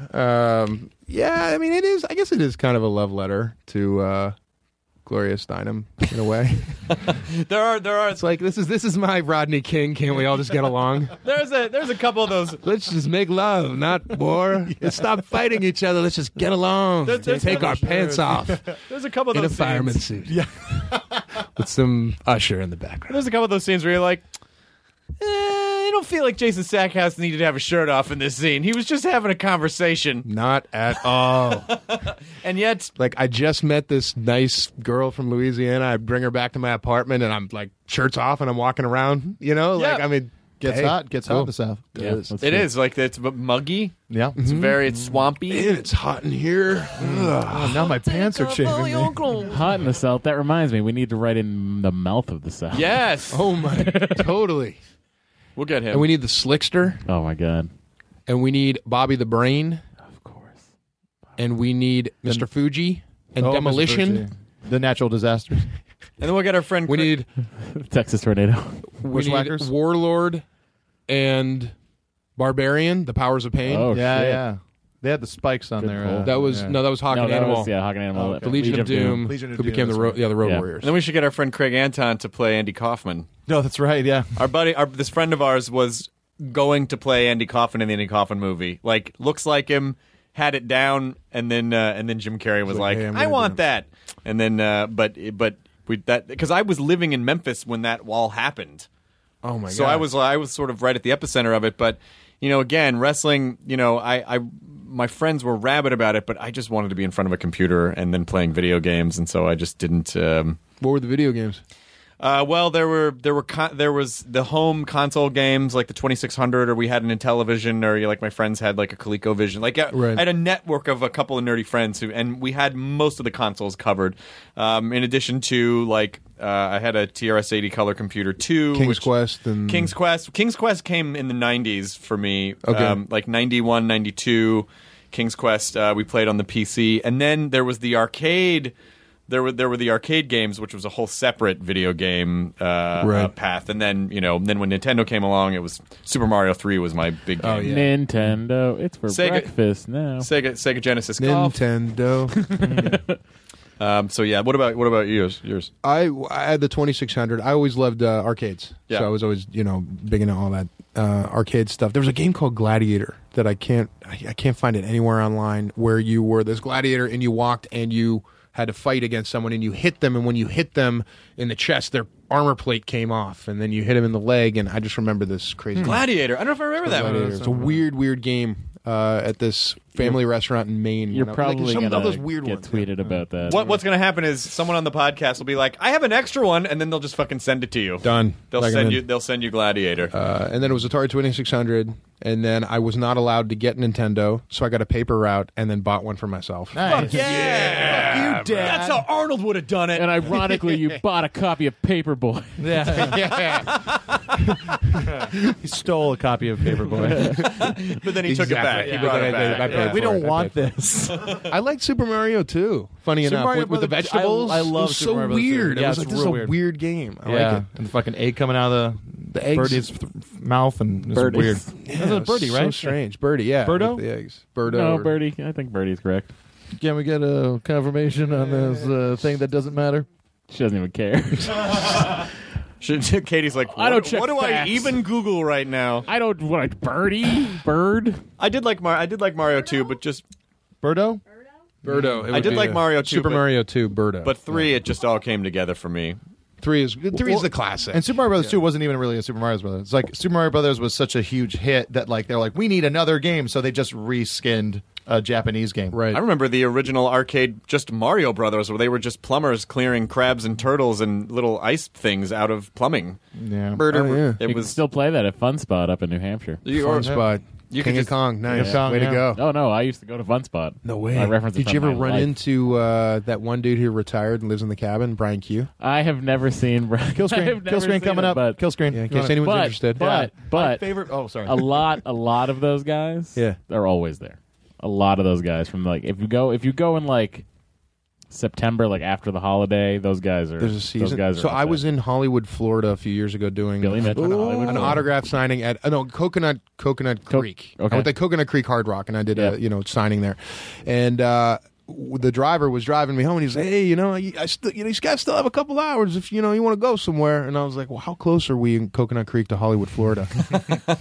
Um, yeah, I mean it is I guess it is kind of a love letter to uh, Gloria Steinem in a way. [LAUGHS] there are there are It's like this is this is my Rodney King, can't we all just get along? [LAUGHS] there's a there's a couple of those. Let's just make love, not [LAUGHS] war. Let's stop fighting each other. Let's just get along. There's- there's Take another- our pants off There's a [LAUGHS] couple of in a those scenes. fireman suit. Yeah. With some usher in the background. There's a couple of those scenes where you're like, eh, I don't feel like Jason Sackhouse needed to have a shirt off in this scene. He was just having a conversation, Not at Oh. [LAUGHS] all. and yet like I just met this nice girl from Louisiana. I bring her back to my apartment, and I'm like shirts off, and I'm walking around. You know, like I mean, Gets hey, hot, gets hot in cool. the south. It is. Mm-hmm. it is like it's m- muggy. Yeah. It's very it's swampy. Man, it's hot in here. Oh, now my pants are chafing. me. Hot in the South. That reminds me, we need to write in the mouth of the South. Yes. [LAUGHS] Oh my, totally. We'll get him. And we need the slickster, Oh my God. and we need Bobby the Brain, of course, and we need Mr. Fuji and Oh, Mr. Demolition. Fuji. The natural disasters. and then we'll get our friend. We need Texas [LAUGHS] tornado. we need Bushwhackers? Warlord and Barbarian, the Powers of Pain. Oh, yeah, shit. yeah. They had the spikes on there. uh, pull. That was yeah. no, that was Hawk No, and that Animal. was- yeah, Hawk and Animal. The Legion, of Doom, Legion of who Doom, became the that's ro- right. yeah, the Road Yeah. Warriors. and then we should get our friend Craig Anton to play Andy Kaufman. No, that's right. Yeah. Our buddy, our this friend of ours was going to play Andy Kaufman in the Andy Kaufman movie. Like looks like him, had it down, and then uh, and then Jim Carrey was like, "Hey, I'm "I gonna want do that," and then uh, but but we that because I was living in Memphis when that wall happened. Oh my So I was I was sort of right at the epicenter of it, but you know, again, wrestling. You know, I, I my friends were rabid about it, but I just wanted to be in front of a computer and then playing video games, and so I just didn't. Um, What were the video games? Uh, well, there were there were con- there was the home console games like the 2600, or we had an Intellivision, or you know, like my friends had like a ColecoVision. Like I, Right. I had a network of a couple of nerdy friends who, and we had most of the consoles covered. Um, in addition to like uh, I had a TRS-80 Color Computer 2, King's which- Quest and King's Quest. King's Quest came in the 90s for me. Okay. Um, like 91, 92. King's Quest uh, we played on the PC. And then there was the arcade. There were there were the arcade games, which was a whole separate video game uh, Right. uh, path. And then you know, then when Nintendo came along, it was Super Mario Three was my big Oh, Oh, game. Nintendo, it's for Sega- breakfast now. Sega Sega Genesis Golf. Nintendo. [LAUGHS] Um, so yeah, what about what about yours? Yours? I, I had the 2600. I always loved uh, arcades. Yeah. So I was always, you know, big into all that uh, arcade stuff. There was a game called Gladiator that I can't I, I can't find it anywhere online where you were this gladiator and you walked and you had to fight against someone and you hit them and when you hit them in the chest their armor plate came off and then you hit them in the leg and I just remember this crazy Hmm. Gladiator. I don't know if I remember that Gladiator. one. It's a weird weird game uh, at this family restaurant in Maine. You're when I- like, probably some of gonna those weird get tweeted about that. What, what's going to happen is someone on the podcast will be like, "I have an extra one," and then they'll just fucking send it to you. Done. They'll Like, send I'm you. in. They'll send you Gladiator. Uh, and then it was Atari 2600. And then I was not allowed to get Nintendo, so I got a paper route and then bought one for myself. Fuck yeah! Fuck you, Dad. That's how Arnold would have done it. And ironically, [LAUGHS] you bought a copy of Paperboy. [LAUGHS] he stole a copy [LAUGHS] of Paperboy. but then he took it back. He Yeah. brought it But I- I- back. I paid Yeah. for We don't it. I want paid for [LAUGHS] it. this. I liked Super Mario too. Funny Super enough, Mario with, with the Brothers- I- vegetables, I It was love Super so Mario Brothers too. weird. Yeah, I was it's like, this is real a weird. weird game. I yeah, like it. and the fucking egg coming out of the The eggs- birdie's f- mouth and it's [LAUGHS] Birdie. [LAUGHS] weird. Yeah, That's a it was birdie, so right? strange. Birdie, yeah, Birdo. with the eggs. Birdo No, or- Birdie. I think Birdie's correct. Can we get a confirmation on this uh, thing that doesn't matter? She doesn't even [LAUGHS] care. Should- Katie's like, I don't "What- check What do facts." I even Google right now? I don't want birdie bird. I did like Mar- I did like Mario two, but just Birdo. Birdo. It I would did be like a- Mario two, Super but- Mario two. Birdo. But three, it just all came together for me. three is three is the classic. And Super Mario Brothers 2 wasn't even really a Super Mario Brothers. It's like Super Mario Brothers was such a huge hit that like they're like we need another game, so they just reskinned a Japanese game. I remember the original arcade, just Mario Brothers, where they were just plumbers clearing crabs and turtles and little ice things out of plumbing. Yeah. Murder. Oh, yeah. It you was can still play that at Fun Spot up in New Hampshire. You- Fun or- Spot. you King could of just- Kong. Nice. Yeah. Way to go. Oh no, I used to go to Fun Spot. No way. I reference. Did you ever run into uh, that one dude who retired and lives in the cabin, Brian Q? I have never seen Brian. [LAUGHS] Kill screen. Kill screen coming up. Kill screen. in case anyone's but, interested. But Yeah. but My favorite- oh, sorry. a lot a lot of those guys. Yeah. they're always there. A lot of those guys from like if you go if you go in like September like after the holiday, those guys are There's a season. Those guys are so up I there. was in Hollywood, Florida, a few years ago doing Met an, in Hollywood, an Florida. autograph signing at uh, no Coconut Coconut Creek. okay. I went to Coconut Creek Hard Rock, and I did a you know signing there, and. uh w- the driver was driving me home, and he was like, "Hey, you know, I, I still, you know, you guys still have a couple hours if you know you want to go somewhere." And I was like, "Well, how close are we in Coconut Creek to [LAUGHS] Hollywood, Florida?"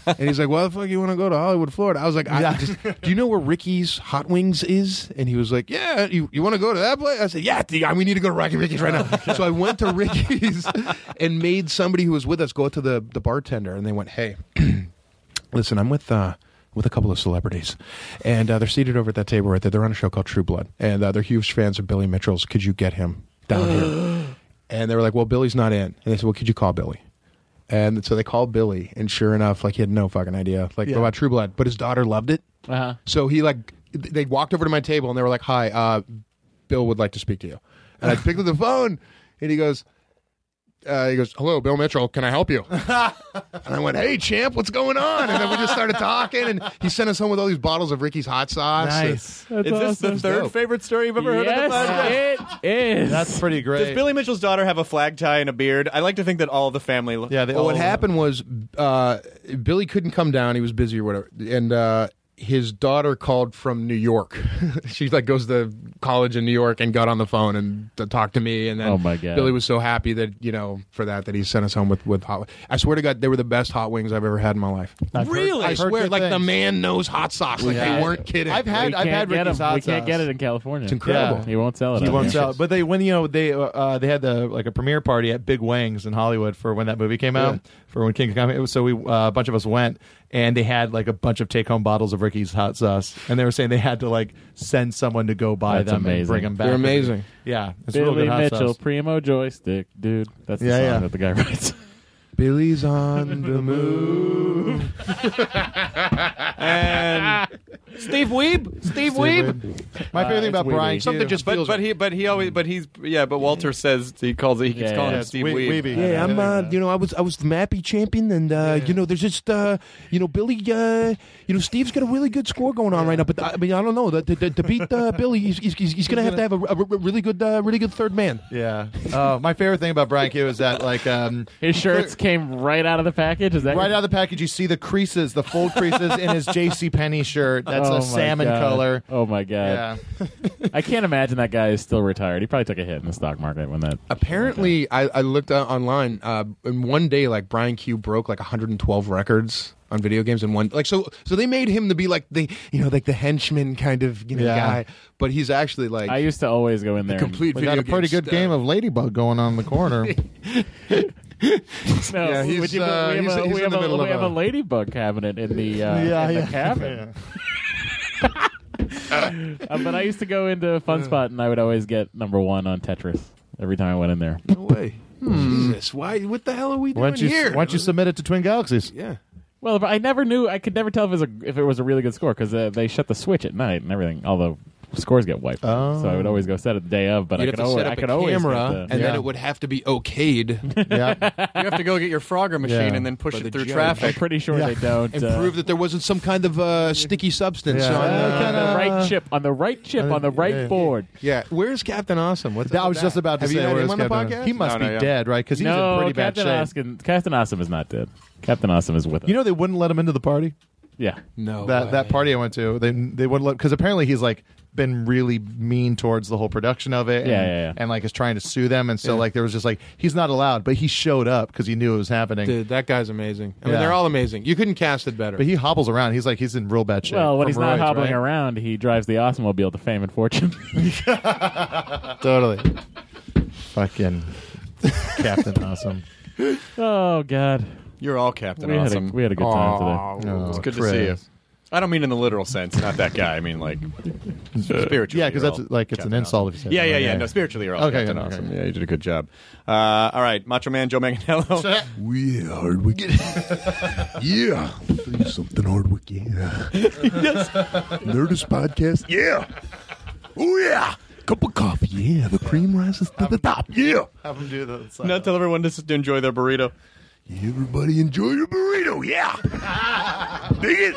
and he's like, "Well, the fuck, you want to go to Hollywood, Florida?" I was like, I just, "Do you know where Ricky's Hot Wings is?" And he was like, "Yeah, you, you want to go to that place?" I said, "Yeah, dude, I- we need to go to Rocky Ricky's right now." so I went to Ricky's and made somebody who was with us go up to the the bartender, and they went, "Hey, [CLEARS THROAT] listen, I'm with uh, with a couple of celebrities, and uh, they're seated over at that table right there. They're on a show called True Blood, and uh, they're huge fans of Billy Mitchell's. Could you get him down here?" And they were like, "Well, Billy's not in." And they said, "Well, could you call Billy?" And so they called Billy, and sure enough, like he had no fucking idea, like Yeah. about True Blood, but his daughter loved it. Uh-huh. So he like th- they walked over to my table and they were like, "Hi, uh, Bill would like to speak to you." And I picked up the phone, and he goes, uh, "He goes, hello, Bill Mitchell, can I [LAUGHS] help you?" And I went, "Hey, champ, what's going on?" And then we just started talking, and he sent us home with all these bottles of Ricky's hot sauce. Nice. That's Is this the awesome. third favorite story you've ever heard on the Yes, podcast? it is. Does Billy Mitchell's daughter have a flag tie and a beard? I like to think that all the family. Yeah. They well, what happened was uh, Billy couldn't come down; he was busy or whatever, and. Uh, his daughter called from New York. [LAUGHS] she like goes to college in New York and got on the phone and t- talked to me. And then Oh, my God. Billy was so happy that you know for that that he sent us home with with hot. I swear to God, they were the best hot wings I've ever had in my life. Really? I swear, like the man knows hot sauce. Like Yeah. they weren't kidding. I've had- We I've can't had get Ricky's 'em. We hot can't sauce. get it in California. It's incredible. Yeah. He won't sell it. He out won't there. sell. it. But they when you know they uh, they had the like a premiere party at Big Wang's in Hollywood for when that movie came out Yeah. for when King of Comedy. So we uh, a bunch of us went and they had like a bunch of take-home bottles of Ricky's hot sauce, and they were saying they had to like send someone to go buy That's them and amazing. bring them back. They're amazing. Yeah, it's Billy real good hot Mitchell, sauce. primo joystick, dude. That's the Yeah, song yeah. that the guy [LAUGHS] writes. Billy's on the move. and Steve Weeb, Steve, Weeb. My favorite thing about Brian, something just but, but he but he always but he's yeah but Walter says he calls it he keeps Yeah, calling yeah, him it's Steve Wee- Weeb. Yeah, I'm. Uh, you know, I was I was the Mappy champion, and uh, you know, there's just uh, you know Billy. Uh, you know, Steve's got a really good score going on right now, but I mean, I don't know. The, the, to beat [LAUGHS] uh, Billy, he's, he's, he's, he's gonna have to have a, a re- really good uh, really good third man. Yeah. Uh, my favorite thing about Brian Q is that like um, his shirts came right out of the package. Is that right out of the package? You see the creases, the fold creases in his J.C. Penney shirt. [LAUGHS] That's Oh my a salmon God. color. Oh my god! [LAUGHS] I can't imagine that guy is still retired. He probably took a hit in the stock market when that. Apparently, I, I looked uh, online. Uh, in one day, like Brian Q broke like 112 records on video games in one. Like so, so they made him to be like the you know like the henchman kind of you know Yeah. guy, but he's actually like I used to always go in there. complete We video got a pretty game good game of Ladybug going on in the corner. [LAUGHS] No, Yeah, would he's, you- we uh, have he's- a- he's we in have the a- middle we of have a- a ladybug cabinet in the [LAUGHS] uh, Yeah, in the yeah. cabin. Uh, but I used to go into Fun Spot and I would always get number one on Tetris every time I went in there. No way. hmm. Hmm. Jesus, why? What the hell are we Hmm. Why doing don't you here? why don't you submit it to Twin Galaxies? Yeah. Well, but I never knew. I could never tell if it was a, if it was a really good score because uh, they shut the switch at night and everything. All the scores get wiped. So Oh. I would always go set it the day of. But You'd I have could to always set up I could a always camera, get the- and then it would have to [LAUGHS] be okayed. You have to go get your Frogger machine Yeah. and then push By it the through judge. traffic. I'm pretty sure they don't, and uh, prove that there wasn't some kind of uh, sticky substance Yeah. on Uh, uh, on the right chip, on the right chip, on the right board. Yeah, where's Captain Awesome? What's Uh, I was just about to Have say, you had where's him on the Captain- podcast? He must be dead, right? Because he's no, in pretty bad Captain shape. Awesome, Captain Awesome is not dead. Captain Awesome is with us. You know they wouldn't let him into the party. Yeah. No. That that party I went to, they they wouldn't let because apparently he's like been really mean towards the whole production of it. And, Yeah, yeah, yeah. and like is trying to sue them, and so like there was just like he's not allowed, but he showed up because he knew it was happening. Dude, that guy's amazing. I mean, Yeah. they're all amazing. You couldn't cast it better. But he hobbles around. He's like he's in real bad shape. Well, when from he's not roids, hobbling right? around, he drives the Awesomemobile to fame and fortune. [LAUGHS] totally. [LAUGHS] Fucking Captain Awesome. oh God, you're all Captain We had a- Awesome. we had a good time today. Oh, it's good to see you. Chris. I don't mean in the literal sense, not that guy. I mean like spiritually. Yeah, because you're that's all like it's an insult if you say. Yeah, it. yeah, yeah. No, spiritually, you're all Okay, Captain okay. Awesome. Yeah, you did a good job. Uh, all right, Macho Man Joe [LAUGHS] Manganiello. we Hardwick. yeah. Please, something Hardwick. Yeah. yes. [LAUGHS] Nerdist podcast. Yeah. Oh, yeah. Cup of coffee. Yeah. The cream rises to the top. Yeah. Have him do the. Now tell everyone just to enjoy their burrito. Everybody enjoy your burrito. Yeah. Dig it.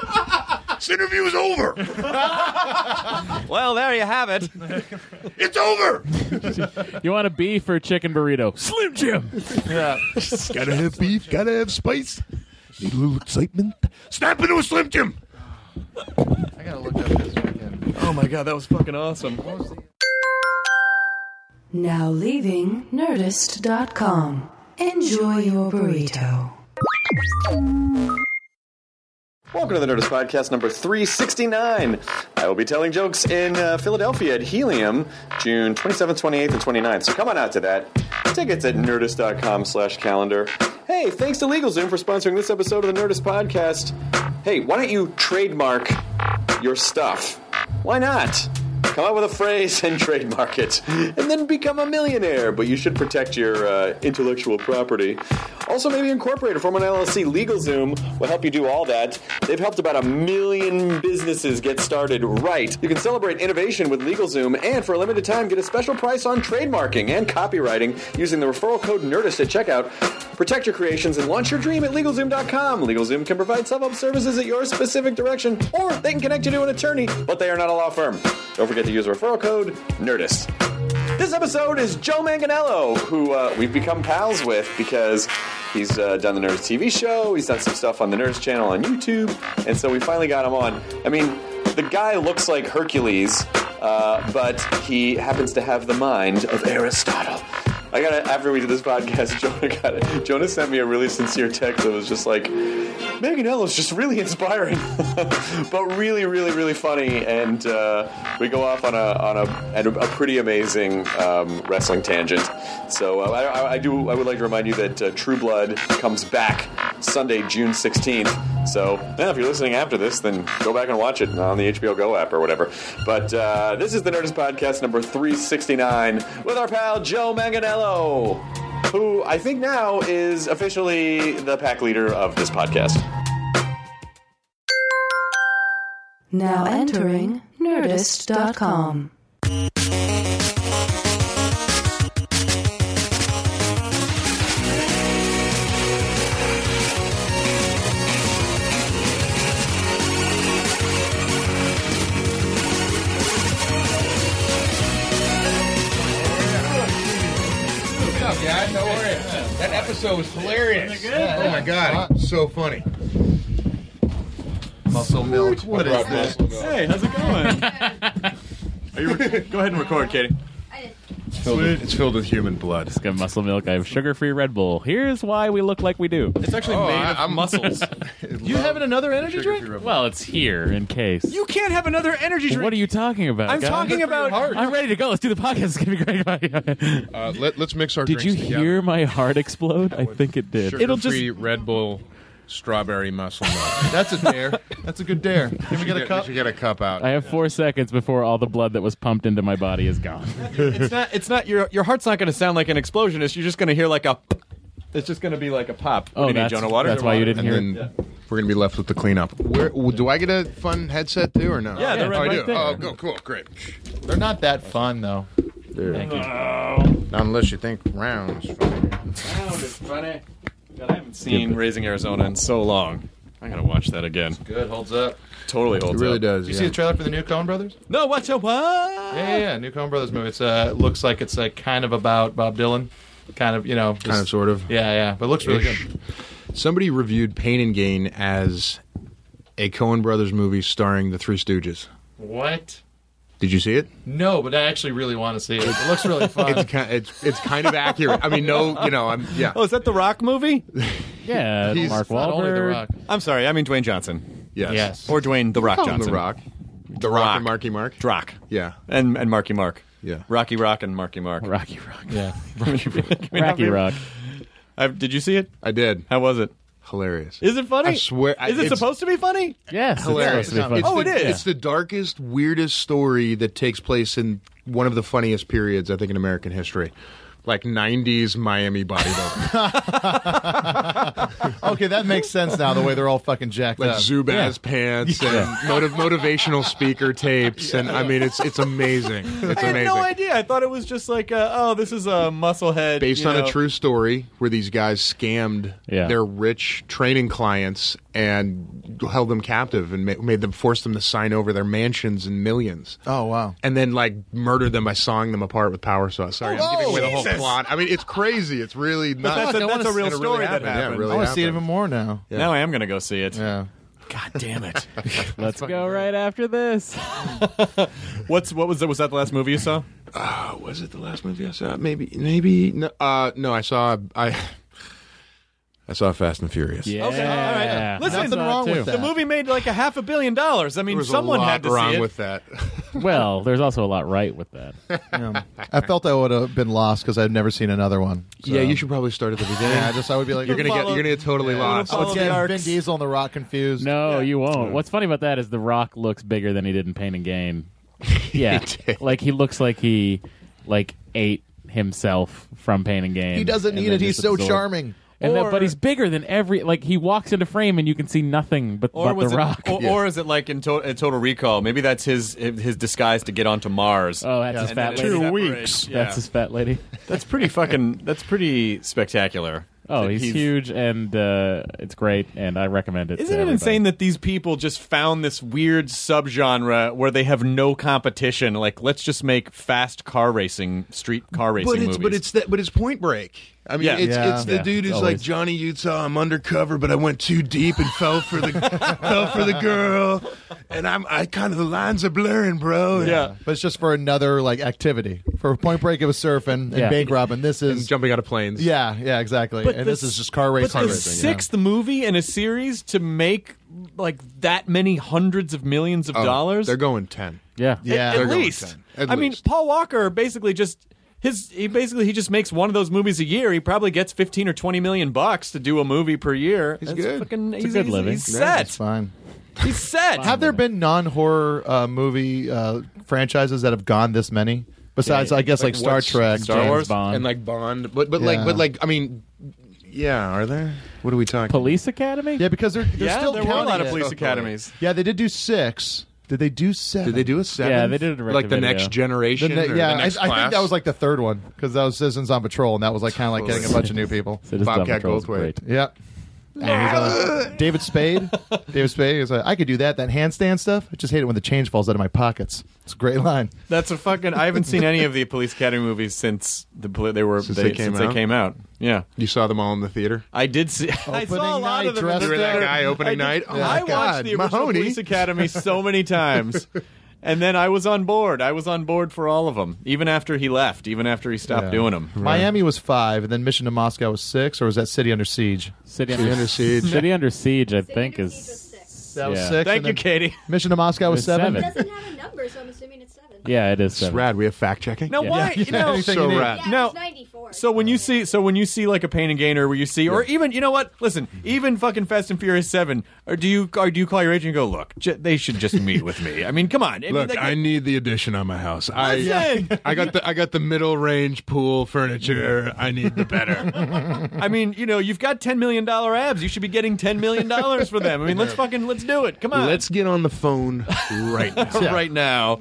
This interview's over. Well, there you have it. It's over. you want a beef or chicken burrito? Slim Jim. Yeah. gotta have beef. Gotta have spice. Need a little excitement. Snap into a Slim Jim. I gotta look up this weekend. Oh my god, that was fucking awesome. [LAUGHS] Now leaving Nerdist.com. Enjoy your burrito. Welcome to the Nerdist Podcast number 369. I will be telling jokes in uh, Philadelphia at Helium, June 27th, 28th, and 29th. So come on out to that. Tickets at nerdist.com slash calendar. Hey, thanks to LegalZoom for sponsoring this episode of the Nerdist Podcast. Hey, why don't you trademark your stuff? Why not? Come up with a phrase [LAUGHS] and trademark it, and then become a millionaire. But you should protect your uh, intellectual property. Also, maybe incorporate or form an LLC. LegalZoom will help you do all that. They've helped about a million businesses get started right. You can celebrate innovation with LegalZoom, and for a limited time, get a special price on trademarking and copywriting using the referral code Nerdist at checkout. Protect your creations and launch your dream at LegalZoom.com. LegalZoom can provide sub-up services at your specific direction, or they can connect you to an attorney, but they are not a law firm. Don't forget to use referral code NERDIST. This episode is Joe Manganello, who uh, we've become pals with because he's uh, done the Nerdist TV show, he's done some stuff on the Nerdist channel on YouTube, and so we finally got him on. I mean, the guy looks like Hercules, uh, but he happens to have the mind of Aristotle. I gotta after we did this podcast, [LAUGHS] Jonah got it. Jonah sent me a really sincere text that was just like, Meganello's [LAUGHS] just really inspiring, but really, really, really funny, and uh, we go off on a on a at a, a pretty amazing um, wrestling tangent. So uh, I, I, I do I would like to remind you that uh, True Blood comes back Sunday, June 16th. So yeah, if you're listening after this, then go back and watch it on the HBO Go app or whatever. But uh, this is the Nerdist Podcast number 369 with our pal Joe Manganello, who I think now is officially the pack leader of this podcast. Now entering Nerdist.com. What's up, guys? How are you? That episode was hilarious. Oh my god, it's so funny. Muscle milk. What is this? Hey, how's it going? Are you rec- go ahead and record, Katie. It's filled, with, it's filled with human blood. It's got muscle milk. I have sugar-free Red Bull. Here's why we look like we do. It's actually Oh, made of [LAUGHS] muscles. You having another energy drink? well, it's here in case. You can't have another energy drink. What are you talking about? I'm guys? talking about. I'm ready to go. Let's do the podcast. It's gonna be great. [LAUGHS] uh, let, us mix our. Did you drinks hear together. my heart explode? I think it did. Sugar It'll just free Red Bull, strawberry muscle milk. [LAUGHS] That's a dare. That's a good dare. Can we should get a cup? We should get a cup out. I have four seconds before all the blood that was pumped into my body is [LAUGHS] gone. It's not. It's not. Your your heart's not going to sound like an explosion. It's you're just going to hear like a. It's just going to be like a pop. Oh, What do you need, Jonah Water? and then We're gonna be left with the cleanup. Where do I get a fun headset too, or no? Yeah, they're oh, right I do. there. Oh, go, cool, great. They're not that fun though. Thank you. Not unless you think rounds. Sound is funny. God, I haven't seen Raising Arizona in so long. I'm gonna watch that again. Good, holds up. Totally holds. really up. does, You see the trailer for the new Coen Brothers? No, watch out. What? Yeah, yeah, yeah. New Coen Brothers movie. It's uh, it looks like it's like kind of about Bob Dylan, kind of you know, just- Kind of, sort of. Yeah, yeah. But it looks really Ish. good. Somebody reviewed Pain and Gain as a Coen Brothers movie starring the Three Stooges. What? Did you see it? No, but I actually really want to see it. It looks really fun. It's kind, it's, it's kind of accurate. I mean, no, you know, I'm yeah. Oh, is that the Rock [LAUGHS] movie? Yeah, He's Mark not only The Wahlberg. Rock. I'm sorry. I mean Dwayne Johnson. Yes. Yes. Or Dwayne the Rock Call him Johnson. the Rock. The Rock, and Marky Mark. Drock. Yeah. And and Marky Mark. Yeah. Rocky Rock and Marky Mark. Rocky Rock. Yeah. [LAUGHS] Rocky Rocky Rock. i did you see it? I did. How was it? Hilarious. Is it funny? I swear- I- Is it it's- supposed to be funny? Yes, it's hilarious. supposed to be It's fun. Oh, the- it is. It's the darkest, weirdest story that takes place in one of the funniest periods I think in American history, like '90s [LAUGHS] Miami bodybuilding, [LAUGHS] okay, that makes sense now. The way they're all fucking jacked like up. Zubaz pants and motiv- motivational speaker tapes, and I mean, it's it's amazing. [LAUGHS] It's I had amazing. no idea. I thought it was just like, uh, oh, this is a musclehead. Based you on know. a true story where these guys scammed Yeah. their rich training clients and held them captive and ma- made them force them to sign over their mansions and millions. Oh wow. and then like murder them by sawing them apart with power saw. Sorry, I'm giving away the whole plot. I mean, it's crazy. It's really not. that's a- I that's wanna a real see it. It story that happened. Yeah, happened. it really I want to see it even happened. more now. [LAUGHS] Now I am going to go see it. Yeah. God damn it. Let's go right after this. [LAUGHS] What's What was that? Was that the last movie you saw? Oh, was it the last movie I saw? Maybe, maybe. No, uh, no I saw. I [LAUGHS] I saw Fast and Furious. Yeah. Okay, all right. Listen, Nothing wrong with too. that. The movie made like a half a billion dollars. I There mean, was someone a lot had to wrong see it. [LAUGHS] with that. Well, there's also a lot right with that. I felt I would have been lost because I'd never seen another one. So. Yeah, you should probably start at the beginning. Yeah, just I would be like, you're gonna get you're gonna get totally lost. I would Follow the get Vin arcs. Diesel and The Rock confused. No, you won't. What's funny about that is The Rock looks bigger than he did in Pain and [LAUGHS] Gain. Yeah, did. like he looks like he like ate himself from Pain and Gain. He doesn't and need then it. He's just so absorbed- charming. And that, Or- but he's bigger than every. Like he walks into frame and you can see nothing but, Or but was The it, Rock. Or, or is it like in, to- in Total Recall? Maybe that's his his disguise to get onto Mars. oh, that's his And then fat it lady. separates. [LAUGHS] Yeah. That's his fat [LAUGHS] lady. That's pretty fucking. That's pretty spectacular. Oh, That he's, huge and uh, it's great, and I recommend it. to Isn't it everybody. insane that these people just found this weird subgenre where they have no competition? Like, let's just make fast car racing, street car racing but it's movies. but it's that but it's Point Break. I mean, Yeah. it's Yeah. it's the Yeah, dude who's always. like Johnny Utah. I'm undercover, but I went too deep and fell for the fell for the girl, and I'm I kind of the lines are blurring, bro. And- Oh, yeah. But it's just for another like activity. For Point Break, it was surfing and Yeah. bank robbing. This and is jumping out of planes. yeah, yeah, exactly. But and the this is just car But racing. the sixth movie in a series to make like that many hundreds of millions of Oh, dollars. They're going ten. Yeah. Yeah. at they're going least. ten. At I mean, least. Paul Walker basically just his he basically he just makes one of those movies a year. He probably gets fifteen or twenty million bucks to do a movie per year. He's good. Fucking, It's a he's, good he's- living. He's Yeah, set. it's fine. He's set. Have there been non-horror uh, movie uh, franchises that have gone this many? Besides, I guess like, Star what's- Trek, Star James Wars, Bond. and like Bond. But but like Yeah. but like I mean, yeah, are there? What are we talking? Police Academy? Yeah, because they're, they're Yeah, still there were a counting lot of it. police academies. Yeah, they did do six. Did they do seven? Did they do a seven? Yeah, they did it direct like to the video. next generation. The ne- or the yeah, next I, I think class? that was like the third one because that was Citizens on Patrol, and that was like kind of like getting a bunch of new people. [LAUGHS] Citizens on Bobcat Patrol is great. Goldthwait. Yep. And he's [LAUGHS] on it. David Spade. David Spade is like, I could do that. That handstand stuff. I just hate it when the change falls out of my pockets. It's a great line. That's a fucking. I haven't seen any of the Police Academy movies since the poli- they were Since they, they came since out? they came out. Yeah, you saw them all in the theater. I did see. [LAUGHS] I saw a lot night, of them. in dressed the You were that theater. guy opening I did- night? Oh my I watched God, the original Mahoney. Police Academy so many [LAUGHS] times, and then I was on board. I was on board for all of them, even after he left, even after he stopped Yeah. doing them. Miami was five, and then Mission to Moscow was six, or was that City Under Siege? City Under, Siege. City Under Siege, I think, is. That was yeah. six. Thank and you, then Katie. Mission to Moscow was, It's seven. seven. It doesn't have a number, so I'm assuming it's seven. Yeah, it is. It's rad. We have fact checking. Now, why? Yeah. You know, Anything you need. Yeah, it's now, 94. So when you see, so when you see like a pain and gainer, where you see, or even you know what? Listen, even fucking Fast and Furious Seven, or do you, or do you call your agent and go, look, j- they should just meet with me. I mean, come on. I mean, Look, like- I need the addition on my house. I Listen! I got the I got the middle range pool furniture. I need the better. I mean, you know, you've got ten million dollar abs. You should be getting ten million dollars for them. I mean, let's fucking let's do it. Come on, Let's get on the phone [LAUGHS] right now. [LAUGHS] right now.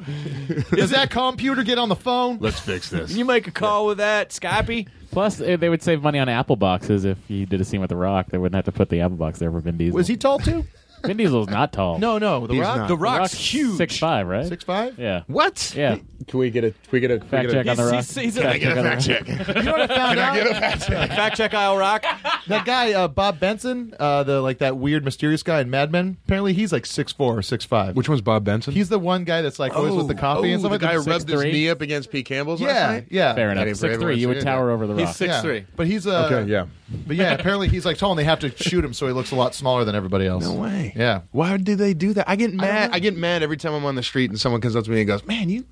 Does that computer get on the phone? Let's fix this. You make a call with that Skypey. Plus, eh, they would save money on Apple boxes if you did a scene with The Rock. They wouldn't have to put the Apple box there for Vin Diesel. Was he tall too? [LAUGHS] Vin Diesel's not tall. No, no. The He's Rock, not. The Rock's Rock's huge. Six five, right? six five. Yeah. What? Yeah. Can we get a can we get a can we Fact get a- check on The Rock. He's- he's a- Fact I check Get a on The fact Rock. check. [LAUGHS] You know what I found out? Fact check Isle [LAUGHS] Rock. That guy, uh, Bob Benson, uh, the like that weird, mysterious guy in Mad Men. Apparently, he's like six four or six five. Which one's Bob Benson? he's the one guy that's like always with the coffee oh, and stuff. The like guy that. who rubbed his 6'3"? knee up against Pete Campbell's last yeah, night. yeah, Fair Yeah, enough. Six three. You would yeah. tower over The He's Rock. six yeah. three. But he's uh, Okay, yeah. But yeah, apparently he's like tall, and they have to shoot him, so he looks a lot smaller than everybody else. No way. Yeah. Why do they do that? I get mad. know. I, get mad every time I'm on the street and someone comes up to me and goes, "Man, you."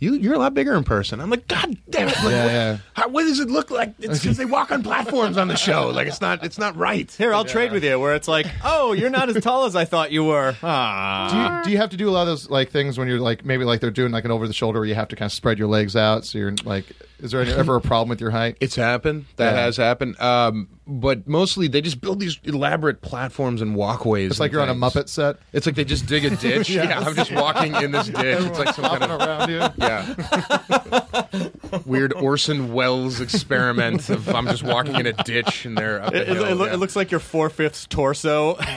You, you're a lot bigger in person. I'm like, God damn it! Like, Yeah, what, yeah. How, what does it look like? It's because they walk on platforms on the show. Like it's not, it's not right. Here, I'll trade with you. Where it's like, oh, you're not as tall as I thought you [LAUGHS] were. Do Ah. you, do you have to do a lot of those like things when you're like maybe like they're doing like an over the shoulder where you have to kind of spread your legs out so you're like is there any, ever a problem with your height? It's happened. That Yeah. has happened. Um, but mostly they just build these elaborate platforms and walkways. It's like you're on a Muppet set. It's like they just dig [LAUGHS] a ditch. yeah. I'm just walking in [LAUGHS] this ditch. It's like some kind of around you. yeah. [LAUGHS] Weird Orson Welles experiment of I'm just walking in a ditch and they're up a It, it, hill, it, loo- yeah. it looks like your four fifths torso. Yeah. [LAUGHS]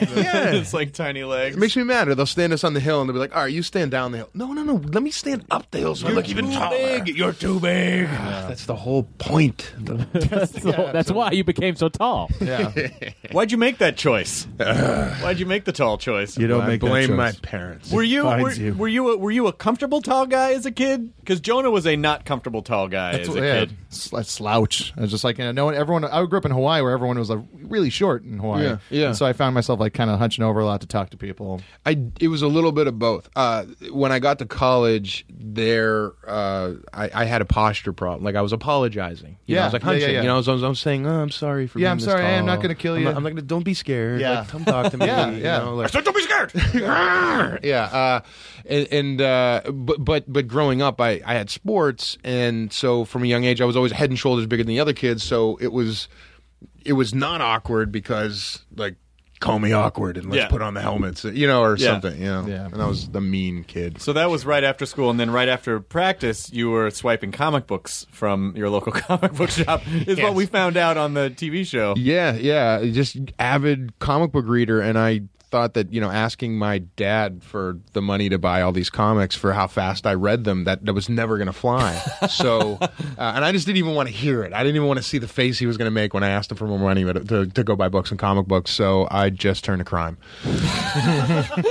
it's like tiny legs. It makes me mad. Or they'll stand us on the hill and they'll be like, "All right, you stand down the hill." No, no, no. Let me stand up the hill so I look even taller. Ah, big. You're too big. That's the whole point. That's, the whole- [LAUGHS] that's why you became so tall. Yeah. [LAUGHS] Why'd you make that choice? Why'd you make the tall choice? don't I blame my parents. Were you were, finds you. were you a, were you a comfortable tall guy as a kid? Because Jonah was a not comfortable tall guy as a yeah, kid. sl- slouch. I was just like, you know, no one, everyone. I grew up in Hawaii, where everyone was like really short in Hawaii. Yeah, yeah. And so I found myself like kind of hunching over a lot to talk to people. I it was a little bit of both. Uh, when I got to college, there uh, I, I had a posture problem. Like I was apologizing. You know, Yeah, I was like yeah, yeah, hunching. yeah. You know, I was, I was- I was saying, "Oh, I'm sorry for." Yeah, being I'm this sorry. I am tall. not gonna kill I'm you." not, I'm not gonna. Don't be scared. Yeah. Like, [LAUGHS] come [LAUGHS] talk to me. Yeah, yeah. You know, like, Don't be scared. [LAUGHS] yeah. Uh, and and uh, but but but growing up, I I had sports, and so from a young age, I was always head and shoulders bigger than the other kids. So it was it was not awkward because like call me awkward and let's Yeah. put on the helmets, you know, or Yeah. something. You know, Yeah. And I was the mean kid. So that was right after school, and then right after practice, you were swiping comic books from your local [LAUGHS] comic book shop. Is what Yes. we found out on the TV show. Yeah, yeah, just avid comic book reader, and I thought that you know asking my dad for the money to buy all these comics for how fast I read them that that was never going to fly. so, uh, and I just didn't even want to hear it. I didn't even want to see the face he was going to make when I asked him for more money to, to, to go buy books and comic books. So I just turned to crime,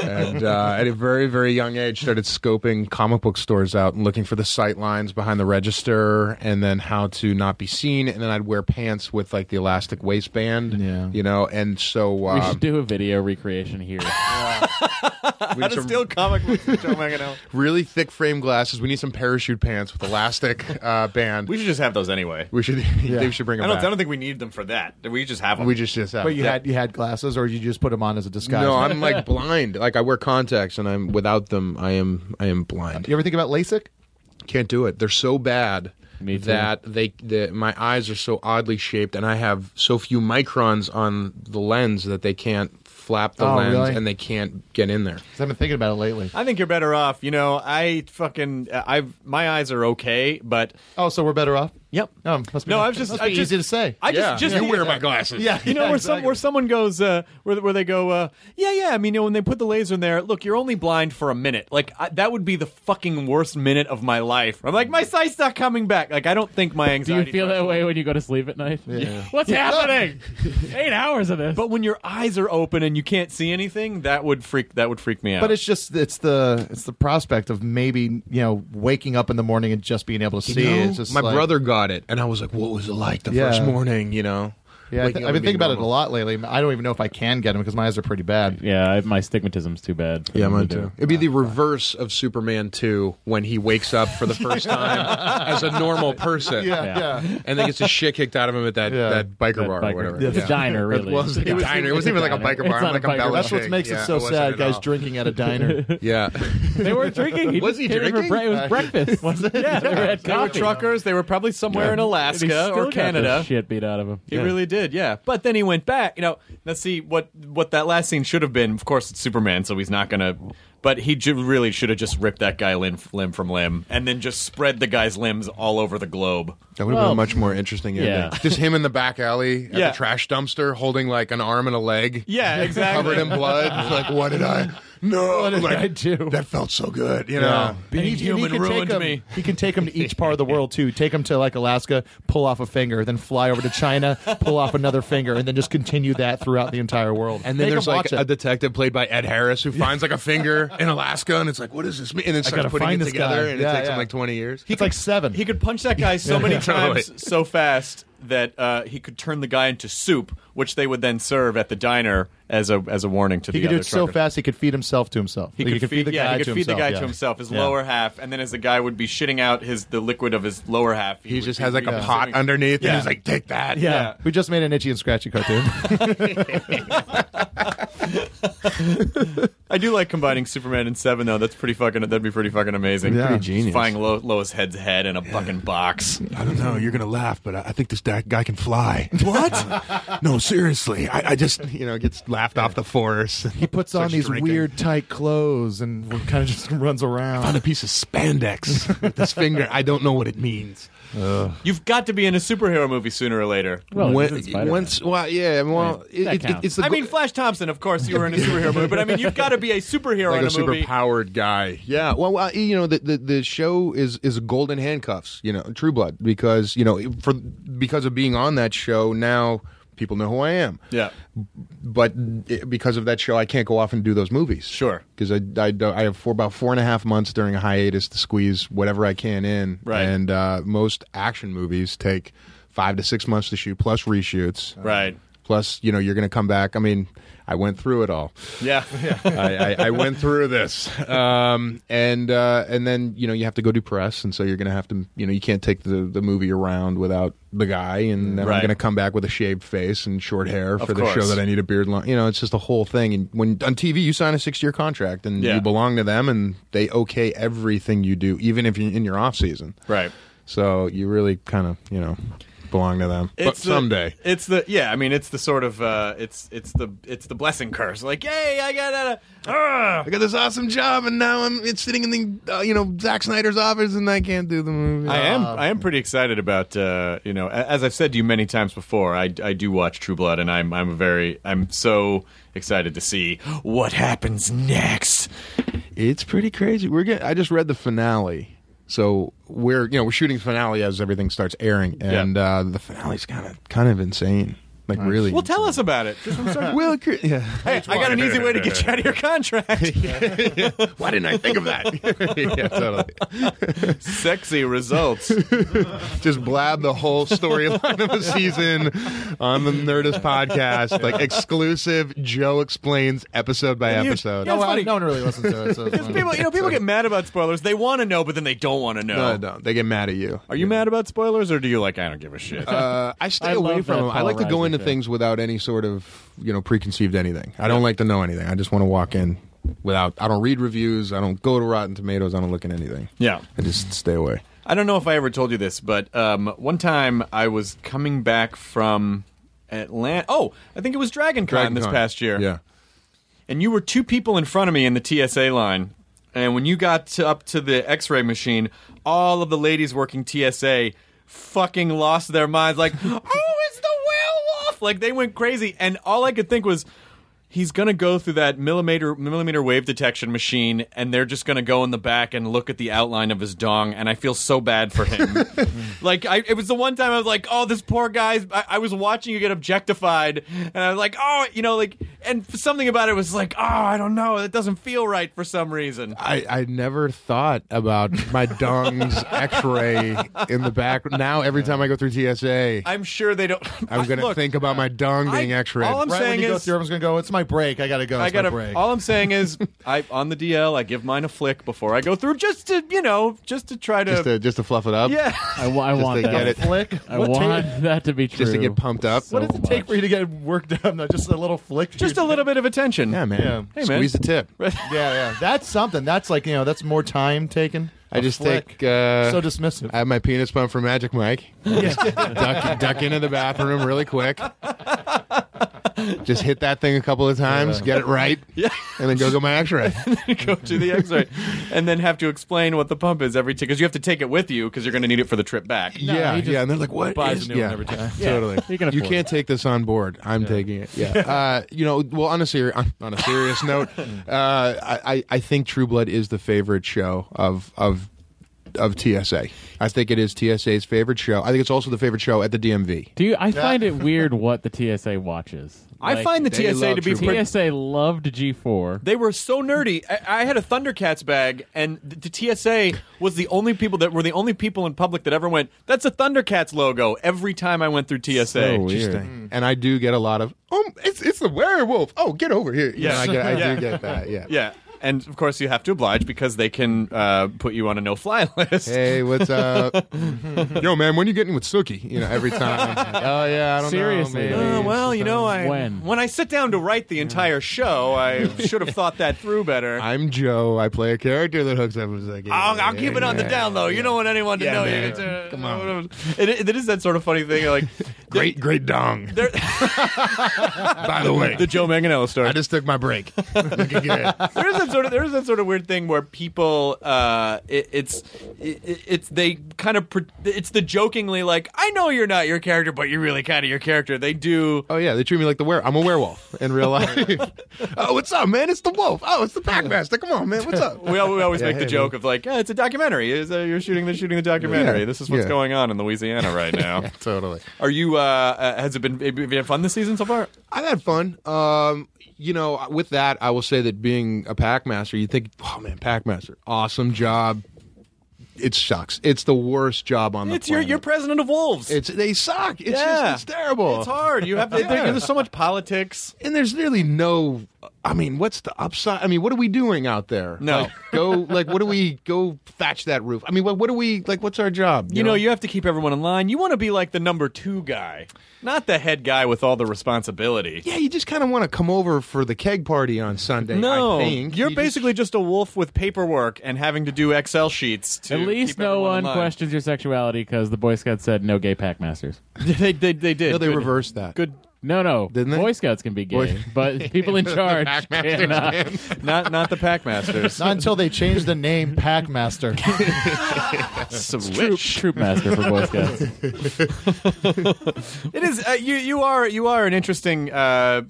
and uh, at a very very young age started scoping comic book stores out and looking for the sight lines behind the register, and then how to not be seen. And then I'd wear pants with like the elastic waistband Yeah. you know and so um, We should do a video recreation description here. [LAUGHS] How to steal comic books from Joe Manganiello. [LAUGHS] Really thick frame glasses. We need some parachute pants with elastic uh, band. We should just have those anyway. We should. [LAUGHS] They should bring I them don't, back. I don't think we need them for that. We just have them. We just- just have But But you had you had glasses, or you just put them on as a disguise. no, I'm like blind. Like I wear contacts, and I'm without them. I am. I am blind. You ever think about LASIK? Can't do it. They're so bad too. that they, the my eyes are so oddly shaped, and I have so few microns on the lens that they can't flap the Oh, lens, really? and they can't get in there. I've been thinking about it lately. I think you're better off. You know, I fucking uh, I've my eyes are okay, but oh, so we're better off. Yep. Um, must be, no, I was just must I be just, easy to say. I just just You need- wear my glasses. Yeah, you know yeah, where some where someone goes uh, where where they go uh, yeah yeah I mean you know when they put the laser in there look you're only blind for a minute like I, that would be the fucking worst minute of my life I'm like my sight's not coming back like I don't think my Do you anxiety feel that way when you go to sleep at night? [LAUGHS] What's happening? [LAUGHS] Eight hours of this. But when your eyes are open and you can't see anything, that would freak that would freak me out. [LAUGHS] But it's just it's the it's the prospect of maybe you know waking up in the morning and just being able to see. know, it's just my like- brother got it, and I was like, "What was it like the Yeah. first morning?" You know. Yeah, I Waking th- up I've been and being thinking about it a normal. lot lately. I don't even know if I can get them because my eyes are pretty bad. Yeah, I, Uh, my stigmatism's too bad. Yeah, me mine too. It'd be the reverse of Superman 2 when he wakes up for the first time as a normal person. Yeah, Yeah. yeah. And then gets the shit kicked out of him at that, that biker That bar biker- or whatever. Yeah, it's a diner, really. It was a It's a diner. It wasn't even like a biker bar. It's not like a a biker bar. belly That's what shake. makes it Yeah, so wasn't sad, at guys all. drinking at a diner. [LAUGHS] Yeah. They weren't drinking. Was just he came in for drinking? bre- It was Uh, breakfast. was it? Yeah, they had they were coffee. truckers. They were probably somewhere in And he Alaska still or got the Canada. Shit beat out of him. He really did, yeah. But then he went back. You know, let's see what what that last scene should have been. Of course, it's Superman, so he's not gonna. But he ju- really should have just ripped that guy limb, limb from limb, and then just spread the guy's limbs all over the globe. Oh. That would have been a much more interesting ending. yeah. Just him in the back alley at Yeah. the trash dumpster holding like an arm and a leg. Yeah, exactly. [LAUGHS] Covered in blood. It's like, what did I? No. What did like, I do? That felt so good, you Yeah. know. And he- and he can take 'em- He can take them to each part of the world too. Take them to like Alaska, pull off a finger, then fly over to China, pull off another finger, and then just continue that throughout the entire world. And then Make there's 'em like watch it. a detective played by Ed Harris who finds like a finger in Alaska, and it's like, what does this mean? And then I starts gotta putting find it this together, guy. and Yeah, it takes yeah. him like 20 years. He's like seven. He could punch that guy [LAUGHS] so many Yeah, totally. times so fast that uh, he could turn the guy into soup, which they would then serve at the diner as a as a warning to He the could do other it so truckers. fast he could feed himself to himself. He Like, could, feed, the yeah, guy he could to feed the guy yeah. to himself, his Yeah. lower half, and then as the guy would be shitting out his the liquid of his lower half, he, just has, like, uh, a pot underneath, and he's like, "Take that." Yeah. we just made an itchy and [LAUGHS] scratchy cartoon. I do like combining Superman and Seven though. That's pretty fucking. That'd be pretty fucking amazing. Yeah. Pretty genius. Finding Lo- Lois Head's head in a fucking box. I don't know. You're gonna laugh, but I, I think this da- guy can [LAUGHS] fly. What? [LAUGHS] no, seriously. I, I just you know gets laughed off the force. [LAUGHS] He puts on these weird tight clothes and kind of just [LAUGHS] runs around. Found a piece of spandex with his finger. I don't know what it means. You've got to be in a superhero movie sooner or later. When- once, well, yeah, well, it- it- it's the I mean, Flash Thompson, of course, you were [LAUGHS] in a superhero movie, but I mean, you've got to be a superhero like in a, a, movie. super powered guy. Yeah. Well, well, you know, the, the the show is is golden handcuffs. You know, True Blood, because you know for because of being on that show now. People know who I am, Yeah. but it- because of that show, I can't go off and do those movies. Sure, because I, I, don't- I have for about four and a half months during a hiatus to squeeze whatever I can in. Right. and uh, most action movies take five to six months to shoot, plus reshoots. Right. Plus, you know, you're going to come back. I mean, I went through it all. Yeah. [LAUGHS] I, I, I went through [LAUGHS] this, um, and uh, and then you know you have to go do press, and so you're gonna have to you know you can't take the, the movie around without the guy, and then Right. I'm gonna come back with a shaved face and short hair Of for the show course. that I need a beard. Line. You know, it's just a whole thing. And when on TV, you sign a six year contract, and Yeah. you belong to them, and they okay everything you do, even if you're in your off season. Right. So you really kind of you know belong to them, but the- someday. it's the yeah. I mean, it's the sort of uh, it's it's the it's the blessing curse. Like, yay, I got out of. ah! I got this awesome job, and now I'm it's sitting in the uh, you know Zack Snyder's office, and I can't do the movie. Uh, I am. I am pretty excited about. Uh, you know, a- as I've said to you many times before, I, I do watch True Blood, and I'm I'm very I'm so excited to see what happens next. It's pretty crazy. We're getting, I just read the finale, so we're you know we're shooting the finale as everything starts airing, and uh, the finale's kind of kind of insane. Like really. Well, tell us about [LAUGHS] it. Will Cre- yeah. Hey, I got an easy way to get you out of [LAUGHS] your contract. Why didn't I think of that? [LAUGHS] yeah, totally. Sexy results. Just blab the whole storyline of the season on the Nerdist podcast, like exclusive Joe explains episode by And you- episode. yeah, it's funny. no one really listens to [LAUGHS] it. So it's Because fine. people, you know, people get mad about spoilers. They want to know, but then they don't want to know. No, no, they get mad at you. Are you mad about spoilers, or do you like? I don't give a shit. Uh, I stay away from them. I like to go into things without any sort of you know preconceived anything. I don't like to know anything. I just want to walk in without. I don't read reviews. I don't go to Rotten Tomatoes. I don't look at anything. Yeah. I just stay away. I don't know if I ever told you this, but um, one time I was coming back from Atlanta. Oh, I think it was Dragon Con Dragon this Con. past year. Yeah. And you were two people in front of me in the TSA line. And when you got to, up to the x ray machine, all of the ladies working TSA fucking lost their minds. Like, [LAUGHS] oh, it's the werewolf! Like, they went crazy. And all I could think was, he's gonna go through that millimeter millimeter wave detection machine and they're just gonna go in the back and look at the outline of his dong and i feel so bad for him like I, it was the one time i was like oh this poor guy's I, I was watching you get objectified and i was like oh you know like and something about it was like oh i don't know that doesn't feel right for some reason I, I never thought about [LAUGHS] my dung's X-ray in the back. Now every time I go through TSA, i'm sure they don't I'm going to Look, think about my dung being X-rayed. all I'm [LAUGHS] right when saying you go is- through, everyone's gonna go. It's my break. I gotta go. It's I my gotta. break. All I'm saying is, I on the DL, I give mine a flick before I go through, just to you know, just to try to just to just to fluff it [LAUGHS] up. Yeah. I, wa- I Just want to that. get it. Flick. [LAUGHS] I What tape- want that to be true. Just to get pumped up. what does it take for you to get worked up? No, just a little flick. just a little bit of attention. Yeah, man. Yeah. Hey, man. Squeeze the [LAUGHS] tip. yeah, yeah. That's something. That's like you know. That's more time taken. I A just flick. take. Uh, [LAUGHS] so dismissive. I have my penis pump for Magic Mike. Just duck, duck into the bathroom really quick. Just hit that thing a couple of times, get it right, yeah. and then go get my [LAUGHS] X-ray. go to the X-ray, and then have to explain what the pump is every time because you have to take it with you because you're going to need it for the trip back. yeah, he just yeah, and they're like, "What?" buys is- a new one yeah, every time. Yeah, [LAUGHS] Totally, he can you afford can't take this on board. I'm taking it. [LAUGHS] Yeah, uh, you know. Well, on a serious [LAUGHS] on, on a serious note, uh, I I- I think True Blood is the favorite show of of of TSA. I think it is TSA's favorite show. I think it's also the favorite show at the DMV. Do you, I find it weird what the TSA watches. I find the they TSA love to be Trooper. pretty. TSA loved G4. They were so nerdy. I, I had a Thundercats bag, and the, the TSA was the only people that were the only people in public that ever went. That's a Thundercats logo every time I went through TSA. So weird. Interesting. And I do get a lot of, oh, it's it's the werewolf. Oh, get over here. Yeah, I, get, I Yeah. do get that. Yeah. [LAUGHS] Yeah, and of course you have to oblige because they can uh, put you on a no-fly [LAUGHS] list. Hey, what's up? Yo, man, when you getting with Suki? You know, [LAUGHS] every time. oh yeah, I don't Seriously. know. Uh, Hey, well, you know, I when? I sit down to write the entire show, [LAUGHS] I should have thought that through better. I'm Joe. I play a character that hooks up with Suki. I'll, I'll keep it on the Yeah. down low. You don't want anyone to Yeah, know. man. You "Oh, to, Come on. It, it is that sort of funny thing. Like [LAUGHS] Great, great dong. there- By [LAUGHS] the way, the Joe Manganiello I story. just took my break. Looking good. There is that sort of there is that sort of weird thing where people uh, it, it's it, it's they kind of pre- it's the jokingly like I know you're not your character, but you're really kind of your character. They do. Oh yeah, they treat me like the were. I'm a werewolf in real [LAUGHS] life. oh, what's up, man? It's the wolf. Oh, it's the packmaster. Come on, man. What's up? We, al- we always Yeah, make the hey, joke of like, "Yeah, it's a documentary. It's, uh, you're shooting the shooting the documentary. Yeah. This is what's Yeah. going on in Louisiana [LAUGHS] right now. Totally. Are you? Uh, uh, has it been? Have you had fun this season so far? I've had fun. Um, you know, with that, I will say that being a packmaster, you think, oh man, packmaster, awesome job. It sucks. It's the worst job on the It's your planet. you're president of wolves. It's they suck. It's Yeah. just it's terrible. It's hard. You have to, [LAUGHS] Yeah. there's so much politics. And there's really no. I mean, what's the upside? I mean, what are we doing out there? No. Like, go like what do we go thatch that roof? I mean, what what do we like? What's our job? You know, you have to keep everyone in line. You want to be like the number two guy, not the head guy with all the responsibility. yeah, you just kind of want to come over for the keg party on Sunday. No, I think. you're You just- basically just, a wolf with paperwork and having to do Excel sheets. To At least keep no everyone one in line. questions your sexuality because the Boy Scouts said no gay pack masters. [LAUGHS] they, they, they did. no, they Good. reversed that. Good. No, no. Didn't they? Boy Scouts can be gay, Boy- [LAUGHS] [LAUGHS] but people in charge Pack masters, cannot. man. Not not the packmasters. Not [LAUGHS] until they change the [LAUGHS] name Packmaster. Troop, troop master for Boy Scouts. [LAUGHS] [LAUGHS] It is uh, you. You are you are an interesting, uh, uh,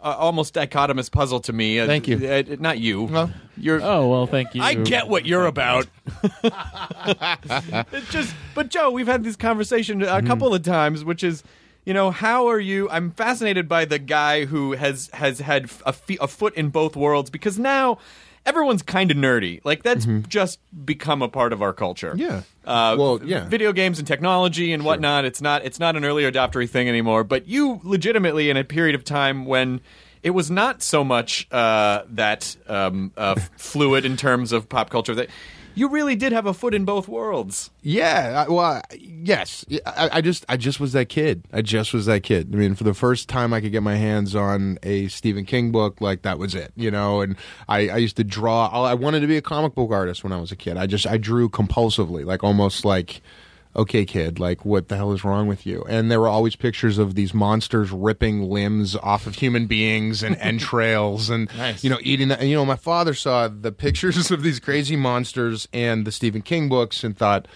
almost dichotomous puzzle to me. Uh, Thank you. Uh, uh, not you. you're. Oh well, thank you. I get what you're about. Mm-hmm. it's just, but Joe, we've had this conversation a couple of times, which is you know, how are you? I'm fascinated by the guy who has has had a, fe- a foot in both worlds because now everyone's kind of nerdy. Like that's Mm-hmm. just become a part of our culture. [LAUGHS] Yeah. Uh, Well, yeah. Video games and technology and whatnot. It's not it's not an early adoptery thing anymore. But you legitimately in a period of time when. It was not so much uh, that um, uh, fluid in terms of pop culture that you really did have a foot in both worlds. Yeah, I, well, I- yes. I, I just, I just was that kid. I just was that kid. I mean, for the first time I could get my hands on a Stephen King book, like that was it, you know. And I, I used to draw. I I wanted to be a comic book artist when I was a kid. I just, I drew compulsively, like almost like, okay, kid, like what the hell is wrong with you? And there were always pictures of these monsters ripping limbs off of human beings and entrails, and you know, eating that. And, you know, my father saw the pictures [LAUGHS] of these crazy monsters and the Stephen King books and thought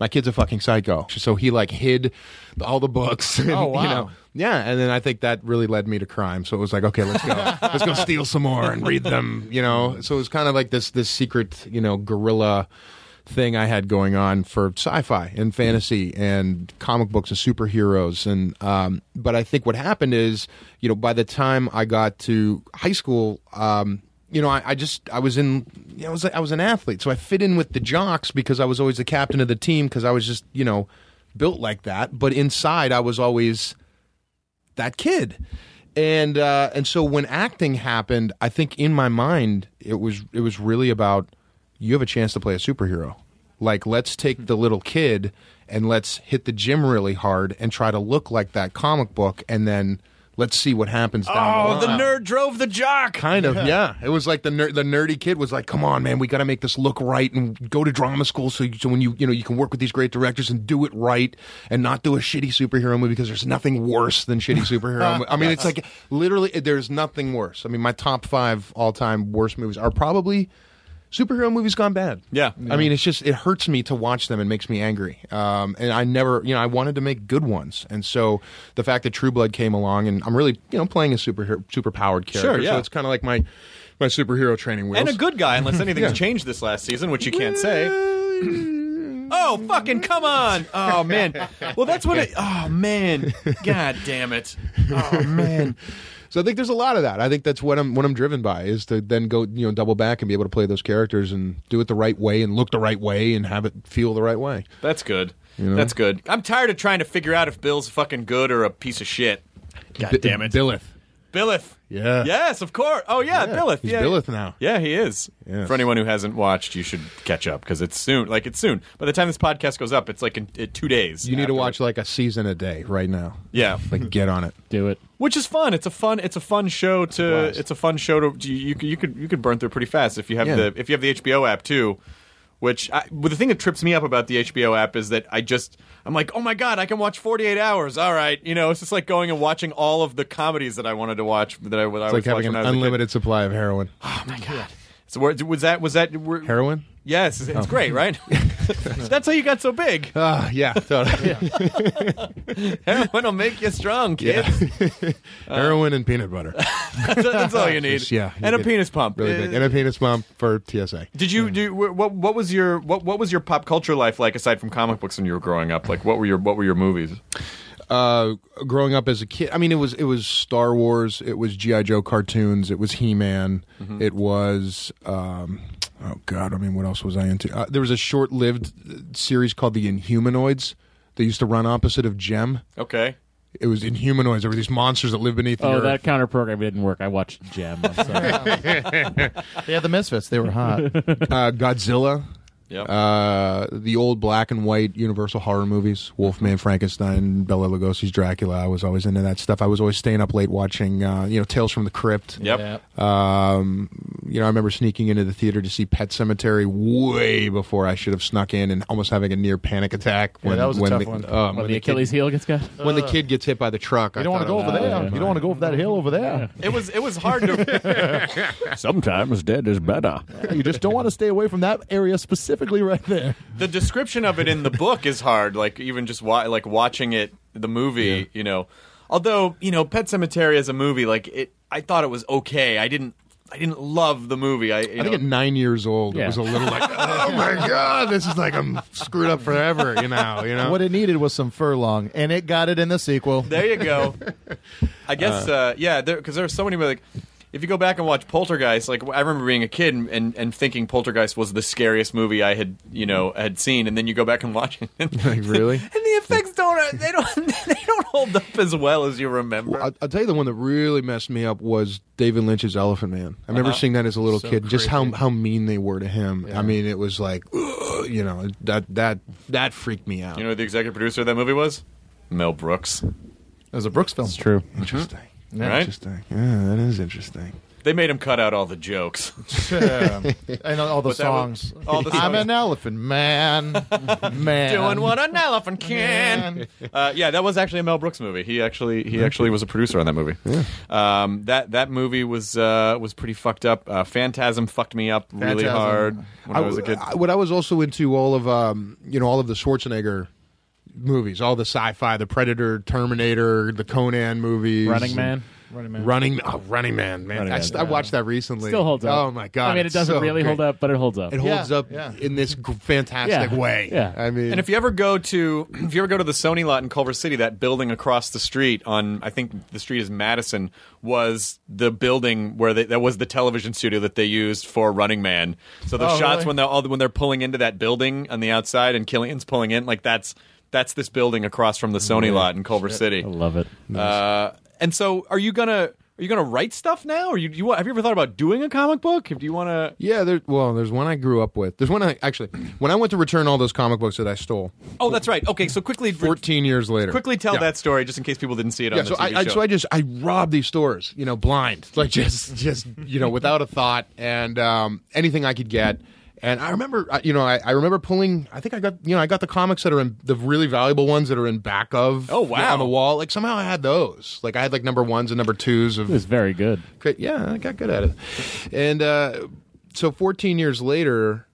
my kid's a fucking psycho. So he like hid the- all the books. [LAUGHS] And, Oh, wow. You know, yeah, and then I think that really led me to crime. So it was like, okay, [LAUGHS] let's go, let's go steal some more and read them. You know, so it was kind of like this this secret, you know, guerrilla thing I had going on for sci-fi and fantasy and comic books and superheroes. And um, but I think what happened is, you know, by the time I got to high school, um, you know, I, I just I was in you know, I was I was an athlete, so I fit in with the jocks because I was always the captain of the team because I was just you know built like that. But inside, I was always that kid. And uh, and so when acting happened, I think in my mind it was it was really about you have a chance to play a superhero. Like let's take the little kid and let's hit the gym really hard and try to look like that comic book, and then let's see what happens. down [LAUGHS] Oh, the line. nerd drove the jock. Kind of, yeah. It was like the ner- the nerdy kid was like, "Come on, man, we got to make this look right and go to drama school so, you, so when you you know you can work with these great directors and do it right and not do a shitty superhero movie because there's nothing worse than shitty superhero. mo- I [LAUGHS] mean, it's like literally there's nothing worse. I mean, my top five all time worst movies are probably superhero movies gone bad. Yeah. I mean, it's just it hurts me to watch them and makes me angry. Um, and I never, you know, I wanted to make good ones, and so the fact that True Blood came along, and I'm really, you know, playing a super super powered character, Sure, yeah. so it's kind of like my my superhero training wheels and a good guy, [LAUGHS] unless anything's Yeah. changed this last season, which you can't [LAUGHS] say. oh, fucking come on! Oh man. Well, that's what. It, [LAUGHS] oh man. God damn it. Oh man. So I think there's a lot of that. I think that's what I'm what I'm driven by is to then go you know double back and be able to play those characters and do it the right way and look the right way and have it feel the right way. That's good. You know? That's good. I'm tired of trying to figure out if Bill's fucking good or a piece of shit. God Bi- damn it. Billeth. Billeth. Yeah. Yes, of course. Oh yeah, Yeah, Billeth. he's yeah. Billeth now. Yeah, he is. For anyone who hasn't watched, you should catch up because it's soon. Like it's soon. By the time this podcast goes up, it's like in, in two days. You need to watch like a season a day right now. Yeah. like get on it, do it. which is fun. It's a fun. It's a fun show to. It's a, fun show to. You, you could- you could you could burn through pretty fast if you have Yeah. the if you have the HBO app too. Which I, well, the thing that trips me up about the HBO app is that I just I'm like oh my god I can watch 48 hours all right you know it's just like going and watching all of the comedies that I wanted to watch that I would I It's was like having watching an when I was Oh a kid. unlimited supply of heroin. [SIGHS] So where, was that was that were, heroin? Yes, it's, it's Oh. great, [LAUGHS] right? That's how you got so big. Ah, yeah, totally. [LAUGHS] Heroin will make you strong, kids. [LAUGHS] Uh, heroin and peanut butter. [LAUGHS] that's, [LAUGHS] that's all [LAUGHS] you need. Just, yeah, you and a get penis pump. Really big. And a penis pump for TSA. Did you do wh- what? What was your what? What was your pop culture life like aside from comic books when you were growing up? Like, what were your what were your movies? Uh, growing up as a kid, I mean, it was it was Star Wars, it was GI Joe cartoons, it was He Man, it was um, oh god, I mean, what else was I into? Uh, there was a short lived series called The Inhumanoids. They used to run opposite of Gem. Okay, It was Inhumanoids. There were these monsters that live beneath the Oh, earth. that counter program didn't work. I watched Gem. I'm sorry. [LAUGHS] yeah, the Misfits, they were hot. uh, Godzilla. Yep. Uh, the old black and white Universal horror movies, Wolfman, Frankenstein, Bela Lugosi's Dracula. I was always into that stuff. I was always staying up late watching, uh, you know, Tales from the Crypt. Yep. Yep. Um, you know, I remember sneaking into the theater to see Pet Cemetery way before I should have snuck in, and almost having a near panic attack. Yeah, that was a when tough the, one. um, When when the the kid- Achilles heel gets cut. when the kid gets hit by the truck, You don't want to go over there. You don't want to go over that hill over there. It was it was hard to. Sometimes dead is better. You just don't want to stay away from that area specifically right there. the description of it in the book is hard. Like even just wa- like watching it, the movie, you know. Although you know, Pet Cemetery as a movie, like it, I thought it was okay. I didn't I didn't love the movie. I, I think at nine years old, it Yeah. was a little like, oh my god, this is like I'm screwed up forever. You know, you know. What it needed was some furlong, and it got it in the sequel. There you [LAUGHS] go. I guess, Uh. uh, yeah, because there, are so many like. If you go back and watch Poltergeist, like I remember being a kid and, and, and thinking Poltergeist was the scariest movie I had, you know, had seen, and then you go back and watch it, and [LAUGHS] like [LAUGHS] really? the effects don't they don't they don't hold up [LAUGHS] as well as you remember. I'll, I'll tell you the one that really messed me up was David Lynch's Elephant Man. I remember Uh-huh. seeing that as a little So kid, just how how mean they were to him. I mean, it was like, "Ugh," you know, that that that freaked me out. You know who the executive producer of that movie was? Mel Brooks. It was a Brooks film. It's true. Mm-hmm. Interesting. All right. Interesting. Yeah, that is interesting. They made him cut out all the jokes [LAUGHS] [LAUGHS] Yeah. and all the But that was- songs. all the I'm songs. an elephant man, [LAUGHS] man. Doing what an elephant can. [LAUGHS] Uh, yeah, that was actually a Mel Brooks movie. He actually he actually was a producer on that movie. Um, that that movie was uh, was pretty fucked up. Uh, Phantasm fucked me up really Phantasm. hard when I, was a w- kid. I- what I was also into all of um, you know all of the Schwarzenegger movies, all the sci-fi, the Predator, Terminator, the Conan movies, Running and- Man? Running Man, Running, oh, Running Man, man, Running I, Man, st- I yeah. watched that recently. Still holds up. Oh my I god! mean, it it's doesn't so really great. hold up, but it holds up. It holds up in this g- fantastic way. I mean, and if you ever go to [CLEARS THROAT] if you ever go to the Sony lot in Culver City, that building across the street on I think the street is Madison was the building where they, that was the television studio that they used for Running Man. So the Oh, shots really? when they're all, when they're pulling into that building on the outside and Killian's pulling in, like that's that's this building across from the Sony Really? lot in Culver Shit. City. I love it. Uh, and so, are you gonna are you gonna write stuff now? Or oh, you, you want- have you ever thought about doing a comic book? If- Do you want to? Yeah, there, well, there's one I grew up with. There's one I actually when I went to return all those comic books that I stole. Oh, that's right. Okay, so quickly, fourteen years later, quickly tell Yeah. that story just in case people didn't see it yeah, on the so TV I, I show. so I just I robbed these stores, you know, blind, [LAUGHS] like just just you know without a thought and um, anything I could get. And I remember, uh, you know, I, I remember pulling. I think I got, you know, I got the comics that are in the really valuable ones that are in back of. Oh wow. On the wall, like somehow I had those. Like I had like number ones and number twos of. It was very good. Yeah, I got good at it. And uh, so, 14 years later,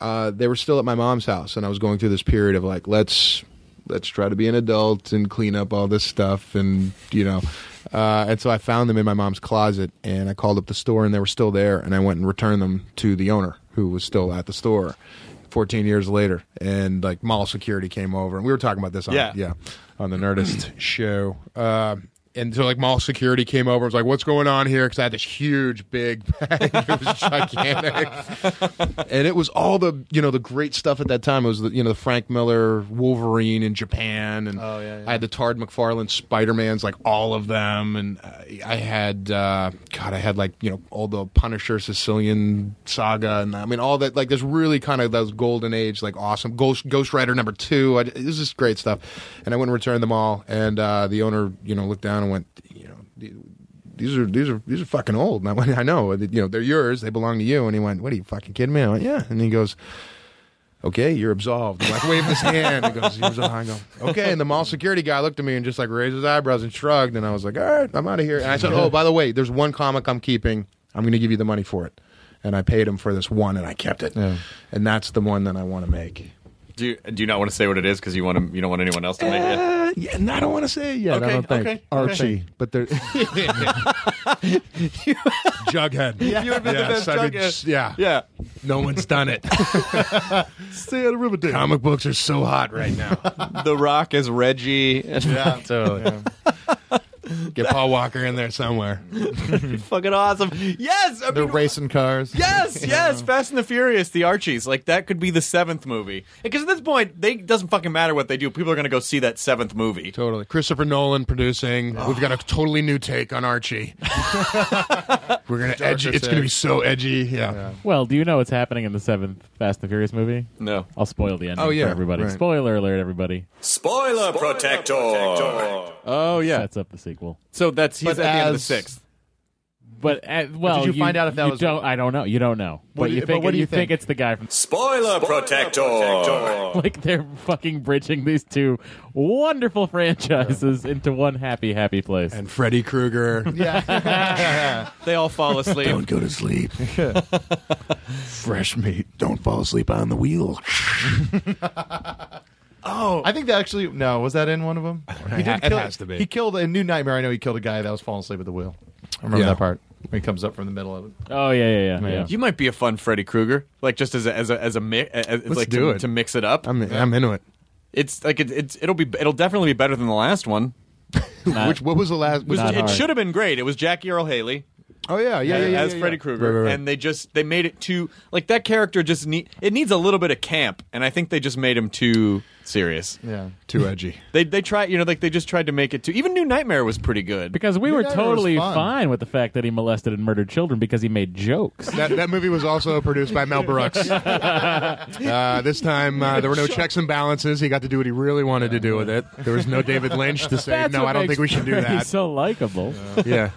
uh, they were still at my mom's house, and I was going through this period of like, let's let's try to be an adult and clean up all this stuff, and you know. Uh, and so I found them in my mom's closet, and I called up the store, and they were still there, and I went and returned them to the owner, who was still at the store. 14 years later, and like mall security came over, and we were talking about this on Yeah. yeah on the Nerdist show. Uh, and so like mall security came over, and was like, "What's going on here?" Because I [LAUGHS] had this huge big bag. [LAUGHS] it was E. gigantic [LAUGHS] and it was all the you know the great stuff at that time. It was the you know the Frank Miller Wolverine in Japan, and I had the Tard McFarlane Spider Mans, like all of them, and I- I had uh, God, I had like you know all the Punisher Sicilian Saga, and I mean all that like this really kind of those golden age like awesome Ghost Ghost Rider number two. I, this is great stuff, and I went and returned them all, and uh, the owner you know looked down and went you know these are these are these are fucking old. [LAUGHS] And I went, I know, that, you know, they're yours. They belong to you. And he went, What are you fucking kidding me? I went, Yeah. And he goes, Okay, you're absolved. I'm like waving his hand. He goes, You're absolved. I go, [LAUGHS] Okay. And the mall security [LAUGHS] guy looked at me and just like raised his eyebrows and shrugged. And I was like, All right, I'm out of here. And I said, Oh, by the way, there's one comic I'm keeping. I'm going to give you the money for it. And I paid him for this one, and I kept it. And that's the one that I want to make. do you, do you not want to say what it is because you want to you don't want anyone else to make it? Uh, [LAUGHS] yeah, and I don't want to say it yet. Okay, I don't think okay, Archie, okay. but [LAUGHS] there. [LAUGHS] Jughead. Yeah. You would have been the best I've been- Jughead. Yeah, yeah. No one's done it. Stay out of Riverdale. Comic books are so hot right now. the Rock as Reggie. Yeah, totally. Get Paul Walker in there somewhere. Fucking awesome. Yes. I They're mean, racing cars. [LAUGHS] Yes, yes, Fast and the Furious, the Archies, like that could be the seventh movie. Because at this point, they doesn't fucking matter what they do. People are going to go see that seventh movie. Totally. Christopher Nolan producing. We've got a totally new take on Archie. Uh, We're gonna edgy. It's gonna be so edgy. Yeah. Well, do you know what's happening in the seventh Fast and Furious movie? No. I'll spoil the ending Oh, yeah, for everybody. right. Spoiler alert, everybody. Spoiler, protector. Oh, yeah. Sets up the sequel. So that's he's But at the end of the as- sixth. But uh, well, did you find out if that you was- Don't, I don't know. You don't know. What but do you you- but think what do you, you think? think? it's the guy from Spoiler, protector. [LAUGHS] like they're fucking bridging these two wonderful franchises into one happy, happy place. And Freddy Krueger. [LAUGHS] Yeah. they all fall asleep. Don't go to sleep. [LAUGHS] Fresh meat. Don't fall asleep on the wheel. [LAUGHS] Oh, I think that actually no. Was that in one of them? It ha- it has to be. He killed in New Nightmare. I know he killed a guy that was falling asleep at the wheel. I remember Yeah. that part. when he comes up from the middle of it. Oh yeah, yeah, yeah. You might be a fun Freddy Krueger, like just as a as a as a mi- as, as, Let's like do to, it. to mix it up. I'm- I'm into it. It's like it, it's it'll be it'll definitely be better than the last one. Which what was the last? Was, it should have been great. It was Jackie Earl Haley. Oh yeah, yeah, yeah, yeah, as yeah, Freddy yeah. Krueger, Right, right, right. and they just they made it too like that character just need it needs a little bit of camp, and I think they just made him too serious. Yeah, too [LAUGHS] edgy. they they tried you know like they just tried to make it too. Even New Nightmare was pretty good Because we were totally fine with the fact that he molested and murdered children because he made jokes. [LAUGHS] That, that movie was also produced by Mel [LAUGHS] Brooks. Uh, this time, uh, there were no checks and balances. He got to do what he really wanted to do with it. There was no David Lynch to say, That's no, what I don't makes think we should do [LAUGHS] Freddy that. so likable. yeah.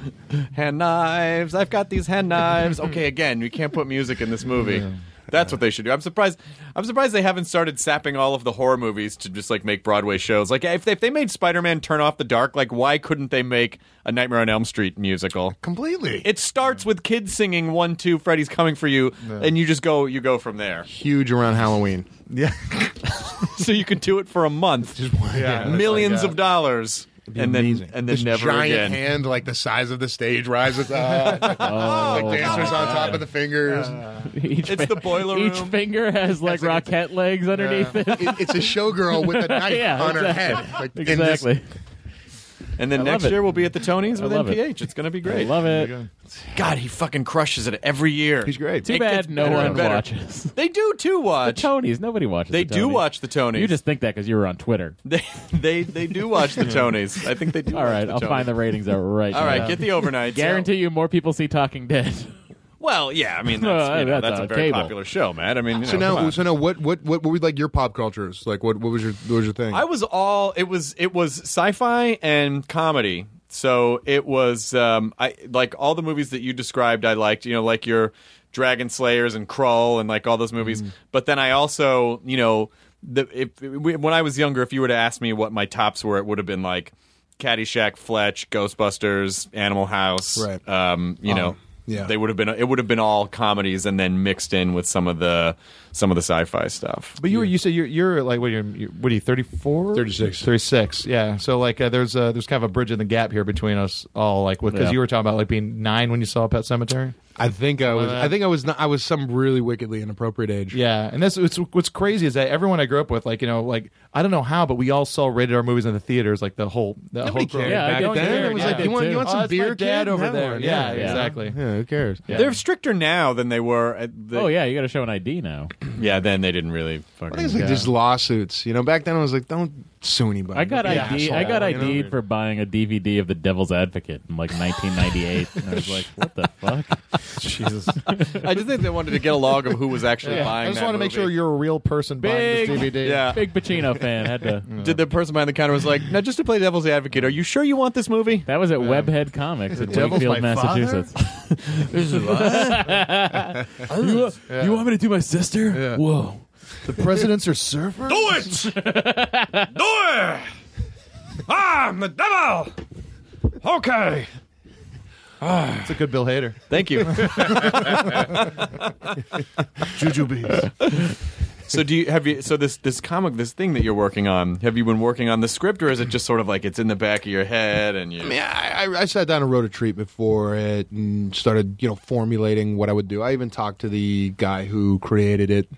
hand knives. I've got these hand knives. [LAUGHS] Okay, again, we can't put music in this movie. That's what they should do. I'm surprised. I'm surprised they haven't started sapping all of the horror movies to just like make Broadway shows. Like if they, if they made Spider-Man Turn Off the Dark, like why couldn't they make a Nightmare on Elm Street musical? Completely. It starts with kids singing one, two, Freddy's coming for you, and you just go, you go from there. Huge around Halloween. Yeah. [LAUGHS] so you could do it for a month. yeah, millions that's like, uh, of dollars. be And then, amazing. and then This never giant again. hand, like the size of the stage, rises [LAUGHS] up. like dancers on top of [LAUGHS] the fingers. [LAUGHS] Each it's the boiler room. Each finger has like [LAUGHS] rocket legs underneath Yeah. it. It- it's a [LAUGHS] showgirl with a knife Yeah, on her exactly. head, like, in this- exactly. And I love then next it. year we'll be at the Tonys I with love it. NPH. It's going to be great. I love it. God, he fucking crushes it every year. He's great. Too bad no one watches. They do too watch. The Tonys. Nobody watches. They the do Tonys. watch the Tonys. You just think that because you were on Twitter. They they they do watch the Tonys. I think they do. All watch right, the I'll Tonys. find the ratings out right. All right, now. get the overnights. [LAUGHS] Guarantee you more people see Talking Dead. Well, yeah. I mean, No, that's, you that's know, that's, a on very cable. popular show, man. I mean, you So know, come now, on. so now, what, what, what were like your pop cultures? Like, what, what was your, what was your thing? I was all it was it was sci-fi and comedy. So it was um I like all the movies that you described I liked, you know, like your Dragon Slayers and Krull and like all those movies. Mm-hmm. But then I also, you know, the if when I was younger if you were to ask me what my tops were, it would have been like Caddyshack, Fletch, Ghostbusters, Animal House, Right. um, you know, Um, yeah. they would have been it would have been all comedies and then mixed in with some of the some of the sci-fi stuff. But you were you said you're you're like what you're, you're what are you 34? 36. 36. Yeah. So like uh, there's uh, there's kind of a bridge in the gap here between us all like with cuz Yeah. you were talking about like being 9 when you saw Pet Cemetery. I think I was. Uh, I think I was. Not, I was some really wickedly inappropriate age. Yeah, and that's it's, what's crazy is that everyone I grew up with, like you know, like I don't know how, but we all saw rated R movies in the theaters, like the whole the Nobody whole growing cared Yeah, back I don't then. care. It was Yeah, I like did you want too. you want Oh, some that's my beer, dad kid? over Have there. one. Yeah, Yeah, yeah. exactly. Yeah, who cares? Yeah. They're stricter now than they were at the oh yeah, you got to show an ID now. Yeah, then they didn't really fucking. I think it's like just lawsuits. You know, back then I was like, [LAUGHS] don't sue anybody. I got Don't be an ID. asshole, I got you know? ID'd for buying a DVD of The Devil's Advocate in like 1998. and I was like, what the fuck? [LAUGHS] [LAUGHS] Jesus. I just think they wanted to get a log of who was actually Yeah. buying. I just that want to make movie. sure you're a real person Big, buying this DVD. [LAUGHS] Yeah. [LAUGHS] big Pacino fan had to. Did the person behind the counter was like, "Now, just to play devil's advocate, are you sure you want this movie?" That Um, was at Webhead Comics The in devil's Wakefield, my father? Massachusetts. [LAUGHS] [LAUGHS] You- you want me to do my sister? Whoa. The presidents are uh, surfers. Do it! Do it! Ah, I'm the devil! Okay. It's a good Bill Hader. Thank [LAUGHS] you. [LAUGHS] [LAUGHS] Jujubes. so do you have you? So this this comic, this thing that you're working on, have you been working on the script, or is it just sort of like it's in the back of your head and you? I mean, I, I, I sat down and wrote a treatment for it and started, you know, formulating what I would do. I even talked to the guy who created it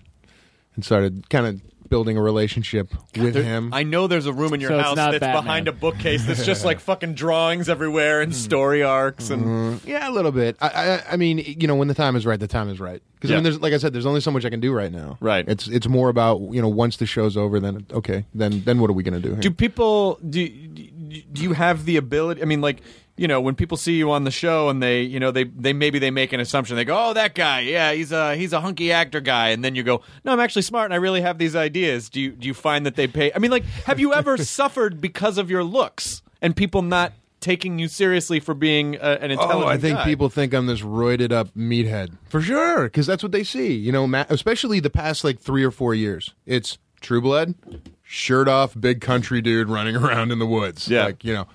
and started kind of building a relationship with There- him. I know there's a room in your So it's house not that's Batman. Hmm. behind a bookcase that's just [LAUGHS] like fucking drawings everywhere and story arcs and Mm, yeah, a little bit. I, I, I mean, you know, when the time is right, the time is right. Because I Yeah. mean, there's like I said, there's only so much I can do right now. Right. It's it's more about you know once the show's over, then okay, then then what are we gonna do? Here? Do people do do you have the ability? I mean, like you know, when people see you on the show and they you know they they maybe they make an assumption. They go, "Oh, that guy, yeah, he's a he's a hunky actor guy," and then you go, "No, I'm actually smart and I really have these ideas." Do you do you find that they pay? I mean, like, have you [LAUGHS] ever suffered because of your looks and people not? Taking you seriously for being uh, an intelligent. Oh, I think guy? people think I'm this roided up meathead for sure, because that's what they see. You know, ma especially the past like three or four years. It's True Blood, shirt off, big country dude running [LAUGHS] around in the woods. Yeah, like you know,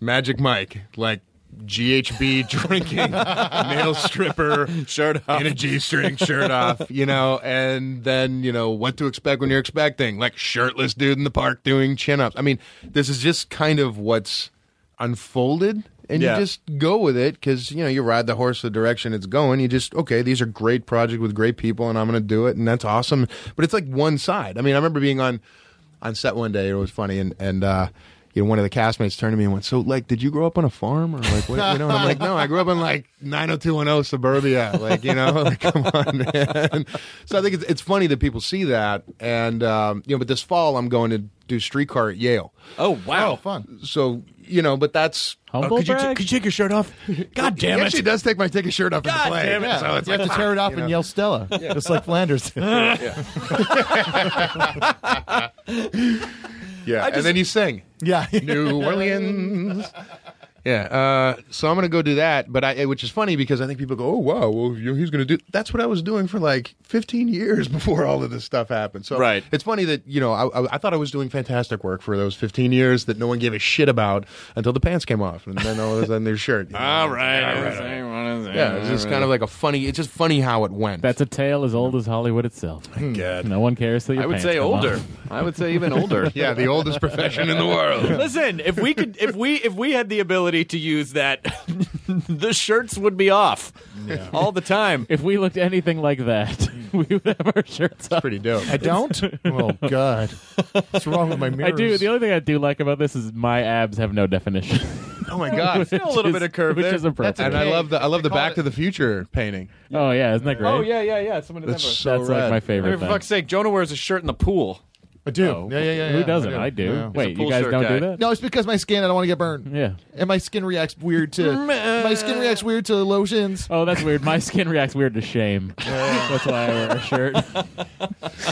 Magic Mike, like GHB [LAUGHS] drinking, male stripper, shirt off, in a g-string shirt off. You know, and then you know what to expect when you're expecting, like shirtless dude in the park doing chin ups. I mean, this is just kind of what's unfolded and Yeah. you just go with it because you know you ride the horse the direction it's going. You just okay, these are great project with great people, and I'm going to do it, and that's awesome. But it's like one side. I mean, I remember being on on set one day. It was funny, and and uh, you know, one of the castmates turned to me and went, "So, like, did you grow up on a farm or like what?" You know, and I'm like, "No, I grew up in like 90210 suburbia." Like, you know, [LAUGHS] like, come on, man. So I think it's it's funny that people see that, and um, you know, but this fall I'm going to do streetcar at Yale. Oh wow, Oh, fun! So you know, but that's Humble Oh, could, you brag? could you take your shirt off? God damn [LAUGHS] He it. actually does take my take a shirt off in the God play. damn it. Yeah. So it's you have like, to tear it off you and know. yell Stella, Yeah. just like Flanders. did. [LAUGHS] Yeah, I and just- then you sing. [LAUGHS] Yeah. New Orleans. Yeah, uh, so I'm gonna go do that, but I, which is funny because I think people go, "Oh wow, well you know, he's gonna do." That's what I was doing for like 15 years [LAUGHS] before all of this stuff happened. So Right. it's funny that you know I, I, I thought I was doing fantastic work for those 15 years that no one gave a shit about until the pants came off, and then all of a sudden their shirt. All right, All all right. Yeah, it's just kind of like a funny. It's just funny how it went. That's a tale as old as Hollywood itself. No one cares. That your I would pants say come older. off. I would say even older. Yeah, the oldest profession in the world. Listen, if we could, if we, if we had the ability to use that, [LAUGHS] the shirts would be off all the time. If we looked anything like that, [LAUGHS] we would have our shirts off. pretty dope. I don't. [LAUGHS] oh God, what's wrong with my I mirrors? do. The only thing I do like about this is my abs have no definition. [LAUGHS] Oh my god, Which A little is- bit of curve which there. is appropriate. And I That's a love the I love the call Back to the Future painting. oh yeah, isn't that great? Oh yeah, yeah, yeah. Someone did That's that. so That's like rad. my favorite for thing. fuck's sake, Jonah wears a shirt in the pool. I do. Oh. Yeah, yeah, yeah. Who yeah, doesn't? I do. Yeah. Wait, He's a you pool guys shirt don't guy. do that? No, it's because my skin. I don't want to get burned. Yeah. Mm, And my skin reacts weird to my skin reacts weird to lotions. Oh, that's weird. My skin reacts weird to [LAUGHS] shame. that's why I wear a shirt. [LAUGHS]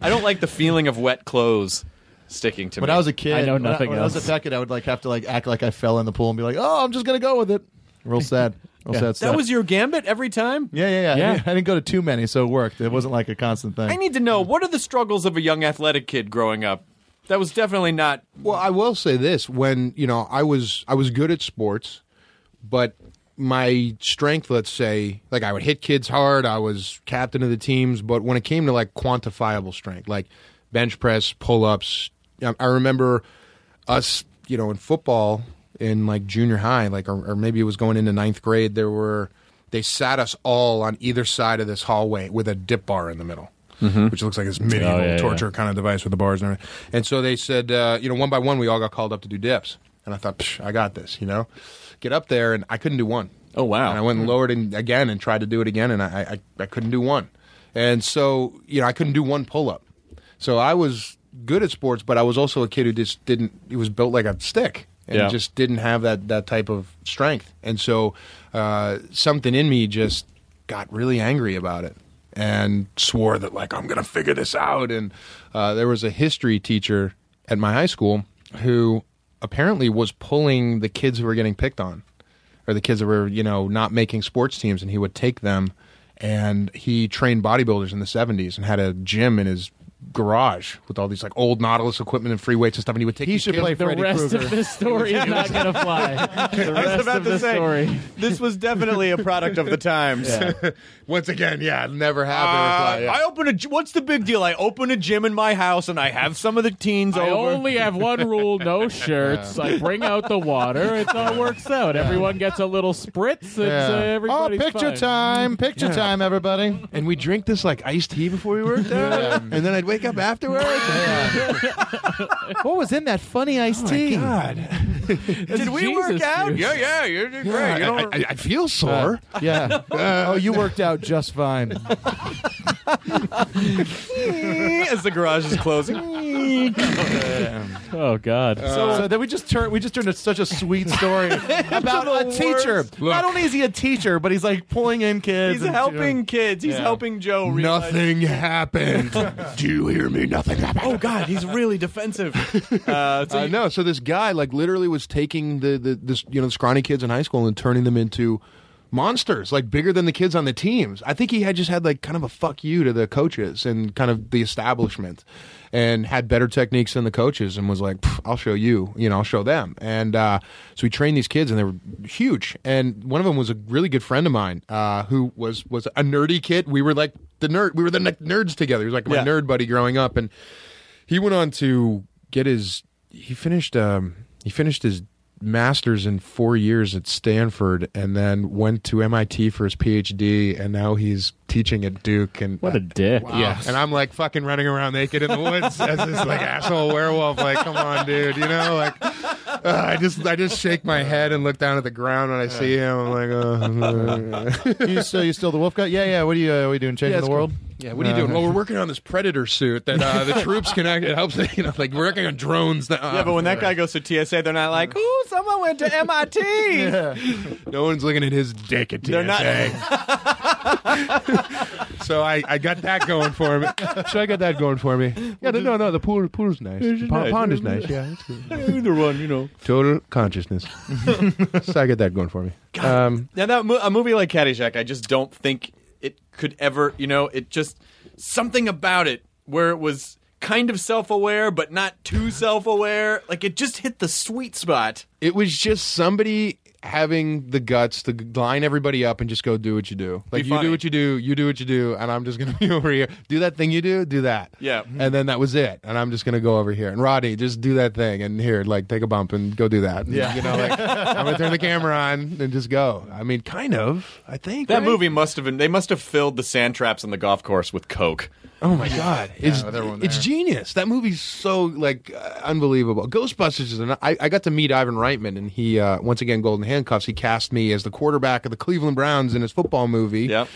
I don't like the feeling of wet clothes sticking to When me. I was a kid, I know when nothing when I was else. a second, I would like have to like act like I fell in the pool and be like, "Oh, I'm just gonna go with it." [LAUGHS] Real sad. Real sad stuff. that was your gambit every time. yeah, yeah, yeah. I Yeah. didn't- I didn't go to too many, so it worked. It wasn't like a constant I thing. need to know what are the struggles of a young athletic kid growing up. That was definitely not. Well, I will say this: when you know, I was I was good at sports, but my strength, let's say, like I would hit kids hard. I was captain of the teams, but when it came to like quantifiable strength, like bench press, pull ups, I I remember us, you know, in football in like junior high, like or, or maybe it was going into ninth grade. There were they sat us all on either side of this hallway with a dip bar in the middle. Which looks like this Oh, medieval Oh, yeah, yeah. torture kind of device with the bars and everything. And so they said, uh, you know, one by one, we all got called up to do dips. And I thought, Psh, I got this, you know? Get up there, and I couldn't do one. Oh wow! And I went and lowered and again and tried to do it again, and I, I, I couldn't do one. And so, you know, I couldn't do one pull up. So I was good at sports, but I was also a kid who just didn't, he was built like a stick and Yeah. just didn't have that, that type of strength. And so uh, something in me just got really angry about it and swore that, like, I'm going to figure this out. And uh, there was a history teacher at my high school who apparently was pulling the kids who were getting picked on or the kids that were you know not making sports teams and he would take them and he trained bodybuilders in the 70s and had a gym in his garage with all these like old nautilus equipment and free weights and stuff and he would take He these should kids- play The Freddy rest Krueger. of this story is not [LAUGHS] going to fly. The rest of the story. this was definitely a product of [LAUGHS] the times. [LAUGHS] [LAUGHS] [LAUGHS] once again yeah it never Uh, happened It was like, yeah. I open a. gy- What's the big deal? I open a gym in my house, and I have some of the [LAUGHS] teens I over. only have one rule: [LAUGHS] no shirts. I bring out the water. It all works out. Everyone gets a little spritz. It's uh, Yeah. oh, everybody's picture fine. time! Picture time, everybody. and we drink this like iced tea before we worked out and then i'd wake up afterwards what was in that funny Oh iced tea? god Did we Jesus work out? juice. Yeah, yeah, you're doing great. You I, don't- I, I feel sore [LAUGHS] Yeah. [LAUGHS] oh, you worked out just fine. as the garage is [LAUGHS] closing. [LAUGHS] Oh God. Uh, so then we just turned we just turned to such a sweet story about the a teacher. worst. Not only is he a teacher, but he's like pulling in kids. He's and, you know. helping kids. He's helping Joe. Realize. [LAUGHS] nothing happened do you hear me nothing happened Oh God, he's really defensive. Uh, so Uh, you- no, so this guy like literally was taking the the this you know the scrawny kids in high school and turning them into monsters, like bigger than the kids on the teams. I think he had just had like kind of a fuck you to the coaches and kind of the establishment, and had better techniques than the coaches and was like, "Pff, I'll show you, you know, I'll show them. And uh, so we trained these kids and they were huge. And one of them was a really good friend of mine uh, who was was a nerdy kid. We were like the nerd, we were the ne- nerds together. He was like my Yeah. nerd buddy growing up and he went on to get his he finished um he finished his master's in four years at Stanford, and then went to MIT for his PhD, and now he's teaching at Duke. And what a dick! Yeah, and I'm like fucking running around naked in the woods as this like asshole werewolf. Like, come on, dude, you know, like. uh, I just I just shake my head and look down at the ground when I see him. I'm like, uh, [LAUGHS] [LAUGHS] you still you still the wolf guy? Yeah, yeah. What are you uh, what are you doing? Changing Yeah, the it's world? Uh, cool. Yeah, what are you doing? Well, we're [LAUGHS] working on this predator suit that uh, the troops can act. It helps, [LAUGHS] you know, like we're working on drones. That, uh, yeah, but when that guy goes to TSA, they're not like, "Ooh, someone went to MIT." [LAUGHS] no one's looking at his dick at TSA. They're [LAUGHS] so I, I [LAUGHS] got that going for [LAUGHS] me. So I got that going for [LAUGHS] me. Yeah, no, no, no. The pool, pool's nice. The pond, pond is nice. [LAUGHS] Yeah, that's good. Either one, you know. Total [LAUGHS] consciousness. so I got that going for me. Um, Now that mo- a movie like Caddyshack, I just don't think it could ever. You know, it just something about it where it was kind of self-aware, but not too self-aware. Like it just hit the sweet spot. it was just somebody having the guts to line everybody up and just go do what you do. Like you funny. do what you do, you do what you do, and I'm [LAUGHS] just gonna be [LAUGHS] over here. Do that thing you do, do that. Yeah. And then that was it. And I'm just gonna go over here. And Roddy, just do that thing and here, like take a bump and go do that. And, Yeah. You know, [LAUGHS] like I'm gonna turn the camera on and just go. I mean, kind of, I think. That right? movie must have been. They must have filled the sand traps on the golf course with coke. Oh my god, it's Yeah, they're one it's there. genius. That movie's so like uh, unbelievable. Ghostbusters is an. I, I got to meet Ivan Reitman, and he uh, once again Golden Handcuffs. He cast me as the quarterback of the Cleveland Browns in his football movie. Yep.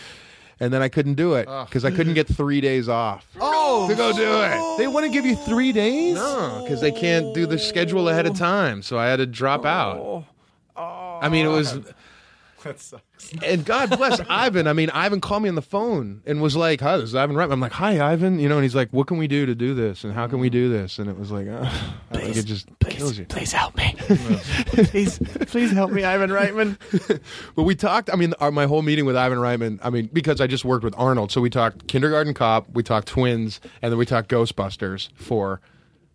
And then I couldn't do it because I couldn't get three days off. Oh, to go do it. They want to give you three days? No, because they can't do the schedule ahead of time. So I had to drop out. Oh. I mean, it was That [LAUGHS] sucks. and God [LAUGHS] bless Ivan. I mean, Ivan called me on the phone and was like, "Hi, this is Ivan Reitman." I'm like, "Hi, Ivan," you know, and he's like, "What can we do to do this? And how can we do this?" And it was like, uh, I think it just kills you. Please help [LAUGHS] me. [LAUGHS] please, please help me, Ivan Reitman. but we talked. I mean, our, my whole meeting with Ivan Reitman. I mean, because I just worked with Arnold, so we talked Kindergarten Cop, we talked Twins, and then we talked Ghostbusters for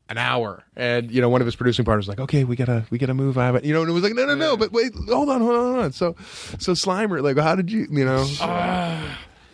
an hour. And you know, one of his producing partners was like, "Okay, we gotta we gotta move Ivan," you know, and it was like, "No, no, no, but wait, hold on, hold on, hold on." So, so Slimer, like, how did you, you know? Ah, [LAUGHS]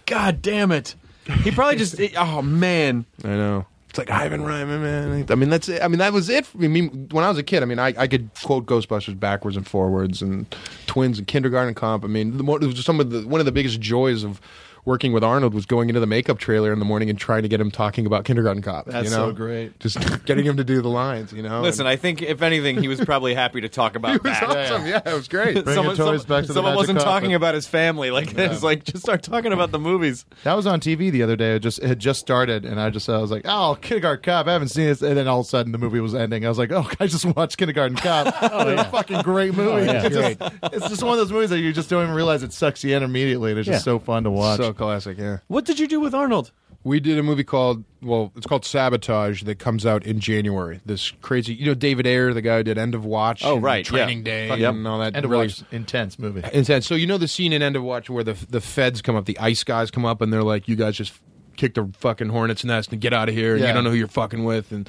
God damn it. He probably [LAUGHS] just. oh man, I know. It's like Ivan Reitman, man. I mean, that's it. I mean, that was it. For me. I mean, when I was a kid, I mean, I, I could quote Ghostbusters backwards and forwards, and Twins and Kindergarten Comp. I mean, the, mo- it was some of the one of the biggest joys of working with Arnold was going into the makeup trailer in the morning and trying to get him talking about Kindergarten Cop. you That's know? so great. Just getting him to do the lines, you know. [LAUGHS] Listen, I think if anything, he was probably happy to talk about It Oh, was that. awesome. Yeah, it was great. Bring your toys back to the someone magic wasn't carpet. talking about his family like Yeah. this. Like, just start talking about the movies. That was on TV the other day. It just it had just started, and I just I was like, "Oh, Kindergarten Cop." I haven't seen it, and then all of a sudden the movie was ending. I was like, "Oh, [LAUGHS] I just watched Kindergarten Cop." oh, yeah. fucking great [LAUGHS] movie. Oh, yeah. it's, Great. Just, it's just one of those movies that you just don't even realize it sucks you in immediately. And it's just Yeah. so fun to watch. So classic, yeah. What did you do with Arnold? We did a movie called well, it's called Sabotage that comes out in January. This crazy, you know, David Ayer, the guy who did End of Watch, Oh, and right, Training yeah. Day, Fuck, and all that. End of really Uh, Watch, intense movie. intense. So you know the scene in End of Watch where the the feds come up, the ICE guys come up, and they're like, "You guys just kicked a fucking hornet's nest and get out of here, and Yeah. you don't know who you're fucking with." And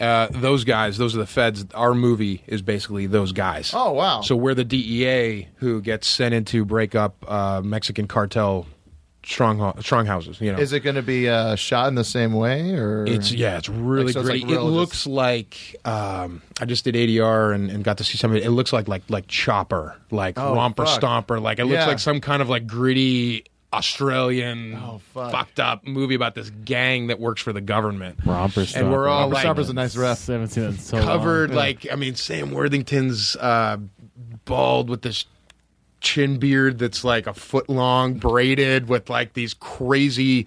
uh, those guys, those are the feds. Our movie is basically those guys. Oh, wow. So we're the DEA who gets sent in to break up uh, Mexican cartel strong stronghouses. You know, Is it going to be uh, shot in the same way, or It's yeah, it's really Like, so it's, gritty. like, it real just- looks like um, I just did ADR and, and got to see some of it. It looks like like like Chopper, like Oh, Romper fuck. Stomper. Like it Yeah. looks like some kind of like gritty Australian fuck. fucked up movie about this gang that works for the government. Romper And we're all Stomper. like Stomper's a nice ref. I haven't seen it in so covered long. like I mean Sam Worthington's uh, bald with this chin beard that's like a foot long, braided with like these crazy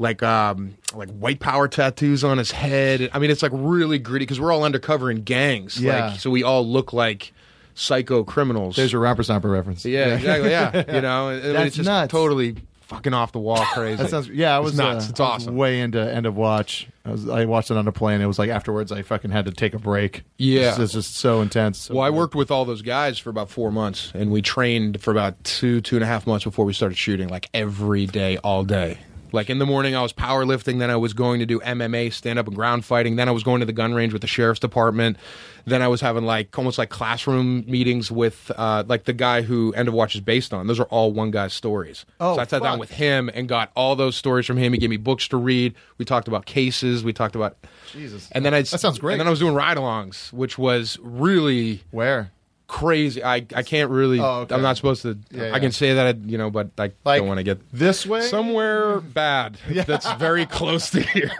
like um like white power tattoos on his head. I mean it's like really gritty because we're all undercover in gangs. Yeah. Like so we all look like psycho criminals. There's your romper stomper reference. yeah, exactly. [LAUGHS] Yeah, you know, I mean, That's it's just nuts. totally fucking off the wall crazy. [LAUGHS] That sounds yeah. I It's was nuts. uh, it's I was awesome. way into end of watch. I, was, I watched it on a plane. It was like afterwards, I fucking had to take a break. Yeah. it's, it's just so intense. So- uh, well, I worked with all those guys for about four months, and we trained for about two, two and a half months before we started shooting, like every day, all day. Like in the morning, I was powerlifting, then I was going to do MMA, stand up and ground fighting, then I was going to the gun range with the sheriff's department, then I was having like almost like classroom meetings with uh, like the guy who End of Watch is based on. Those are all one guy's stories. Oh, so I sat fuck. down with him and got all those stories from him. He gave me books to read. We talked about cases. We talked about Jesus. and then I That sounds great. And then I was doing ride-alongs, which was really where crazy. I, I can't really. Oh, okay. I'm not supposed to. Yeah, I yeah. can say that, you know, but I don't want to get [LAUGHS] this way. Somewhere [LAUGHS] bad. That's very close to here.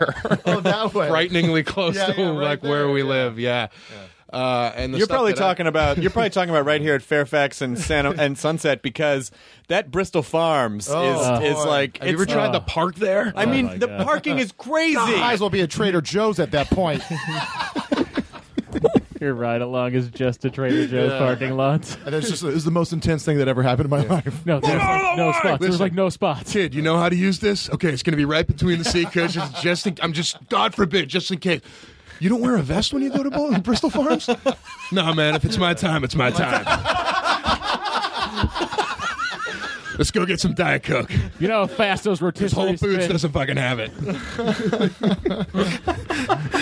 oh, that way. Frighteningly [LAUGHS] close Yeah, to yeah, like where we live. Yeah. Uh, and the you're stuff probably that I- talking about you're probably talking about right here at Fairfax and [LAUGHS] Santa and Sunset because that Bristol Farms Oh, is is boy. like. Have it's- you ever tried the park there? I Oh, mean, my the God. parking [LAUGHS] is crazy. God, Might as well be a Trader Joe's at [LAUGHS] that point. Your ride along is just a Trader Joe's Yeah. parking [LAUGHS] lot. And it's just it was the most intense thing that ever happened in my life. No, there's like, no spots. There's Listen. like no spots. Kid, you know how to use this? Okay, it's going to be right between the [LAUGHS] seat cushions. Just, in, I'm just, God forbid, just in case. You don't wear a vest when you go to Bo- [LAUGHS] Bristol Farms? no, man. If it's my time, it's my time. [LAUGHS] Let's go get some Diet Coke. You know how fast those rotisserie Whole Foods spin- doesn't fucking have it.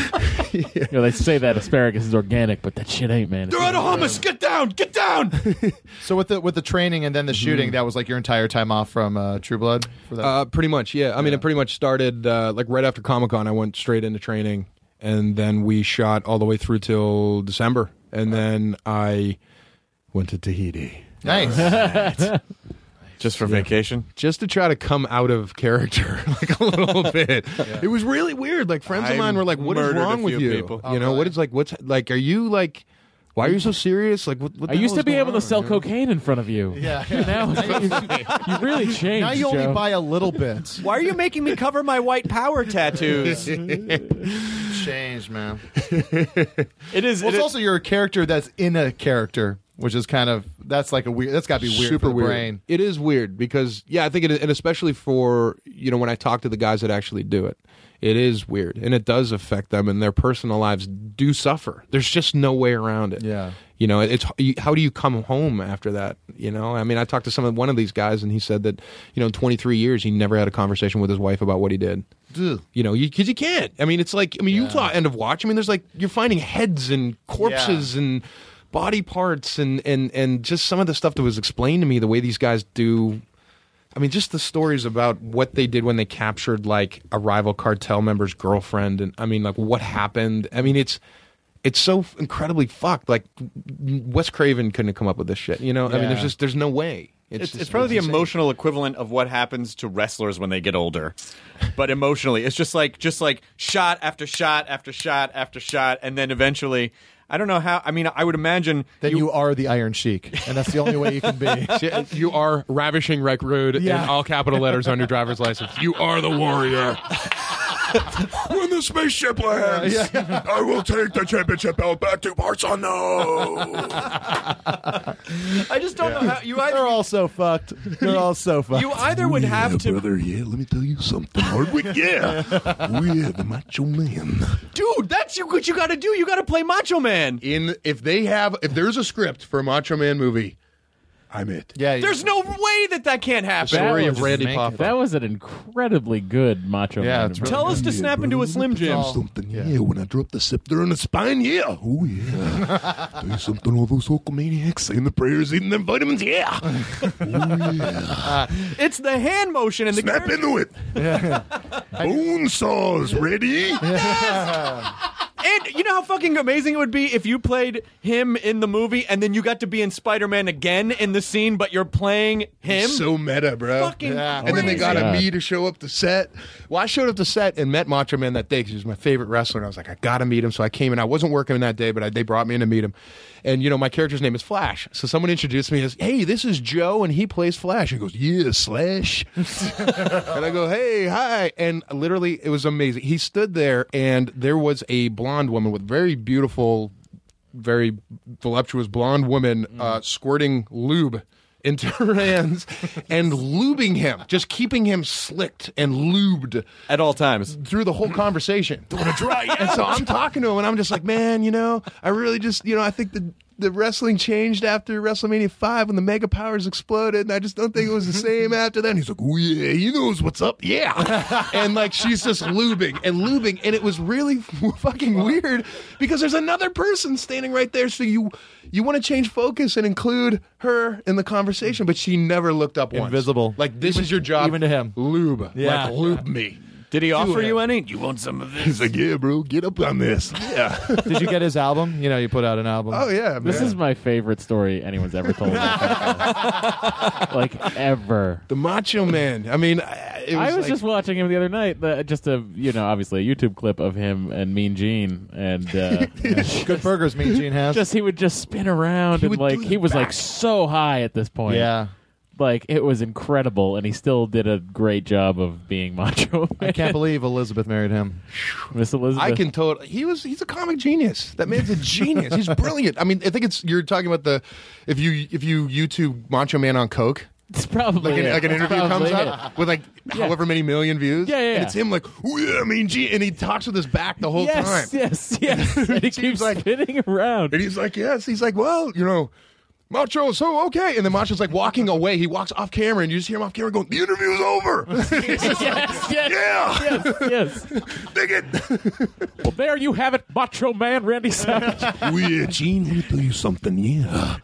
[LAUGHS] [LAUGHS] You know, they say that asparagus is organic, but that shit ain't, man. It's out of hummus. Get down. Get down. [LAUGHS] so with the with the training and then the shooting, that was like your entire time off from uh, True Blood. For that? Hmm. Uh, pretty much, yeah. I mean, it pretty much started uh, like right after Comic Con. I went straight into training, and then we shot all the way through till December, and then I went to Tahiti. [LAUGHS] Nice. [LAUGHS] Just for vacation? Just to try to come out of character [LAUGHS] like a little bit. It was really weird. Like friends of I mine were like, "What is murdered a wrong with few you? people. You know, what is like? What's like? Are you like? Why are you so serious? Like, what? what I the used hell to is be going able to on, sell you know? cocaine in front of you. Yeah. [LAUGHS] Now you, you really changed. now you only Joe. buy a little bit. Why are you making me cover my white [LAUGHS] power tattoos? Change, man. [LAUGHS] It is. Well, it is- it's also you're a character that's in a character, which is kind of that's like a weird. That's got to be weird. super for the weird. Brain. It is weird because yeah, I think it is, and especially for you know when I talk to the guys that actually do it, it is weird and it does affect them and their personal lives do suffer. There's just no way around it. Yeah. You know, it's you- how do you come home after that? You know, I mean, I talked to some one of these guys and he said that you know, in 23 years he never had a conversation with his wife about what he did. Ugh. You know, because you, can't. I mean, it's like I mean, you saw End of Watch. I mean, there's like you're finding heads and corpses and body parts and and and just some of the stuff that was explained to me the way these guys do. I mean, just the stories about what they did when they captured like a rival cartel member's girlfriend, and I mean, like what happened. I mean, it's it's so f- incredibly fucked. Like Wes Craven couldn't have come up with this shit. You know, I mean, there's Yeah. just there's no way. It's, it's, just- probably the insane. emotional equivalent of what happens to wrestlers when they get older, but emotionally, it's just like just like shot after shot after shot after shot, and then eventually, I don't know how. I mean, I would imagine Then you, are the Iron Sheik, and that's the only way you can be. [LAUGHS] Yeah, you are ravishing Rec Rude Yeah. in all capital letters on your driver's license. You are the warrior. [GASPS] when the spaceship lands, I will take the championship belt back to Barcelona. I just don't know how you They're either. all so fucked. They're all so [LAUGHS] fucked. You either would have to brother. Yeah, let me tell you [LAUGHS] something, Hardwick. Yeah, we're the macho man. [LAUGHS] dude that's you- what you gotta do you gotta play macho man In if they have if there's a script for a Macho Man movie, I'm it. yeah. [LAUGHS] there's no way that that can't happen That Story of was- Randy make- Poffer. That was an incredibly good macho. Yeah, Man it's impression. tell us to snap into a slim jim Something. Yeah. when I drop the scepter on the spine. Yeah. Oh yeah. tell you something. All those maniacs saying the prayers, eating them vitamins. Yeah. oh yeah. it's the hand motion and the Snap into it. Bone [LAUGHS] saws ready. [LAUGHS] and you know how fucking amazing it would be if you played him in the movie and then you got to be in spider-man again in the scene but you're playing him So meta, bro. fucking Yeah. And then they crazy. got God. me to show up to set. Well, I showed up to set and met Macho Man that day because he was my favorite wrestler. And I was like, I gotta meet him. So I came in. I wasn't working that day, but I, they brought me in to meet him. And you know, my character's name is Flash. So someone introduced me as, Hey, this is Joe, and he plays Flash. He goes, Yeah, Slash. [LAUGHS] and I go, Hey, hi. And literally, it was amazing. He stood there, and there was a blonde woman with very beautiful, very voluptuous blonde woman uh, squirting lube into [LAUGHS] her hands and lubing him, just keeping him slicked and lubed at all times through the [LAUGHS] whole conversation. and so I'm talking to him, and I'm just like, man, you know, I really just, you know, I think the the wrestling changed after WrestleMania five when the mega powers exploded, and I just don't think it was the same after that. And he's like, oh yeah, he knows what's [LAUGHS] up, yeah. and like she's just lubing and lubing, and it was really [LAUGHS] [LAUGHS] fucking weird because there's another person standing right there, so you you want to change focus and include her in the conversation, but she never looked up once. [LAUGHS] Invisible. Like this is your job, even to him. lube, Yeah. like lube me. Did he Do offer it. you any? You want some of this? He's like, yeah, bro, get up on this. Yeah. Did you get his album? You know, you put out an album. Oh, yeah, This man. is my favorite story anyone's ever told. [LAUGHS] like ever. The Macho Man. I mean, I it was, I was like- just watching him the other night. The, just a you know, obviously a YouTube clip of him and Mean Gene, and uh, Good burgers, Mean Gene has. just he would just spin around and like he was like so high at this point. Yeah. Like it was incredible, and he still did a great job of being [LAUGHS] macho. I can't believe Elizabeth married him. Miss Elizabeth. I can totally. He was. He's a comic genius. That man's a genius. he's brilliant. I mean, I think it's. You're talking about the, if you if you YouTube Macho Man on Coke. It's probably like an, it. like an It's interview comes probably up it. with like Yeah. however many million views. Yeah, yeah, And yeah. it's him like, [LAUGHS] "Ooh, [LAUGHS] yeah, I mean, gee, and he talks with his back the whole Yes, [LAUGHS] time. Yes, yes, yes. he keeps like, spinning around. And he's like, yes. He's like, well, you know, Macho, so okay. And then Macho's like walking away. He walks off camera, and you just hear him off camera going, the interview's over. It's just like, [LAUGHS] yes, yeah. [LAUGHS] yes, Dig it. well, there you have it, Macho Man Randy [LAUGHS] Savage. yeah, Gene, let me tell you something. Yeah.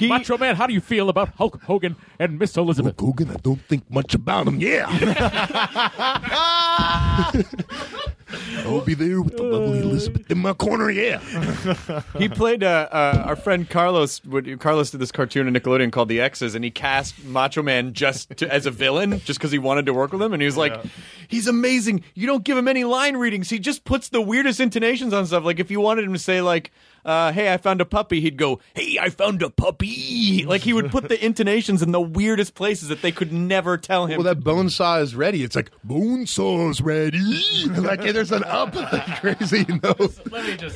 Macho Man, how do you feel about Hulk Hogan and Miss Elizabeth? Hulk Hogan, I don't think much about him. Yeah. [LAUGHS] I'll be there with the lovely Elizabeth in my corner. Yeah. [LAUGHS] he played uh, uh, our friend Carlos. would- Carlos did this cartoon on Nickelodeon called The X's, and he cast Macho Man just to, as a villain, just because he wanted to work with him. And he was like, "He's amazing. You don't give him any line readings. He just puts the weirdest intonations on stuff. Like if you wanted him to say like." Uh, hey, I found a puppy. He'd go, "Hey, I found a puppy." Like he would put the intonations in the weirdest places that they could never tell him. Well, that bone saw is ready. It's like bone saw's ready. [LAUGHS] like there's an up, [LAUGHS] like crazy, you know.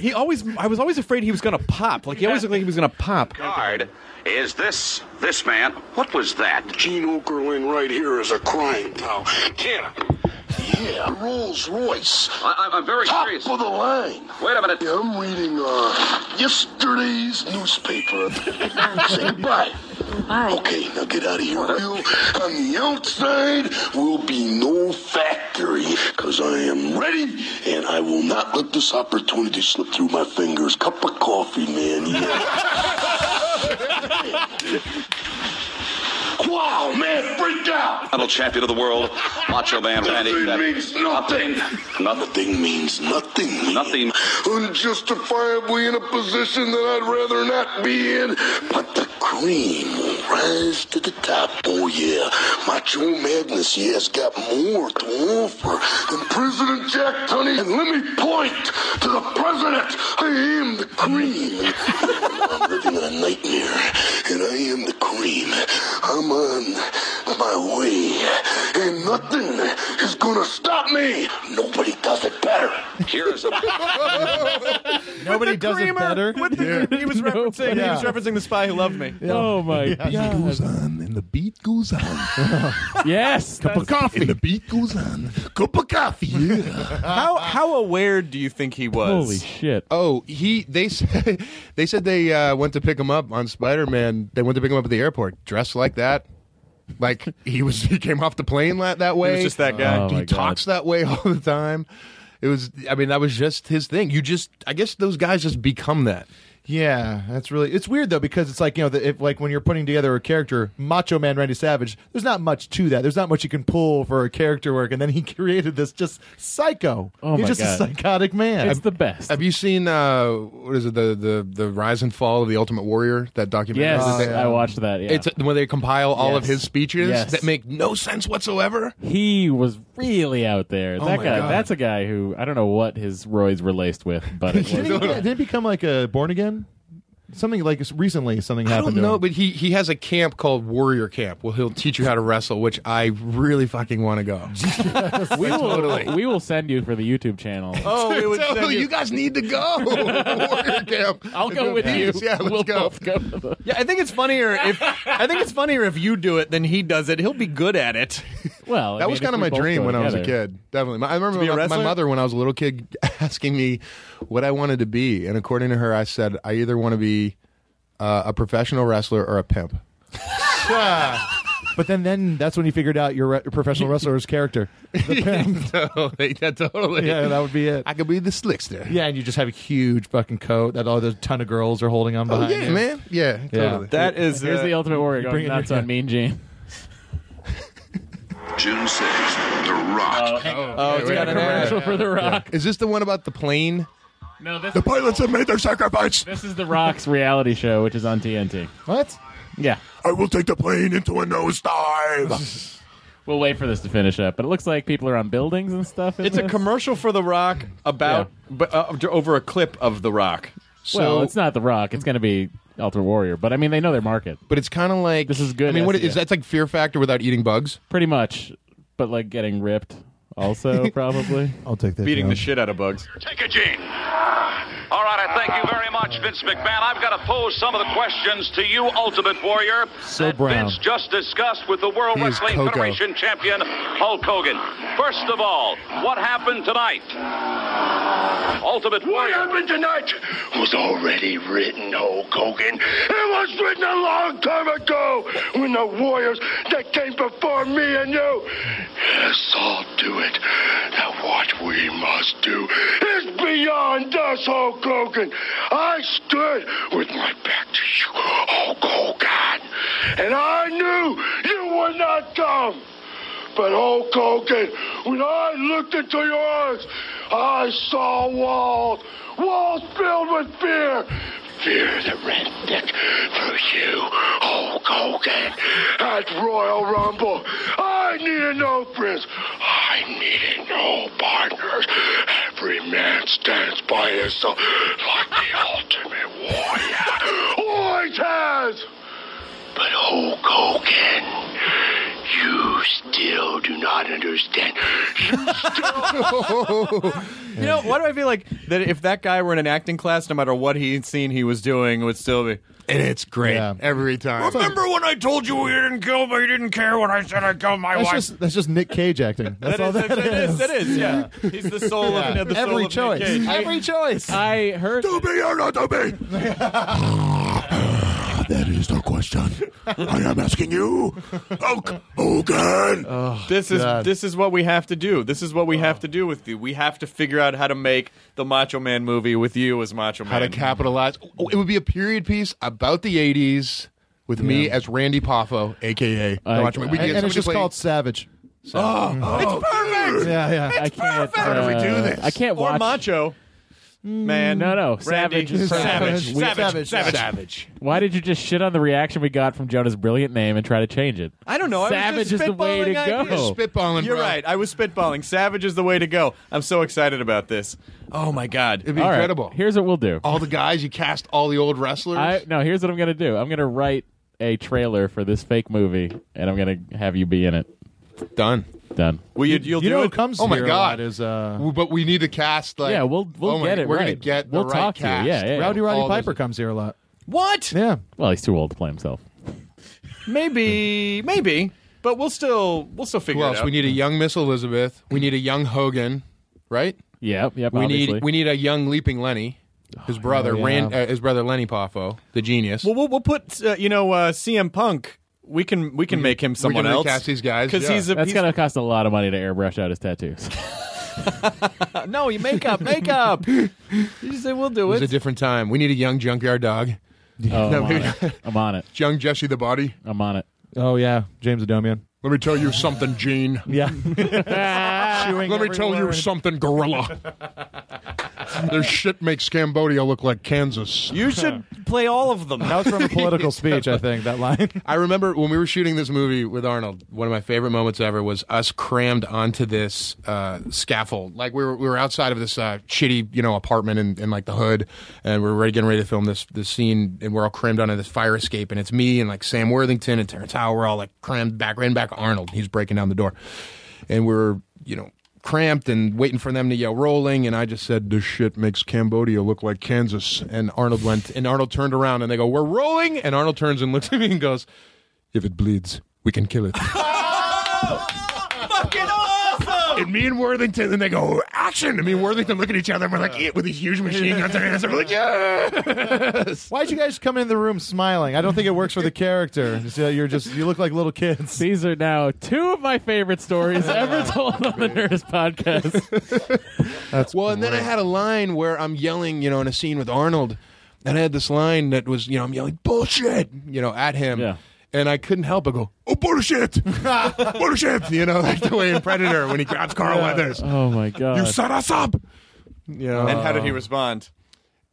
he always, I was always afraid he was gonna pop. Like he always looked like he was gonna pop. Guard is this this man. What was that? Gene Okerlund right here is a crime, pal. Tanner. Yeah, Rolls Royce. I, I, I'm very Top curious. of the line. Wait a minute. Yeah, I'm reading uh, yesterday's newspaper. Say bye. Bye. Okay, now get out of here. You, on the outside will be no factory, because I am ready, and I will not let this opportunity slip through my fingers. Cup of coffee, man. Yeah. wow, man, freak out. Final champion of the world, Macho Man Randy. That means nothing. Nothing means nothing. Nothing. Unjustifiably in a position that I'd rather not be in. But the cream will rise to the top. Oh, yeah. Macho Madness, he has got more to offer than President Jack Tunney. And let me point to the president. I am the cream. [LAUGHS] I'm living in a nightmare, and I am the cream. I'm on my way, and nothing is gonna stop me. Nobody does it better. Here's a. [LAUGHS] Nobody does it better. He was referencing. He was Yeah. referencing the spy who loved me. Oh my Beat goes on, and the beat [LAUGHS] goes on. yes, cup of coffee. And the beat goes on. Cup of coffee. [LAUGHS] Yeah. How how aware do you think he was? Holy shit! Oh, he they [LAUGHS] said they said they uh, went to pick him up on Spider Man. They went to pick him up at the airport, dressed like that. Like he was, [LAUGHS] he came off the plane la- that way. just that guy. Oh, he my God. talks that way [LAUGHS] all the time. It was, I mean, that was just his thing. You just, I guess, those guys just become that. Yeah, that's really. It's weird though because it's like you know, the, if like when you're putting together a character, Macho Man Randy Savage, there's not much to that. There's not much you can pull for a character work, and then he [LAUGHS] created this just psycho. Oh, He's my just a God. psychotic man. It's the best. Have you seen uh, what is it the, the the rise and fall of the Ultimate Warrior? That documentary. Yes, that they- I watched that. Yeah. It's when they compile all of Yes. his speeches Yes. that make no sense whatsoever. he was really out there. Oh that my guy. God. That's a guy who I don't know what his roids were laced with, but [LAUGHS] it didn't, he, was. didn't he become like a born again? Something like recently, something I happened. don't to him. know, but he he has a camp called Warrior Camp. Well, he'll teach you how to wrestle, which I really fucking want to go. [LAUGHS] we will. [LAUGHS] Totally. We will send you for the YouTube channel. [LAUGHS] Oh, it would Totally, send you guys need to go. [LAUGHS] Warrior Camp. I'll go with you. Please, Yeah, let's we'll go. both [LAUGHS] go. To the- Yeah, I think it's funnier if I think it's funnier if you do it than he does it. He'll be good at it. [LAUGHS] Well, I Oh, that was mean, if kind of we my both dream go when I was a together. kid. Definitely, My- I To be a remember my, my wrestler? mother when I was a little kid [LAUGHS] asking me what I wanted to be, and according to her, I said I either want to be uh, a professional wrestler or a pimp. [LAUGHS] But then, then that's when he figured out your re- professional wrestler's character. The pimp. totally, yeah, totally. Yeah, that would be it. I could be the slickster. Yeah, and you just have a huge fucking coat that all the ton of girls are holding on Oh behind. yeah, you. man. Yeah, Yeah. totally. That is Here's uh, the Ultimate Warrior bring going it nuts here. on Mean Gene. June 6th, The Rock. Oh, it's got an commercial for The Rock. Is this the one about the plane? No, this the pilots have made their sacrifice. This is The Rock's reality show, which is [LAUGHS] on TNT. What? Yeah. I will take the plane into a nosedive. We'll wait for this to finish up, but it looks like people are on buildings and stuff. in It's a this. commercial for The Rock about but, uh, over a clip of The Rock. well, So- it's not The Rock. It's going to be Ultra Warrior, but I mean, they know their market. But it's kind of like this is good. I mean, what SEO. is that's like Fear Factor without eating bugs? Pretty much, but like getting ripped. [LAUGHS] Also, probably. I'll take that. Beating the shit out of bugs. Take a gene. All right, I thank you very much, Vince McMahon. I've got to pose some of the questions to you, Ultimate Warrior. So that brown. Vince just discussed with the World He is Wrestling Coco. Federation champion Hulk Hogan. First of all, what happened tonight? Ultimate Warrior. What happened tonight was already written, Hulk Hogan. It was written a long time ago when the warriors that came before me and you yes, all do it. Now what we must do is beyond us, Hulk Hogan. I stood with my back to you, Hulk Hogan, and I knew you would not come. But Hulk Hogan, when I looked into your eyes, I saw walls, walls filled with fear. Fear that ran thick through you, Hulk Hogan. At Royal Rumble, I needed no friends. I needed no partners. Every man stands by himself like the ultimate warrior. Oh, Always has. But Hulk Hogan, you still do not understand. [LAUGHS] [LAUGHS] [LAUGHS] You know, why do I feel like that if that guy were in an acting class, no matter what he'd seen he was doing, it would still be. And it's great every time. Remember when I told you you didn't kill me? You didn't care when I said I killed my That's wife. just that's just Nick Cage acting. That's That all is- that, that- that is- That is, yeah. He's the soul Yeah. of the soul Every of choice. Nick Cage. Every choice. I heard. To be or not to be? that is the question. I am asking you, Hulk Hogan. Oh, This is God. this is what we have to do. This is what we have to do with you. We have to figure out how to make the Macho Man movie with you as Macho Man. How to [LAUGHS] capitalize? Oh, it would be a period piece about the '80s with me as Randy Poffo, aka. the Macho Man. We could and, get and somebody it's just playing- called Savage. Oh, it's perfect. Yeah, yeah. I can't. How do we do uh, this? I can't Or watch Macho. Mm. Man. no, no, Randy. Savage, is Savage. We- Savage. Savage. Savage. Why did you just shit on the reaction we got from Jonah's brilliant name and try to change it? I don't know. I was Savage just is the way to spitballing go. ideas. You're right. I was spitballing. Savage is the way to go. I'm so excited about this. Oh my god, it'd be All right. incredible. Here's what we'll do. All the guys you cast, all the old wrestlers. I no. Here's what I'm gonna do. I'm gonna write a trailer for this fake movie, and I'm gonna have you be in it. Done. Done. Well, you, you'll you do know it. what comes Oh my here a God. lot is uh, W- but we need to cast like Yeah, we'll- we'll oh my- get it We're gonna right. get the We'll right talk to you. cast. Yeah, yeah. Rowdy Roddy All Piper comes here a lot. What? Yeah. Well, he's too old to play himself. Maybe, maybe, but we'll still we'll still figure Who else? it out. We need a young Miss Elizabeth. We need a young Hogan, right? Yep, yep. We obviously. need we need a young leaping Lenny, his brother yeah. Ran, uh, his brother Lenny Poffo, the genius. Well, we'll, we'll put uh, you know uh, CM Punk. We can we can make him someone can else. recast these guys, because yeah. he's a That's he's, gonna cost a lot of money to airbrush out his tattoos. [LAUGHS] [LAUGHS] no you makeup makeup. you just say we'll It do was it. a different time. We need a young junkyard dog. Oh, No, I'm, maybe- on it. [LAUGHS] I'm on it. young Jesse the Body. I'm on it. Oh yeah, James Adomian. Let me tell you something, Gene. [LAUGHS] Yeah. Ah, Let me every tell you word. something, gorilla. Their shit makes Cambodia look like Kansas. You [LAUGHS] should play all of [LAUGHS] them. That was from a political speech, I think. That line. I remember when we were shooting this movie with Arnold. One of my favorite moments ever was us crammed onto this uh, scaffold. Like we were we were outside of this uh, shitty you know apartment in, in like the hood, and we were ready, getting ready to film this this scene, and we're all crammed onto this fire escape, and it's me and like Sam Worthington and Terrence Howell. We're all like crammed back, ran back Arnold. He's breaking down the door, and we're you know cramped and waiting for them to yell rolling and I just said this shit makes Cambodia look like Kansas and Arnold went and Arnold turned around and they go we're rolling and Arnold turns and looks at me and goes if it bleeds we can kill [LAUGHS] it Fucking awesome! and me and Worthington and they go action and me and Worthington look at each other and we're like "Yeah," with these huge machine guns in our hands and we're like yeah Why'd you guys come in the room smiling? I don't think it works for the character. [LAUGHS] So you're just you look like little kids. These are now two of my favorite stories [LAUGHS] ever told on the Nerdist podcast. well, and then I had a line where I'm yelling, you know, in a scene with Arnold, and I had this line that was, you know, I'm yelling bullshit, you know, at him. Yeah. and I couldn't help but go, "Oh [LAUGHS] bullshit, bullshit!" You know, like the way in Predator when he grabs Carl Yeah. Weathers. Oh my god! You set us up. You know? And how did he respond?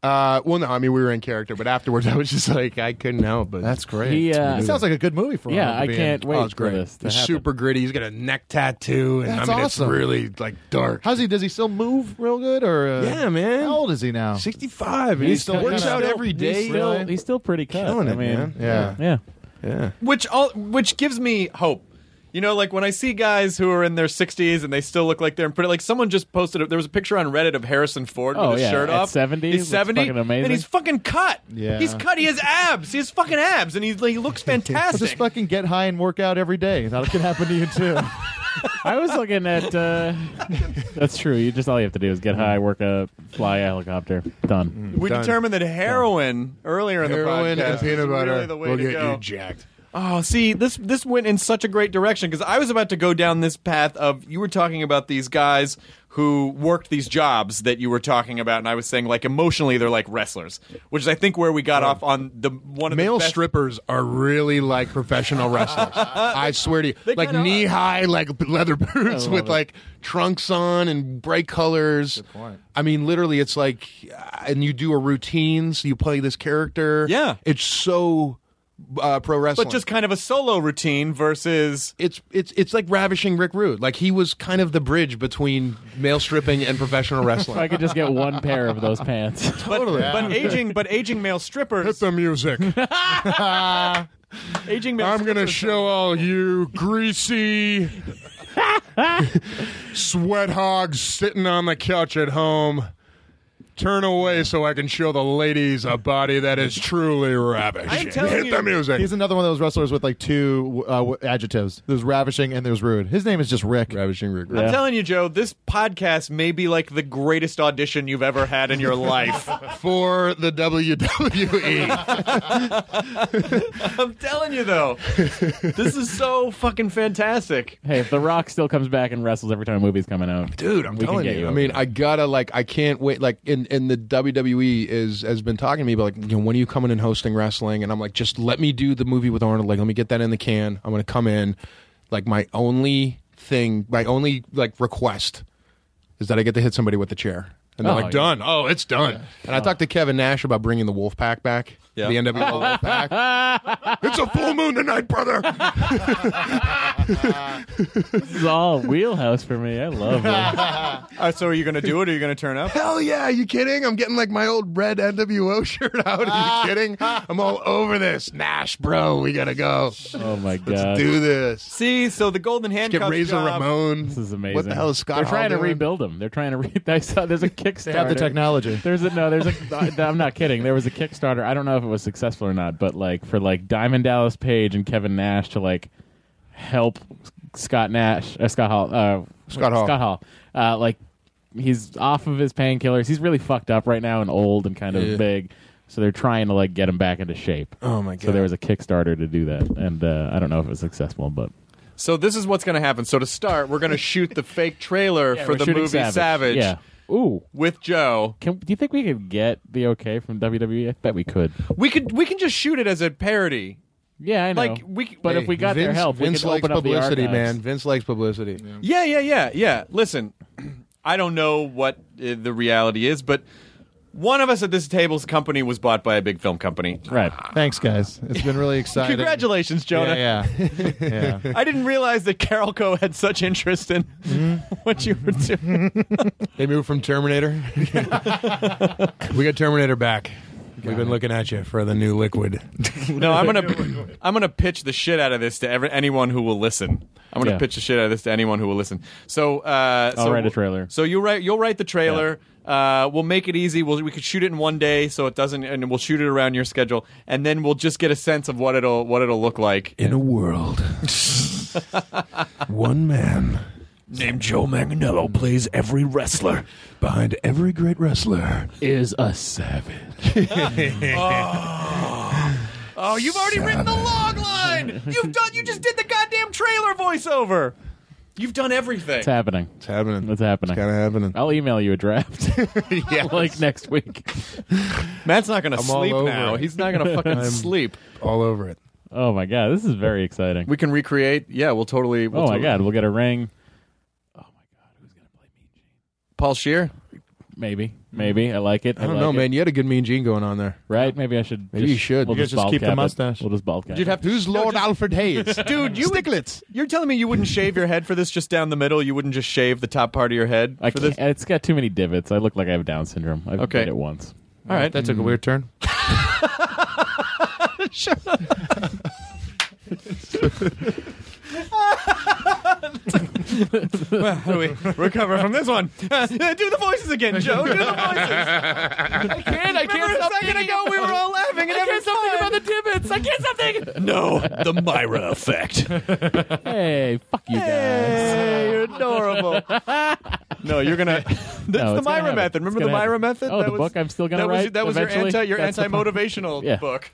Uh, well, no, I mean we were in character, but afterwards [LAUGHS] I was just like I couldn't help. But that's great. He, uh, It [LAUGHS] sounds like a good movie for Yeah, him to I be in. can't wait Oh, it's for great. this to It's happen. super gritty. He's got a neck tattoo, and That's I mean awesome. it's really like dark. How's he? Does he still move real good? Or uh, Yeah, man. How old is he now? Sixty-five. and he still works out every day. He's still, Really? he's still pretty cut. Killing I it, mean, man. Yeah. yeah. Yeah. Which all which gives me hope. You know, like when I see guys who are in their 60s and they still look like they're in pretty. Like someone just posted, a, there was a picture on Reddit of Harrison Ford Oh, with his yeah, shirt at off. 70? he's Looks 70, fucking amazing. and he's fucking cut. Yeah. he's cut. He has abs. He has fucking abs, and he he [LAUGHS] looks I'll fantastic. just fucking get high and work out every day. That could happen to you too. [LAUGHS] I was looking at. Uh, [LAUGHS] that's true. You just all you have to do is get high, work up, fly a helicopter. Mm, Done. we determined that heroin earlier in Heroin the podcast and peanut is really butter the way will to get go. you jacked. Oh, see, this this went in such a great direction because I was about to go down this path of you were talking about these guys who worked these jobs that you were talking about, and I was saying like emotionally they're like wrestlers, which is I think where we got off on the one of the Male best- strippers are really like professional wrestlers. I swear to you, like knee high, like leather boots with like trunks on and bright colors. I mean, literally, it's like, uh, and you do a routine, so you play this character. Yeah, it's so uh, pro wrestling, but just kind of a solo routine versus it's it's it's like ravishing Rick Rude. Like he was kind of the bridge between male stripping and professional wrestling. [LAUGHS] If I could just get one pair of those pants. totally. but aging but aging male strippers hit the music. [LAUGHS] aging male I'm gonna show all you greasy [LAUGHS] sweat hogs sitting on the couch at home. Turn away so I can show the ladies a body that is truly ravished. Hit the music. He's another one of those wrestlers with like two uh, w- adjectives. There's ravishing and there's rude. His name is just Rick. Ravishing Rick. I'm telling you, Joe, this podcast may be like the greatest audition you've ever had in your life. [LAUGHS] for the E. WWE. [LAUGHS] I'm telling you, though, [LAUGHS] this is so fucking fantastic. Hey, if The Rock still comes back and wrestles every time a movie's coming out, dude, I'm we telling can get you. I mean, I gotta like, I can't wait. Like, in in the WWE is has been talking to me about like, you know, when are you coming and hosting wrestling? And I'm like, just let me do the movie with Arnold. Like, let me get that in the can. I'm gonna come in. Like, my only thing, my only like request is that I get to hit somebody with the chair. And they're Oh, like, yeah. done. Oh, it's done. And I talked to Kevin Nash about bringing the Wolfpack back. Yeah. [LAUGHS] The NWO [LAUGHS] it's a full moon tonight, brother. this is all wheelhouse for me. I love [LAUGHS] it. Uh, so are you going to do it or are you going to turn up? [LAUGHS] Hell yeah, you kidding? I'm getting like my old red NWO [LAUGHS] shirt out. Ah. Are you kidding? I'm all over this. Nash, bro, we gotta go. Oh my god! Let's do this. See, so the golden handcuffs Get Razor [LAUGHS] job- Ramon. This is amazing. What the hell is Scott They're trying Hall to doing? rebuild them. They're trying to. Re- [LAUGHS] I saw there's a Kickstarter. have the technology. There's a no. There's [LAUGHS] a. I'm not kidding. There was a Kickstarter. I don't know if it was successful or not, but like for like Diamond Dallas Page and Kevin Nash to like help Scott Nash, uh, Scott Hall, uh, Scott Hall. Scott Hall. Uh, like he's off of his painkillers. He's really fucked up right now and old and kind of Yeah. big. So they're trying to like get him back into shape. Oh, my So God. there was a Kickstarter to do that, and uh, I don't know if it was successful, but So this is what's going to happen. So to start, we're going to shoot the [LAUGHS] fake trailer for we're the shooting movie Savage. Yeah. Ooh. With Joe. Can, do you think we could get the okay from WWE? I bet we could. We could we can just shoot it as a parody. Yeah, I know. Like we c- But if we got Vince, their help, we Vince could likes open up the publicity, archives. man. Vince likes publicity. Yeah, yeah, yeah, yeah. Listen, [CLEARS THROAT] I don't know what uh, the reality is, but one of us at this table's company was bought by a big film company. Right. Thanks, guys. It's been really exciting. Congratulations, Jonah. Yeah. yeah. Yeah. [LAUGHS] I didn't realize that Carolco had such interest in [LAUGHS] what you were doing. They moved [LAUGHS] from Terminator. we got Terminator back. We've been looking at you for the new liquid. no, I'm [LAUGHS] gonna I'm gonna pitch the shit out of this to every, anyone who will listen. I'm gonna Yeah. pitch the shit out of this to anyone who will listen. So, uh, I'll so- write a trailer. So you write you'll write the trailer. Uh, we'll make it easy. We'll, we could shoot it in one day, so it doesn't, and we'll shoot it around your schedule, and then we'll just get a sense of what it'll what it'll look like. In a world, [LAUGHS] one man Named Joe Manganello plays every wrestler. behind every [LAUGHS] great wrestler. [LAUGHS] Is a savage. Oh, you've already written the log line. You've done. You just did the goddamn trailer voiceover. You've done everything. It's happening. It's happening. It's happening. Kind of happening. I'll email you a [LAUGHS] draft. [LAUGHS] like next week. Matt's not gonna I'm all sleep over now. [LAUGHS] it. [LAUGHS] He's not gonna fucking I'm- sleep. All over it. Oh my god, this is very exciting. We can recreate. Yeah, we'll totally. We'll oh my totally- god, we'll get a ring. Paul Shear. Maybe, maybe I like it. I don't know, man. You had a good Mean Gene going on there. Right? Maybe I should. Maybe you should. We'll You guys just bald keep the cap it. mustache. We'll just bald cap. You'd have to, Who's Lord Alfred Hayes? [LAUGHS] dude. You Sticklets. You're telling me you wouldn't shave your head for this? Just down the middle. You wouldn't just shave the top part of your head I for this? [LAUGHS] can't- it's got too many divots. I look like I have Down syndrome. I've Okay. did it once. All right. That took a weird [LAUGHS] turn. Shut up. well, how do we recover from this one? Uh, do the voices again, [LAUGHS] Joe. Do the voices. [LAUGHS] I can't, I can't Remember stop a second thinking ago we were all laughing at I can't every stop thinking time. about Divots. I can't stop thinking. [LAUGHS] No, Oh, the Myra effect. hey, fuck you guys. Hey, [LAUGHS] you're adorable. no, you're gonna. [LAUGHS] That's No, it's the gonna Myra happen. method. Remember It's the gonna Myra happen. method? Oh, the book I'm still gonna that was- write that was your eventually? anti your That's the anti point. motivational Yeah. book.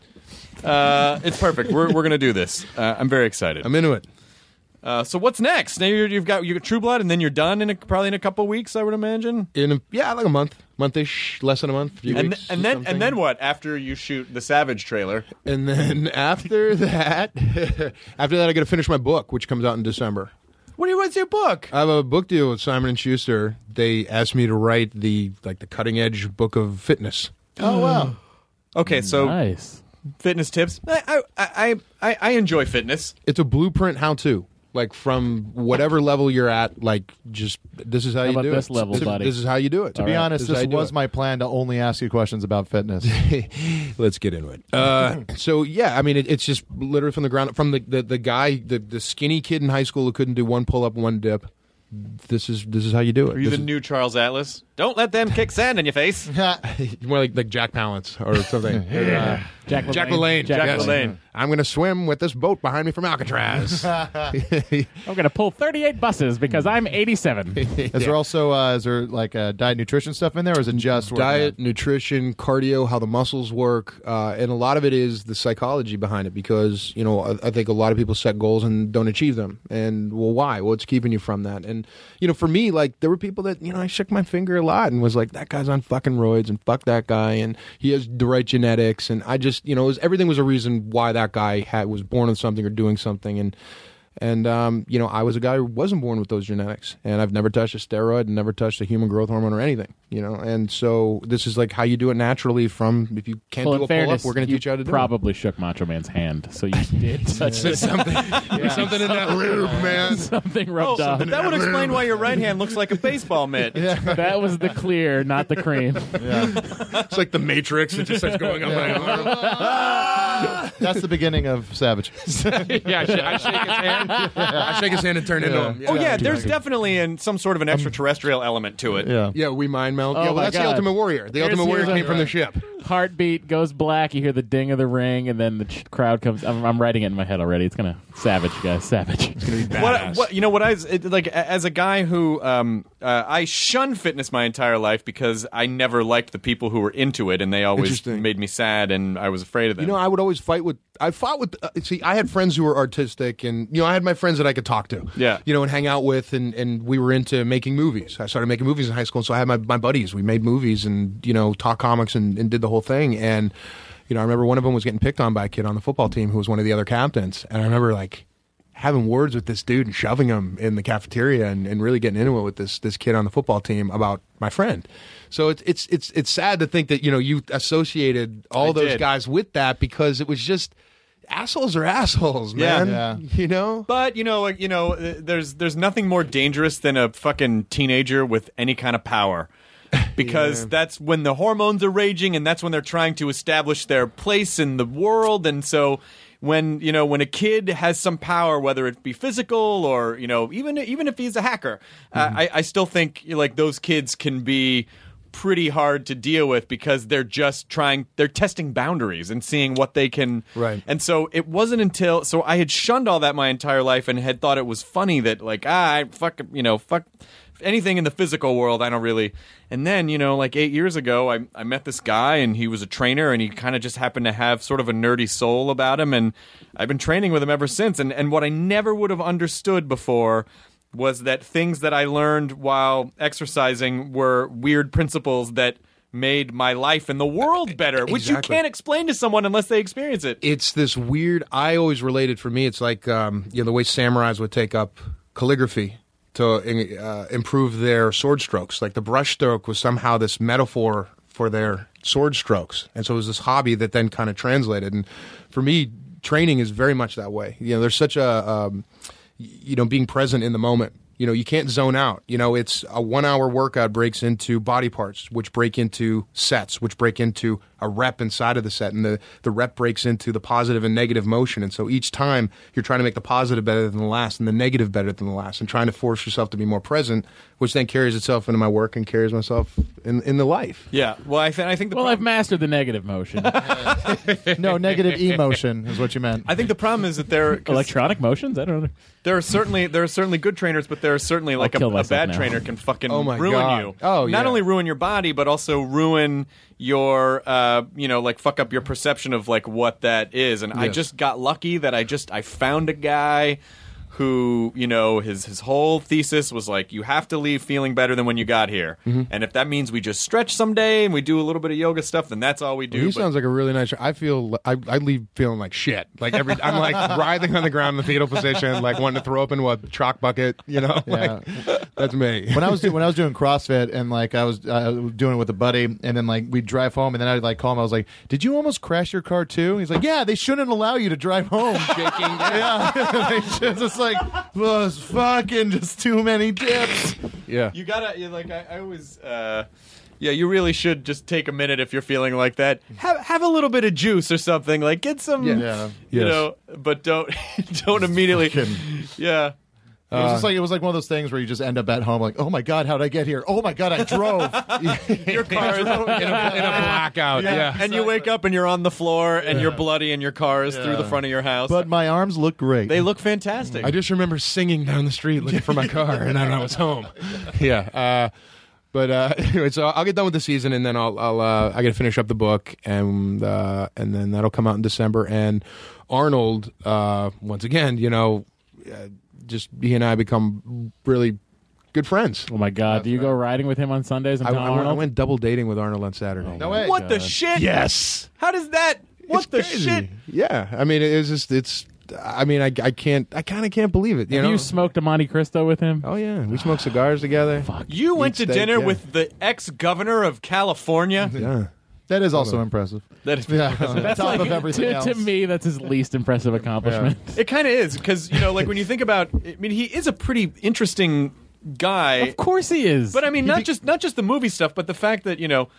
Uh, it's perfect. We're we're gonna do this. Uh, I'm very excited. I'm into it. Uh, so what's next? Now you're, you've got your True Blood, and then you're done in a, probably in a couple weeks, I would imagine. In a, yeah, like a month, monthish, less than a month, few And, weeks and or then something. and then what? After you shoot the Savage trailer, and then after [LAUGHS] that, after that, I got to finish my book, which comes out [LAUGHS] in December. What do you what's your book? I have a book deal with Simon and Schuster. They asked me to write the like the cutting edge book of fitness. Oh [GASPS] wow. Okay, so Fitness tips. I I I, I, I enjoy fitness. It's a blueprint how to. Like from whatever level you're at, like just this is how, you about do this it. level, To- buddy? This is how you do it. To be honest, is this how you do was it. my plan to only ask you questions about fitness. [LAUGHS] Let's get into it. Uh, so yeah, I mean, it, it's just literally from the ground from the the, the guy, the, the skinny kid in high school who couldn't do one pull up, one dip. This is this is how you do it. Are you This the new Charles Atlas? Don't let them kick sand in your face. is- [LAUGHS] more like like Jack Palance or something. Yeah. Jack Uh, Jack LaLanne. LaLanne. Jack yes. LaLanne. I'm going to swim with this boat behind me [LAUGHS] from Alcatraz. [LAUGHS] I'm gonna pull 38 buses because I'm [LAUGHS] 87. Is there also uh, is there like uh, diet nutrition stuff in there, or is it just working out? diet, nutrition, cardio, how the muscles work, uh, and a lot of it is the psychology behind it. Because you know, I, I think a lot of people set goals and don't achieve them, and well, why? What's keeping you from that? And you know, for me, like there were people that you know I shook my finger a lot and was like, that guy's on fucking roids, and fuck that guy, and he has the right genetics, and I just you know, it was, everything was a reason why that guy had was born with something or doing something, and. And um, you know, I was a guy who wasn't born with those genetics, and I've never touched a steroid, and never touched a human growth hormone or anything. You know, and so this is like how you do it naturally. From if you can't well, in do a pull up, fairness, we're going to teach you how to do probably shook Macho Man's hand, so [LAUGHS] you did touch There's something- there's something in [LAUGHS] that lube, man. Something rubbed off. Oh, that would explain why your right hand looks like a baseball [LAUGHS] mitt. That was the clear, not the cream. [LAUGHS] it. It's like the Matrix; it just starts going on my arm. [LAUGHS] That's the beginning of Savage. [LAUGHS] yeah, I, sh- I shake his hand. I shake his hand and turn into him. Oh [LAUGHS] yeah, there's definitely an, some sort of an extraterrestrial element to it. Yeah. Um, yeah, we mind meld. yeah, Oh well, my that's God. the Ultimate Warrior. The Here's- Ultimate Warrior here's came a- from the ship. Heartbeat goes black. You hear the ding of the ring, and then the ch- crowd comes. I'm, I'm writing it in my head already. It's gonna savage, you guys. Savage. It's gonna be What, what you know what I it, like a- as a guy who um, uh, I shunned fitness my entire life because I never liked the people who were into it and they always Interesting. made me sad and I was afraid of them. You know, I would always fight with. I fought with. Uh, see, I had friends who were artistic, and you know, I had my friends that I could talk to. Yeah. you know, and hang out with, and and we were into making movies. I started making movies in high school, and so I had my my buddies. We made movies, and you know, talk comics, and and did the whole thing, and. You know, I remember one of them was getting picked on by a kid on the football team who was one of the other captains, and I remember like having words with this dude and shoving him in the cafeteria and, and really getting into it with this this kid on the football team about my friend. So it's it's it's it's sad to think that you know you associated all I those did. guys with that because it was just assholes are assholes, Yeah. man. You know? But you know, like, you know, uh, there's there's nothing more dangerous than a fucking teenager with any kind of power. [LAUGHS] Because that's when the hormones are raging and that's when they're trying to establish their place in the world and so when you know when a kid has some power whether it be physical or you know even even if he's a hacker uh, I, I still think you know, like those kids can be pretty hard to deal with because they're just trying they're testing boundaries and seeing what they can Right. and so it wasn't until so I had shunned all that my entire life and had thought it was funny that like ah I fuck you know fuck anything in the physical world I don't really. And then you know like eight years ago I I met this guy and he was a trainer and he kind of just happened to have sort of a nerdy soul about him and I've been training with him ever since. And and what I never would have understood before was that things that I learned while exercising were weird principles that made my life and the world better, which you Exactly. can't explain to someone unless they experience it. It's this weird. I always related for me. It's like um, you know the way samurais would take up calligraphy to uh, improve their sword strokes. Like the brush stroke was somehow this metaphor for their sword strokes, and so it was this hobby that then kind of translated. And for me, training is very much that way. You know, there's such a um, y- you know being present in the moment. You know, you can't zone out. You know, it's a one hour workout breaks into body parts, which break into sets, which break into a rep inside of the set. And the, the rep breaks into the positive and negative motion. And so each time you're trying to make the positive better than the last and the negative better than the last and trying to force yourself to be more present, which then carries itself into my work and carries myself in, in the life. Yeah. Well, I, th- I think the well, I've mastered the negative motion. no, negative emotion is what you meant. I think the [LAUGHS] problem is that there electronic motions. I don't know. There are certainly there are certainly good trainers, but there are certainly like a, kill a myself bad now. trainer can fucking Oh my ruin God. you. Oh, not yeah. only ruin your body, but also ruin your uh, you know like fuck up your perception of like what that is. And I Yes. just got lucky that I just I found a guy who you know his his whole thesis was like you have to leave feeling better than when you got here. Mm-hmm. Mhm. And if that means we just stretch someday and we do a little bit of yoga stuff, then that's all we do. he But- sounds like a really nice. I feel I, I leave feeling like shit. Like every I'm like [LAUGHS] writhing on the ground in the fetal position, like wanting to throw up into a chalk bucket. You know, [LAUGHS] Yeah. like that's me. when I was do- when I was doing CrossFit and like I was uh, doing it with a buddy, and then like we would drive home, and then I'd like call him. I was like, "Did you almost crash your car too?" And he's like, "Yeah, they shouldn't allow you to drive home." Shaking, yeah, [LAUGHS] they just, it's like well, it's fucking just too many dips. Yeah. You gotta you like I, I always uh yeah, you really should just take a minute if you're feeling like that. Have have a little bit of juice or something. Like get some Yeah. Yeah. you Yes. know, but don't [LAUGHS] don't immediately [LAUGHS] Yeah. It was just like it was like one of those things where you just end up at home, like, "Oh my god, how did I get here? Oh my god, I drove." your car is in a, [LAUGHS] blackout. yeah. And you wake up and you're on the floor and you're bloody and your car is through the front of your house. But my arms look great. They look fantastic. I just remember singing down the street [LAUGHS] looking for my car, and then I was home. [LAUGHS] Yeah. Uh, but uh, [LAUGHS] anyway, so I'll get done with the season, and then I'll, I'll uh, I got to finish up the book, and uh, and then that'll come out in December. And Arnold, uh, once again, you know, uh, just he and I become really good friends. Oh my God! Do you go riding with him on Sundays? And I, Tom I went, I Arnold? went double dating with Arnold on Saturday. Uh, No my way. What the God. shit? Yes. How does that what the shit? Yeah, I mean, it was just it's. I mean, I, I can't. I kind of can't believe it. You Have know, you smoked a Monte Cristo with him? Oh yeah, we smoked cigars together. Fuck. You went to steak, dinner yeah. with the ex governor of California? Yeah. That is also impressive. That is yeah. impressive. on That's top like- of everything to, else. to me, that's his least impressive accomplishment. It kind of is because you know, like when you think about, I mean, he is a pretty interesting guy. Of course he is. But I mean, not just not just the movie stuff, but the fact that you know.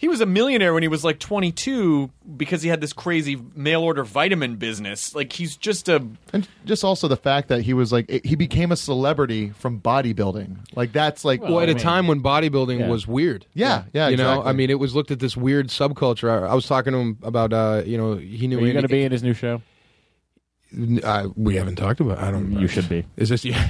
He was a millionaire when he was like 22 because he had this crazy mail order vitamin business. Like he's just a [LAUGHS] And just also the fact that he was like he became a celebrity from bodybuilding. Like that's like Well, at a time when bodybuilding Yeah. was weird. Yeah, yeah, You know, exactly. I mean, it was looked at this weird subculture. I, I was talking to him about, uh, you know, he knew. Are you Andy- going to be in his new show? Mm. Uh, we haven't talked about. I don't. You should be. Is this? [LAUGHS] Yeah.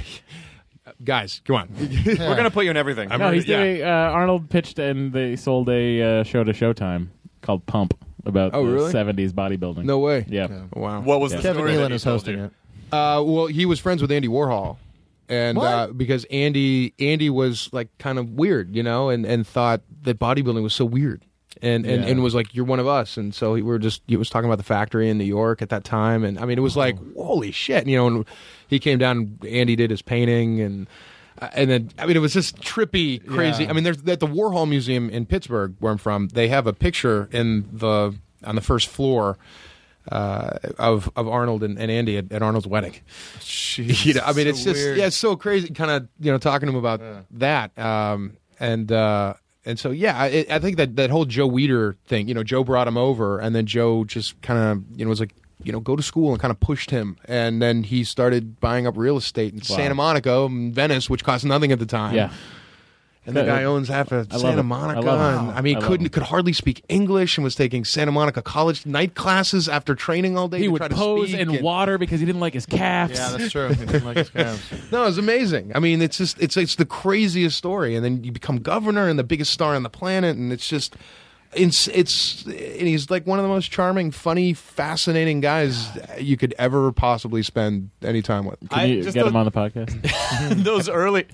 Guys, come on. [LAUGHS] We're gonna put you in everything. no, he's [LAUGHS] doing. Uh, Arnold pitched and they sold a uh, show to Showtime called Pump about Oh, the really? 70s bodybuilding. No way. Yeah. Wow. What was Yeah. the story that he told you? Uh, well, he was friends with Andy Warhol, and uh, because Andy Andy was like kind of weird, you know, and, and thought that bodybuilding was so weird, and and, Yeah. and was like, "You're one of us," and so he, we were just he was talking about the factory in New York at that time, and I mean, it was like, "Holy shit," you know. And he came down, and Andy did his painting, and uh, and then I mean, it was just trippy, crazy. Yeah. I mean, there's at the Warhol Museum in Pittsburgh, where I'm from. They have a picture in the on the first floor uh, of of Arnold and, and Andy at, at Arnold's wedding. [LAUGHS] you know, I mean, so it's just weird. yeah, it's so crazy. Kind of you know talking to him about that, um, and uh, and so yeah, I, I think that that whole Joe Weeder thing. You know, Joe brought him over, and then Joe just kind of you know was like. You know, go to school and kind of pushed him, and then he started buying up real estate in Wow. Santa Monica, and Venice, which cost nothing at the time. Yeah. And the Yeah, guy it- owns half of I love Santa it. Monica. I love it. and, I mean, I love couldn't it. could hardly speak English and was taking Santa Monica college night classes after training all day. He to would try to pose speak in and- water because he didn't like his calves. Yeah, that's true. He didn't like his calves. No, it's amazing. I mean, it's just it's it's the craziest story, and then you become governor and the biggest star on the planet, and it's just. It's it's and he's like one of the most charming, funny, fascinating guys you could ever possibly spend any time with. Can I you just get him don't- on the [LAUGHS] podcast? [LAUGHS] Those early.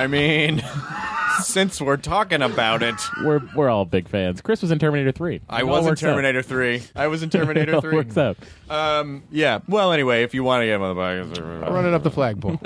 I mean, [LAUGHS] since we're talking about it, we're we're [LAUGHS] all big fans. Chris was in Terminator Three. I It all was in works out. Terminator Three. I was [LAUGHS] in It Terminator all Three. works out. Um, yeah. Well, anyway, if you want to get him on the podcast, [LAUGHS] Running up the flagpole.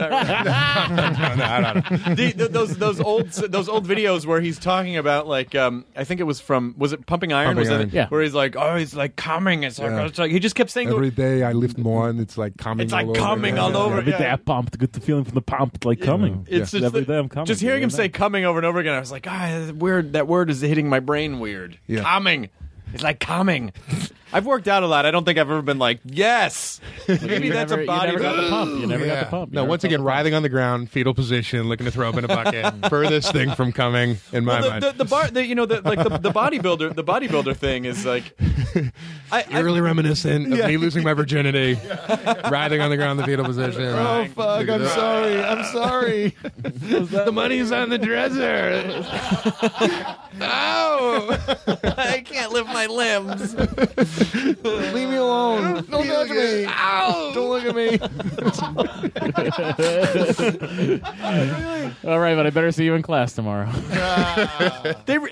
no, no, no, no. The, th those those old those old videos where he's talking about like um, I think it was from was it Pumping Iron? Pumping was that Iron. it? Yeah. Where he's like, oh, it's like coming. It's like, Yeah. it's like he just kept saying the- Every day I lift more, and it's like coming. It's like all over coming again. all over Every yeah. day I pumped, get the feeling from the pump, like coming. It's just, every the- day I'm coming. just hearing him every say "coming" over and over again. I was like, ah, that weird. That word is hitting my brain weird. Yeah. Coming, it's like coming. I've worked out a lot. I don't think I've ever been like, [LAUGHS] yes. Maybe you that's never- a you body. never got the pump. You never got the Yeah. pump. You No, never once felt again, writhing on the ground, fetal position, looking to throw up in [LAUGHS] a bucket. Furthest thing from coming in my Well, the, mind. the, the bar, the, you know, the, like the, the bodybuilder, the bodybuilder thing is like, [LAUGHS] I, I Eerily reminiscent of Yeah. me losing [LAUGHS] my virginity, writhing on the ground in the fetal position. Oh fuck! I'm sorry. I'm [LAUGHS] sorry. the money's on the [LAUGHS] dresser. Ow! Oh. [LAUGHS] I can't lift my limbs. Leave me alone. Don't touch me. Ow! Don't look at [LAUGHS] me. All right, but I better see you in class tomorrow. [LAUGHS] [LAUGHS] [LAUGHS] they re-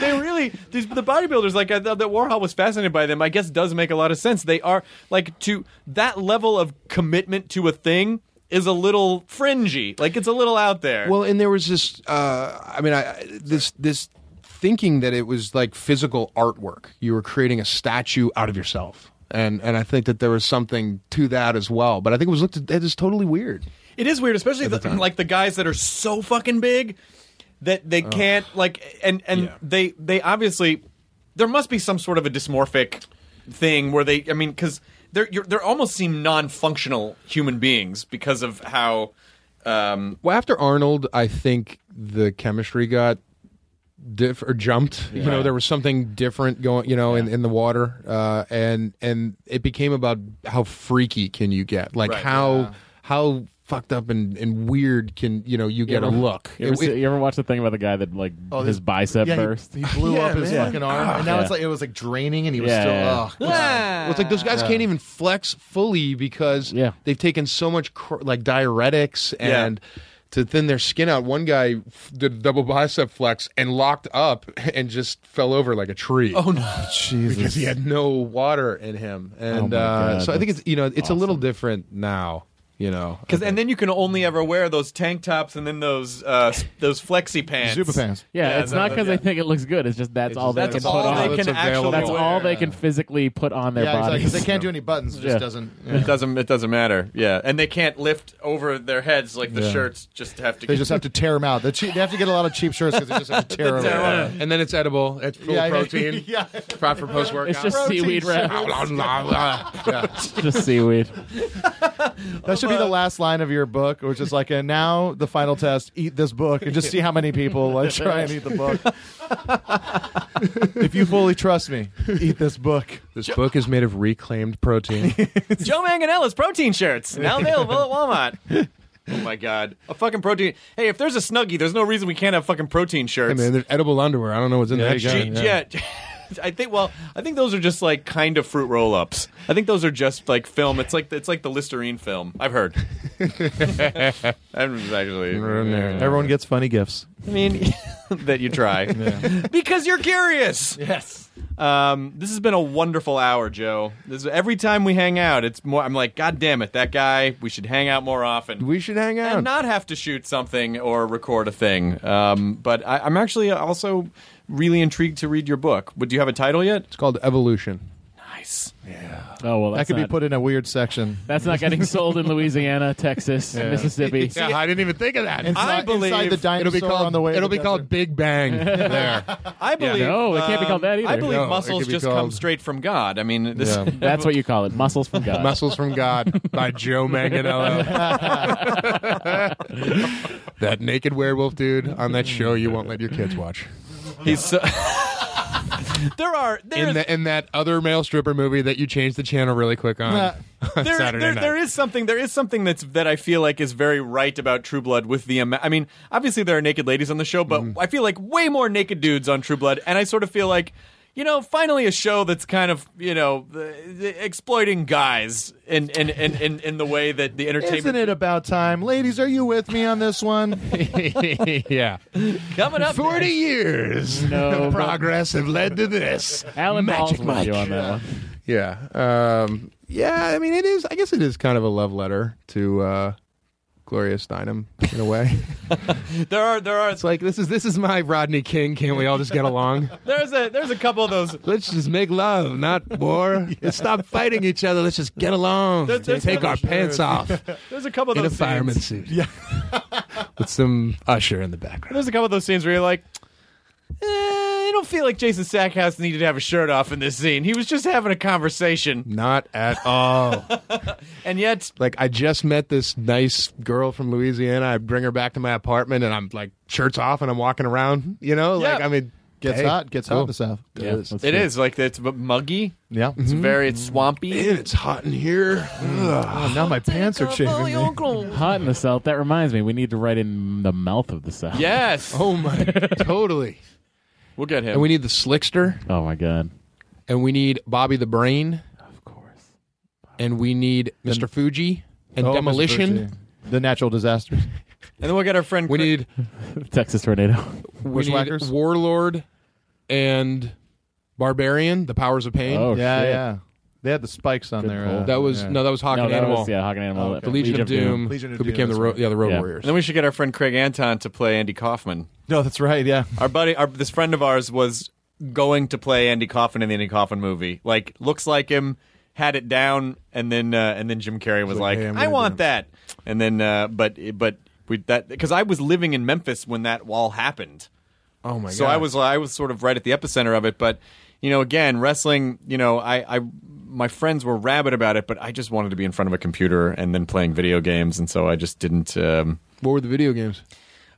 they really these the bodybuilders like I thought that Warhol was fascinated by them. I guess does make a lot of sense. They are like to that level of commitment to a thing is a little fringy. Like it's a little out there. Well, and there was this. Uh, I mean, I, this this thinking that it was like physical artwork. You were creating a statue out of yourself, and and I think that there was something to that as well. But I think it was looked at as totally weird. It is weird, especially the, [LAUGHS] like the guys that are so fucking big that they can't like and and they they obviously there must be some sort of a dysmorphic thing where they I mean cuz they're you're, they're almost seem non-functional human beings because of how um Well, after Arnold, I think the chemistry got diff or jumped. [LAUGHS] You Yeah. know, there was something different going. You know, in, in the water, uh, and and it became about how freaky can you get? Like Right. how how fucked up and, and weird can you know you You get ever- a look. You ever, It- see- you ever watch the thing about the [LAUGHS] guy that like Oh, his this- bicep yeah, he- burst? he blew up his Yeah. fucking arm, and now Yeah. it's like it was like draining, and he was Yeah, still. yeah, Oh, God. Well, it's like those guys Yeah. can't even flex fully because they've taken so much cr- like diuretics Yeah. and to thin their skin out. One guy f- did double bicep flex and locked up and just fell over like a tree. Oh no, Jesus. Oh, Because he had no water in him, and my uh, God, so I think that's it's you know it's a little different now. You know, cuz and then you can only ever wear those tank tops and then those uh s- those flexi pants. Zupa pants. Yeah, it's that- not that- because yeah. they think it looks good. It's just that's all they that's can all put they on. can That's available. That's all wear. they can physically put on their Yeah, exactly, 'cause bodies. they can't do any buttons. It just Yeah. doesn't. It doesn't. It doesn't matter. Yeah, and they can't lift over their heads like the Yeah. shirts. Just have to. They just have to tear them out. They're cheap- they have to get a lot of cheap shirts because they just [LAUGHS] have to [LAUGHS] tear them out. and then it's edible. It's full Yeah, of protein. [LAUGHS] yeah. Prop for post workout. It's just [LAUGHS] seaweed wraps. just seaweed. That should be the last line of your book, which is like, and now the final test: eat this book and just see how many people like try and eat the book. if you fully trust me, [LAUGHS] eat this book. This book is made of reclaimed [LAUGHS] protein. [LAUGHS] Joe Manganiello's protein shirts now available at Walmart. [LAUGHS] Oh my god, a fucking protein. Hey, if there's a snuggie, there's no reason we can't have fucking protein Hey, shirts. man, there's edible underwear. I don't know what's in Yeah, there. G- yeah. [LAUGHS] I think. Well, I think those are just like kind of fruit roll-ups. I think those are just like film. It's like it's like the Listerine film. I've heard. [LAUGHS] I'm actually. Everyone gets funny gifts. I mean, [LAUGHS] that you [LAUGHS] try because you're curious. Yes. Um, this has been a wonderful hour, Joe. This is, every time we hang out, it's more. I'm like, God damn it, that guy. We should hang out more often. We should hang out. and not have to shoot something or record a thing. Um, but I, I'm actually also really intrigued to read your book. Would do you have a title yet? It's called [LAUGHS] Evolution. Nice. Yeah. Oh well, That that's could be not- put in a weird section. That's not getting sold in [LAUGHS] Louisiana, Texas, Yeah. [LAUGHS] Mississippi. [LAUGHS] Yeah, I didn't even think of that. Inside- I believe- inside the it'll be dinosaur called, on the way to It'll the be called Big Bang. [LAUGHS] there. I believe. No, it can't be called that either. um, I believe No, it muscles could be just come called- straight from God. I mean, this, [LAUGHS] Yeah. That's what you call it. Muscles from God. Muscles from God by Joe Manganello. [LAUGHS] that naked werewolf dude on that show you won't let your kids watch. He's so. there are there [LAUGHS] in, the, in that other male stripper movie that you changed the channel really quick on, Uh, Nah. [LAUGHS] on there, Saturday there- night. there is something. There is something that's that I feel like is very right about True Blood. With the, ama- I mean, Mm-hmm. obviously there are naked ladies on the show, but I feel like way more naked dudes on True Blood, and I sort of feel like you know, finally a show that's kind of you know the, the exploiting guys in in, in, in in the way that the entertainment Isn't it about time, ladies? Are you with me on this one? [LAUGHS] [LAUGHS] yeah. coming up. 40 years No, of progress have led to this. Alan Magic Ball's with you Mike. on that one. Yeah. Um, yeah, I mean, it is, I guess it is kind of a love letter to uh, Gloria Steinem in a way. there are, there are, it's like, this is, this is my Rodney King. [LAUGHS] Can't we all just get along? There's a there's a couple of those. Let's just make love, not war. [LAUGHS] Let's stop fighting each other. Let's just get along. There's- there's Oh, Take our another pants shirt. off. [LAUGHS] There's a couple of in a those fireman scenes. suit. Yeah. With some usher in the background. There's a couple of those scenes where you're like, eh, I don't feel like Jason Sackhouse needed to have a shirt off in this scene. He was just having a conversation. Not [LAUGHS] at all. and yet, like I just met this nice girl from Louisiana. I bring her back to my apartment, and I'm like shirts off, and I'm walking around. You know, like Yeah. I mean, Gets hey, hot, gets hot cool. in the south. Yeah, It is like it's b- muggy. Yeah, it's Mm-hmm. very it's swampy. Man, it's hot in here. Oh, now my pants are chafing [LAUGHS] me. Hot in the South. That reminds me, we need to write in the mouth of the South. Yes. [LAUGHS] Oh my, totally. We'll get him. And we need the slickster, Oh my god. and we need Bobby the Brain, of course, and we need Mr. Fuji and Oh, Mr. Demolition. Fuji. The natural disasters. [LAUGHS] And then we'll get our friend. We need Texas tornado. we need Warlord and Barbarian, the Powers of Pain. Oh, yeah, shit. yeah. They had the spikes on there. pull. uh, That was yeah. no, that was Hawk No, and that Animal. was- yeah, Hawk and Animal. The Legion, of Doom, Legion of who Doom, became the that's ro- right. yeah, the Road Yeah. Warriors. And then we should get our friend Craig Anton to play Andy Kaufman. No, that's right. Yeah, Our buddy, our, this friend of ours was going to play Andy Kaufman in the Andy Kaufman movie. Like, looks like him, had it down, and then uh, and then Jim Carrey was like, "Hey, I'm "I gonna want do it." that," and then uh, but but we that because I was living in Memphis when that all happened. Oh my so god! I was I was sort of right at the epicenter of it, but you know, again, wrestling. You know, I, I my friends were rabid about it, but I just wanted to be in front of a computer and then playing video games, and so I just didn't. Um, What were the video games?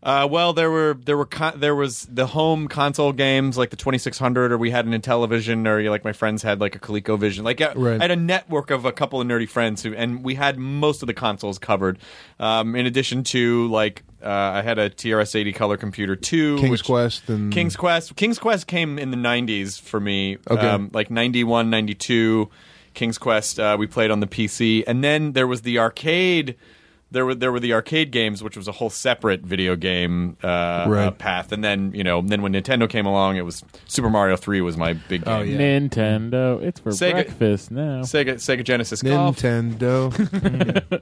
uh, well, there were there were con- there was the home console games like the 2600, or we had an Intellivision, or you know, like my friends had like a ColecoVision. Like I, Right. I had a network of a couple of nerdy friends who, and we had most of the consoles covered. Um, in addition to like uh, I had a TRS-80 Color Computer two, King's which- Quest and King's Quest. King's Quest came in the 90s for me. Okay. Um, like 91, 92. King's Quest uh, we played on the PC. And then there was the arcade. There were there were the arcade games, which was a whole separate video game uh, Right. uh, path. And then you know, then when Nintendo came along, it was Super Mario Three was my big Oh, game. Nintendo. It's for Sega- breakfast now. Sega Sega Genesis Golf. Nintendo. [LAUGHS]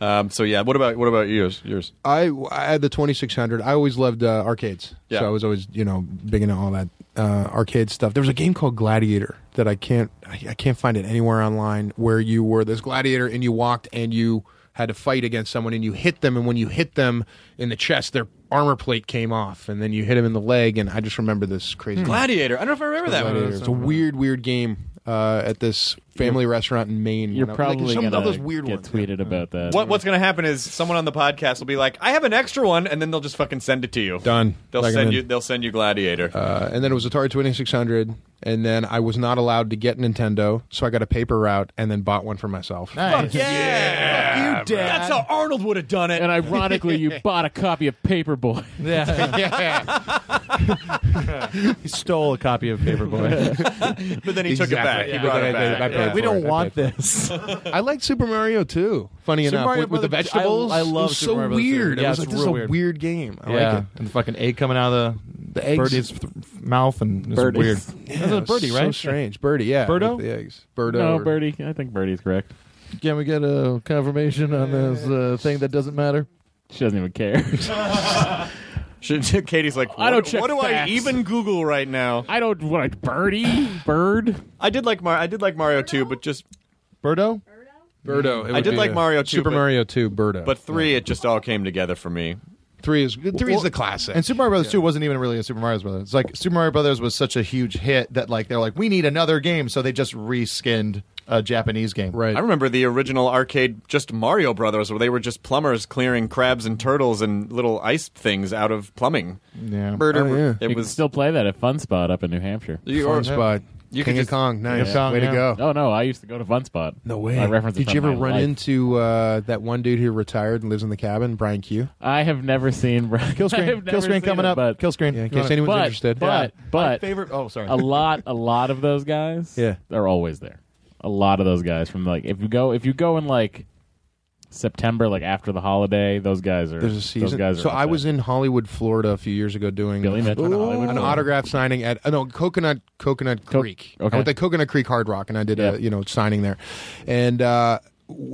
Um, so yeah, what about what about yours? Yours? I, I had the 2600. I always loved uh, arcades, Yeah. so I was always you know big into all that uh, arcade stuff. There was a game called Gladiator that I can't I, I can't find it anywhere online where you were this gladiator and you walked and you had to fight against someone and you hit them and when you hit them in the chest their armor plate came off and then you hit them in the leg and I just remember this crazy Hmm. Gladiator. I don't know if I remember that Gladiator. one. It's a weird, weird game uh, at this family restaurant in Maine. You're Like, probably some gonna of those weird get ones. tweeted about that. What, what's going to happen is someone on the podcast will be like, "I have an extra one," and then they'll just fucking send it to you. Done. They'll Like, I'm send in. you. They'll send you Gladiator. Uh, and then it was Atari 2600, and then I was not allowed to get Nintendo, so I got a paper route and then bought one for myself. nice. yeah, Fuck you, Dad. [LAUGHS] That's how Arnold would have done it. And ironically, you [LAUGHS] bought a copy of Paperboy. Yeah. [LAUGHS] he stole a copy [LAUGHS] of Paperboy. but then he took it back. Exactly. He Yeah. brought I- it back. I- I paid Yeah. we for don't it. I want paid [LAUGHS] this. I liked Super Mario too. Funny Super enough, Mario with, with the Brothers- vegetables, I- I love it was Super so Mario Brothers too. weird. Yeah, I was it's like, this is real a weird. weird, game. I yeah, like and the fucking egg coming out of the The eggs. birdie's th- mouth and it's Birdie. [LAUGHS] weird. it. That's Yeah, a birdie, so right? strange, birdie. Yeah, Birdo? with the eggs. Birdo. No, or- Birdie. I think Birdie's correct. Can we get a confirmation on this uh, thing that doesn't matter? She doesn't even [LAUGHS] care. [LAUGHS] Should- Katie's like, what, I don't check what do I facts. even Google right now? I don't want [LAUGHS] Birdie. Bird. I did like Mar- I did like Mario two, but just Birdo? Birdo. It I would did be like a- Mario 2, Super but- Mario Two. Birdo. but three, it just all came together for me. three is three is Well, the classic. And Super Mario Brothers 2 wasn't even really a Super Mario Brothers. It's like Super Mario Brothers was such a huge hit that like they're like we need another game, so they just reskinned a Japanese game. right. I remember the original arcade, just Mario Brothers, where they were just plumbers clearing crabs and turtles and little ice things out of plumbing. Yeah. Birdo. It you can was still play that at Fun Spot up in New Hampshire. you- Oh, Fun or- spot. You King could of just- Kong, nice. King of Kong, Way to yeah. go. Oh no, I used to go to Funspot. No way. I reference. Did you ever run into uh, that one dude who retired and lives in the cabin, Brian Q? I have never seen Brian. Kill [LAUGHS] screen. I have Kill never screen seen coming it, up. But, Kill screen. Yeah, in case But- anyone's but- interested. But Yeah. but My favorite- oh, sorry. A lot a lot of those guys. [LAUGHS] Yeah. they're always there. A lot of those guys from like if you go if you go in like September like after the holiday, those guys are There's a Those season. guys are so on I set. was in Hollywood, Florida, a few years ago doing Met on Hollywood an Florida. autograph signing at uh, no Coconut Coconut Creek. okay. I went to Coconut Creek Hard Rock, and I did Yeah. a you know signing there, and. uh w-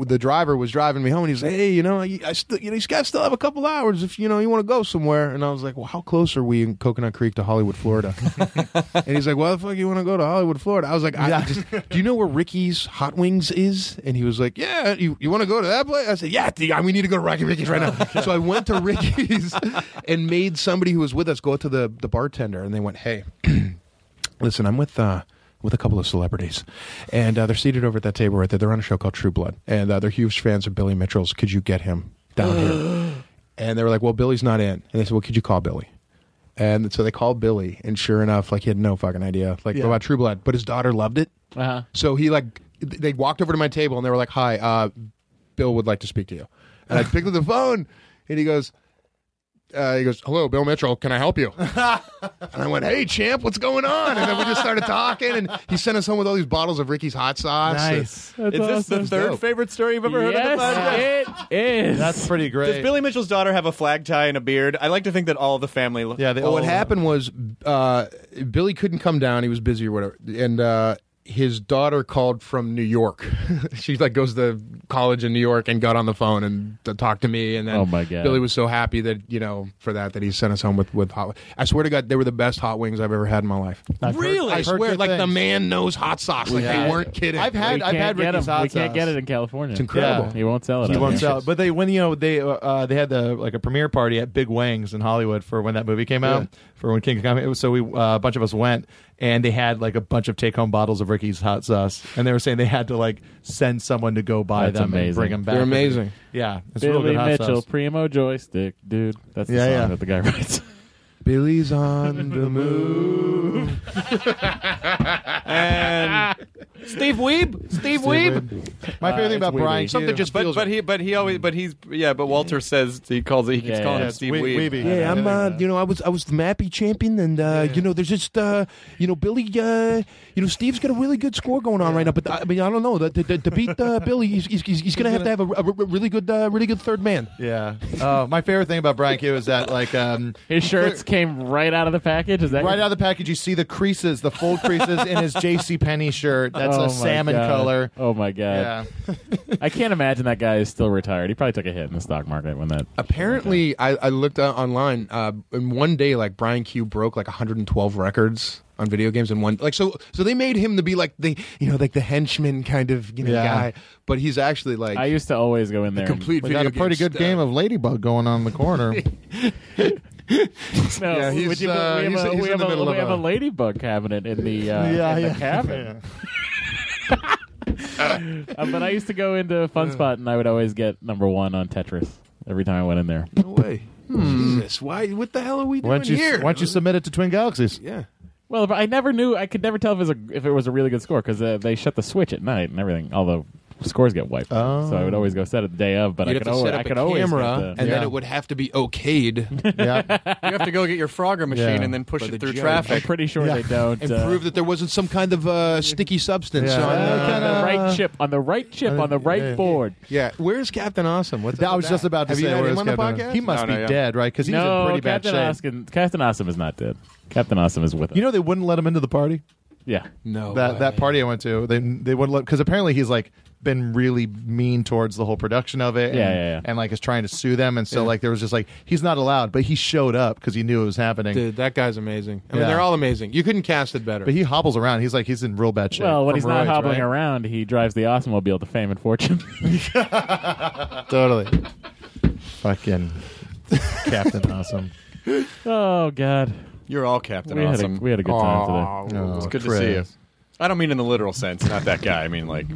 the driver was driving me home, and he's like, "Hey, you know, I, I still, you know, these guys still have a couple hours if you know you want to go somewhere." And I was like, "Well, how close are we in Coconut Creek to [LAUGHS] Hollywood, Florida?" and he's like, "Why the fuck you want to go to Hollywood, Florida?" I was like, I just, "Do you know where Ricky's Hot Wings is?" And he was like, "Yeah, you, you want to go to that place?" I said, "Yeah, dude, I- we need to go to Rocky Ricky's right now." So I went to Ricky's [LAUGHS] and made somebody who was with us go up to the the bartender, and they went, "Hey, [CLEARS THROAT] listen, I'm with." uh with a couple of celebrities, and uh, they're seated over at that table right there. They're on a show called True Blood, and uh, they're huge fans of Billy Mitchell's. Could you get him down here? And they were like, "Well, Billy's not in." And they said, "Well, could you call Billy?" And so they called Billy, and sure enough, like he had no fucking idea, like Yeah. about True Blood, but his daughter loved it. Uh-huh. So he like th- they walked over to my table, and they were like, "Hi, uh, Bill would like to speak to you." And I picked up the phone, and he goes, uh, "He goes, hello, Bill Mitchell, can I help [LAUGHS] you?" And I went, "Hey, champ, what's going on?" And then we just started talking, and he sent us home with all these bottles of Ricky's hot sauce. Nice. And- Is this the third Dope. favorite story you've ever heard on the podcast? It is. That's pretty great. Does Billy Mitchell's daughter have a flag tie and a beard? I like to think that all the family. Lo- Yeah. oh, well, what happened was uh, Billy couldn't come down; he was busy or whatever, and uh, his daughter called from New York. [LAUGHS] she like goes to college in New York and got on the phone and t- talked to me. And then Oh, my God. Billy was so happy that you know for that that he sent us home with with hot. I swear to God, they were the best hot wings I've ever had in my life. Really? I swear, like the man knows hot sauce. Like they weren't kidding. I've had We I've can't had get Ricky's 'em. hot We can't sauce. get it in California. It's incredible. Yeah. He won't sell it. He out won't here. [LAUGHS] sell. it. But they when you know they uh, uh, they had the like a premiere party at Big Wang's in Hollywood for when that movie came out Yeah. for when King Kong. It was, so we uh, a bunch of us went and they had like a bunch of take home bottles of Ricky's hot sauce and they were saying they had to like send someone to go buy That's them amazing. and bring them back. They're amazing. Yeah, it's Billy real good hot Mitchell, sauce. Primo joystick, dude. That's the Yeah, song yeah. that the guy [LAUGHS] writes. Billy's on the move. and Steve Weeb, Steve, Weeb. My favorite thing about Brian, something just but, but he but he always but he's yeah but Walter says he calls it he keeps Yeah, calling yeah. him Steve Wee- Weeb. Weeby. Yeah, I'm. Uh, you know, I was I was the Mappy champion, and uh, you know, there's just uh, you know, Billy. Uh, you know, Steve's got a really good score going on right now, but I mean, I don't know. To, to, to beat [LAUGHS] uh, Billy, he's, he's, he's, gonna have to have a, a re- really good, uh, really good third man. Yeah. Uh, my favorite thing about Brian Q is that like um, his shirts came right out of the package. Is that right your- out of the package? You see the creases, the fold creases in his J.C. Penney shirt. That's Oh my a salmon God. color. Oh my god! [LAUGHS] I can't imagine that guy is still retired. He probably took a hit in the stock market when that. Apparently, I, I looked uh, online. Uh, in one day, like Brian Q broke like 112 records on video games in one. Like so, so they made him to be like the you know like the henchman kind of you know Yeah. guy, but he's actually like I used to always go in there. and- complete We video got a pretty game good game of Ladybug going on in [LAUGHS] the corner. [LAUGHS] No, Yeah, he's, would you- uh, we have he's- a- he's we have in the a- middle of we have a a- ladybug cabinet in the uh, [LAUGHS] Yeah, in the yeah. cabin. Uh, but I used to go into Fun Spot and I would always get number one on Tetris every time I went in there. No way. Hmm. Hmm. Jesus, why? What the hell are we Why doing don't you here? Why don't you submit it to Twin Galaxies? Yeah. Well, but I never knew. I could never tell if it was a, if it was a really good score because uh, they shut the switch at night and everything. All the scores get wiped, Oh. so I would always go set it the day of. But You'd I have could to always, set up I could a always camera, get the, and then it would have to [LAUGHS] be okayed. You have to go get your Frogger machine Yeah. and then push By the it through judge. traffic. I'm pretty sure Yeah. they don't, and uh, prove that there wasn't some kind of uh, sticky substance Yeah. on, Uh, uh, on the right chip, on the right chip, on the right board. Yeah, where's Captain Awesome? What's I was just about to Have say you had where him is on the Captain- podcast? He must be dead, right? Because he's no, in pretty Captain bad shape. Awesome, Captain Awesome is not dead. Captain Awesome is with us. You know they wouldn't let him into the party. Yeah. No. That that party I went to, they they wouldn't let because apparently he's like been really mean towards the whole production of it. And, Yeah, yeah, yeah. and like is trying to sue them, and so like there was just like he's not allowed, but he showed up because he knew it was happening. Dude, that guy's amazing. I Yeah. mean, they're all amazing. You couldn't cast it better. But he hobbles around. He's like he's in real bad shape. Well, when from he's not roids, hobbling right? around, he drives the Awesomemobile to fame and fortune. [LAUGHS] [LAUGHS] totally. Fucking Captain Awesome. oh God, you're all Captain we had a- Awesome. we had a good time today. Oh, it's good to see you. I don't mean in the literal sense, not that guy. I mean like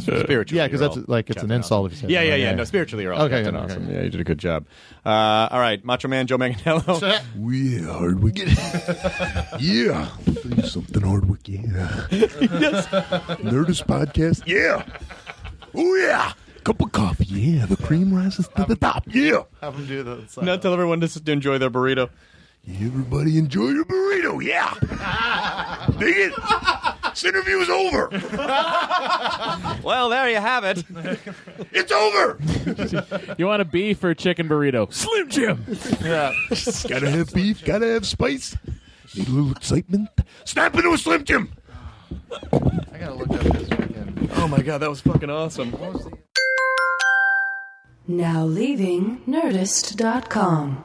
spiritually. Yeah, because you're that's all like it's an Captain insult if you Awesome. say Yeah, that. yeah, yeah, No, spiritually, you're all okay. Captain okay, Awesome. Yeah, you did a good job. Uh, all right, Macho Man Joe Manganiello. we hard we [LAUGHS] get. yeah, Think something hard we [LAUGHS] get. Yes. Nerdist podcast. Yeah. Oh yeah. Cup of coffee. Yeah. The cream rises to the top. Yeah. Have them do the. Now [LAUGHS] tell everyone to s- to enjoy their burrito. Everybody enjoy your burrito. [LAUGHS] Yeah. Dig it. This interview's [LAUGHS] over. Well, there you have it. It's over. you want a beef or a chicken burrito? Slim Jim. Yeah. gotta have beef. Gotta have spice. Need a little excitement. Snap into a Slim Jim. I gotta look up this weekend. Oh my god, that was fucking awesome. Now leaving Nerdist.com.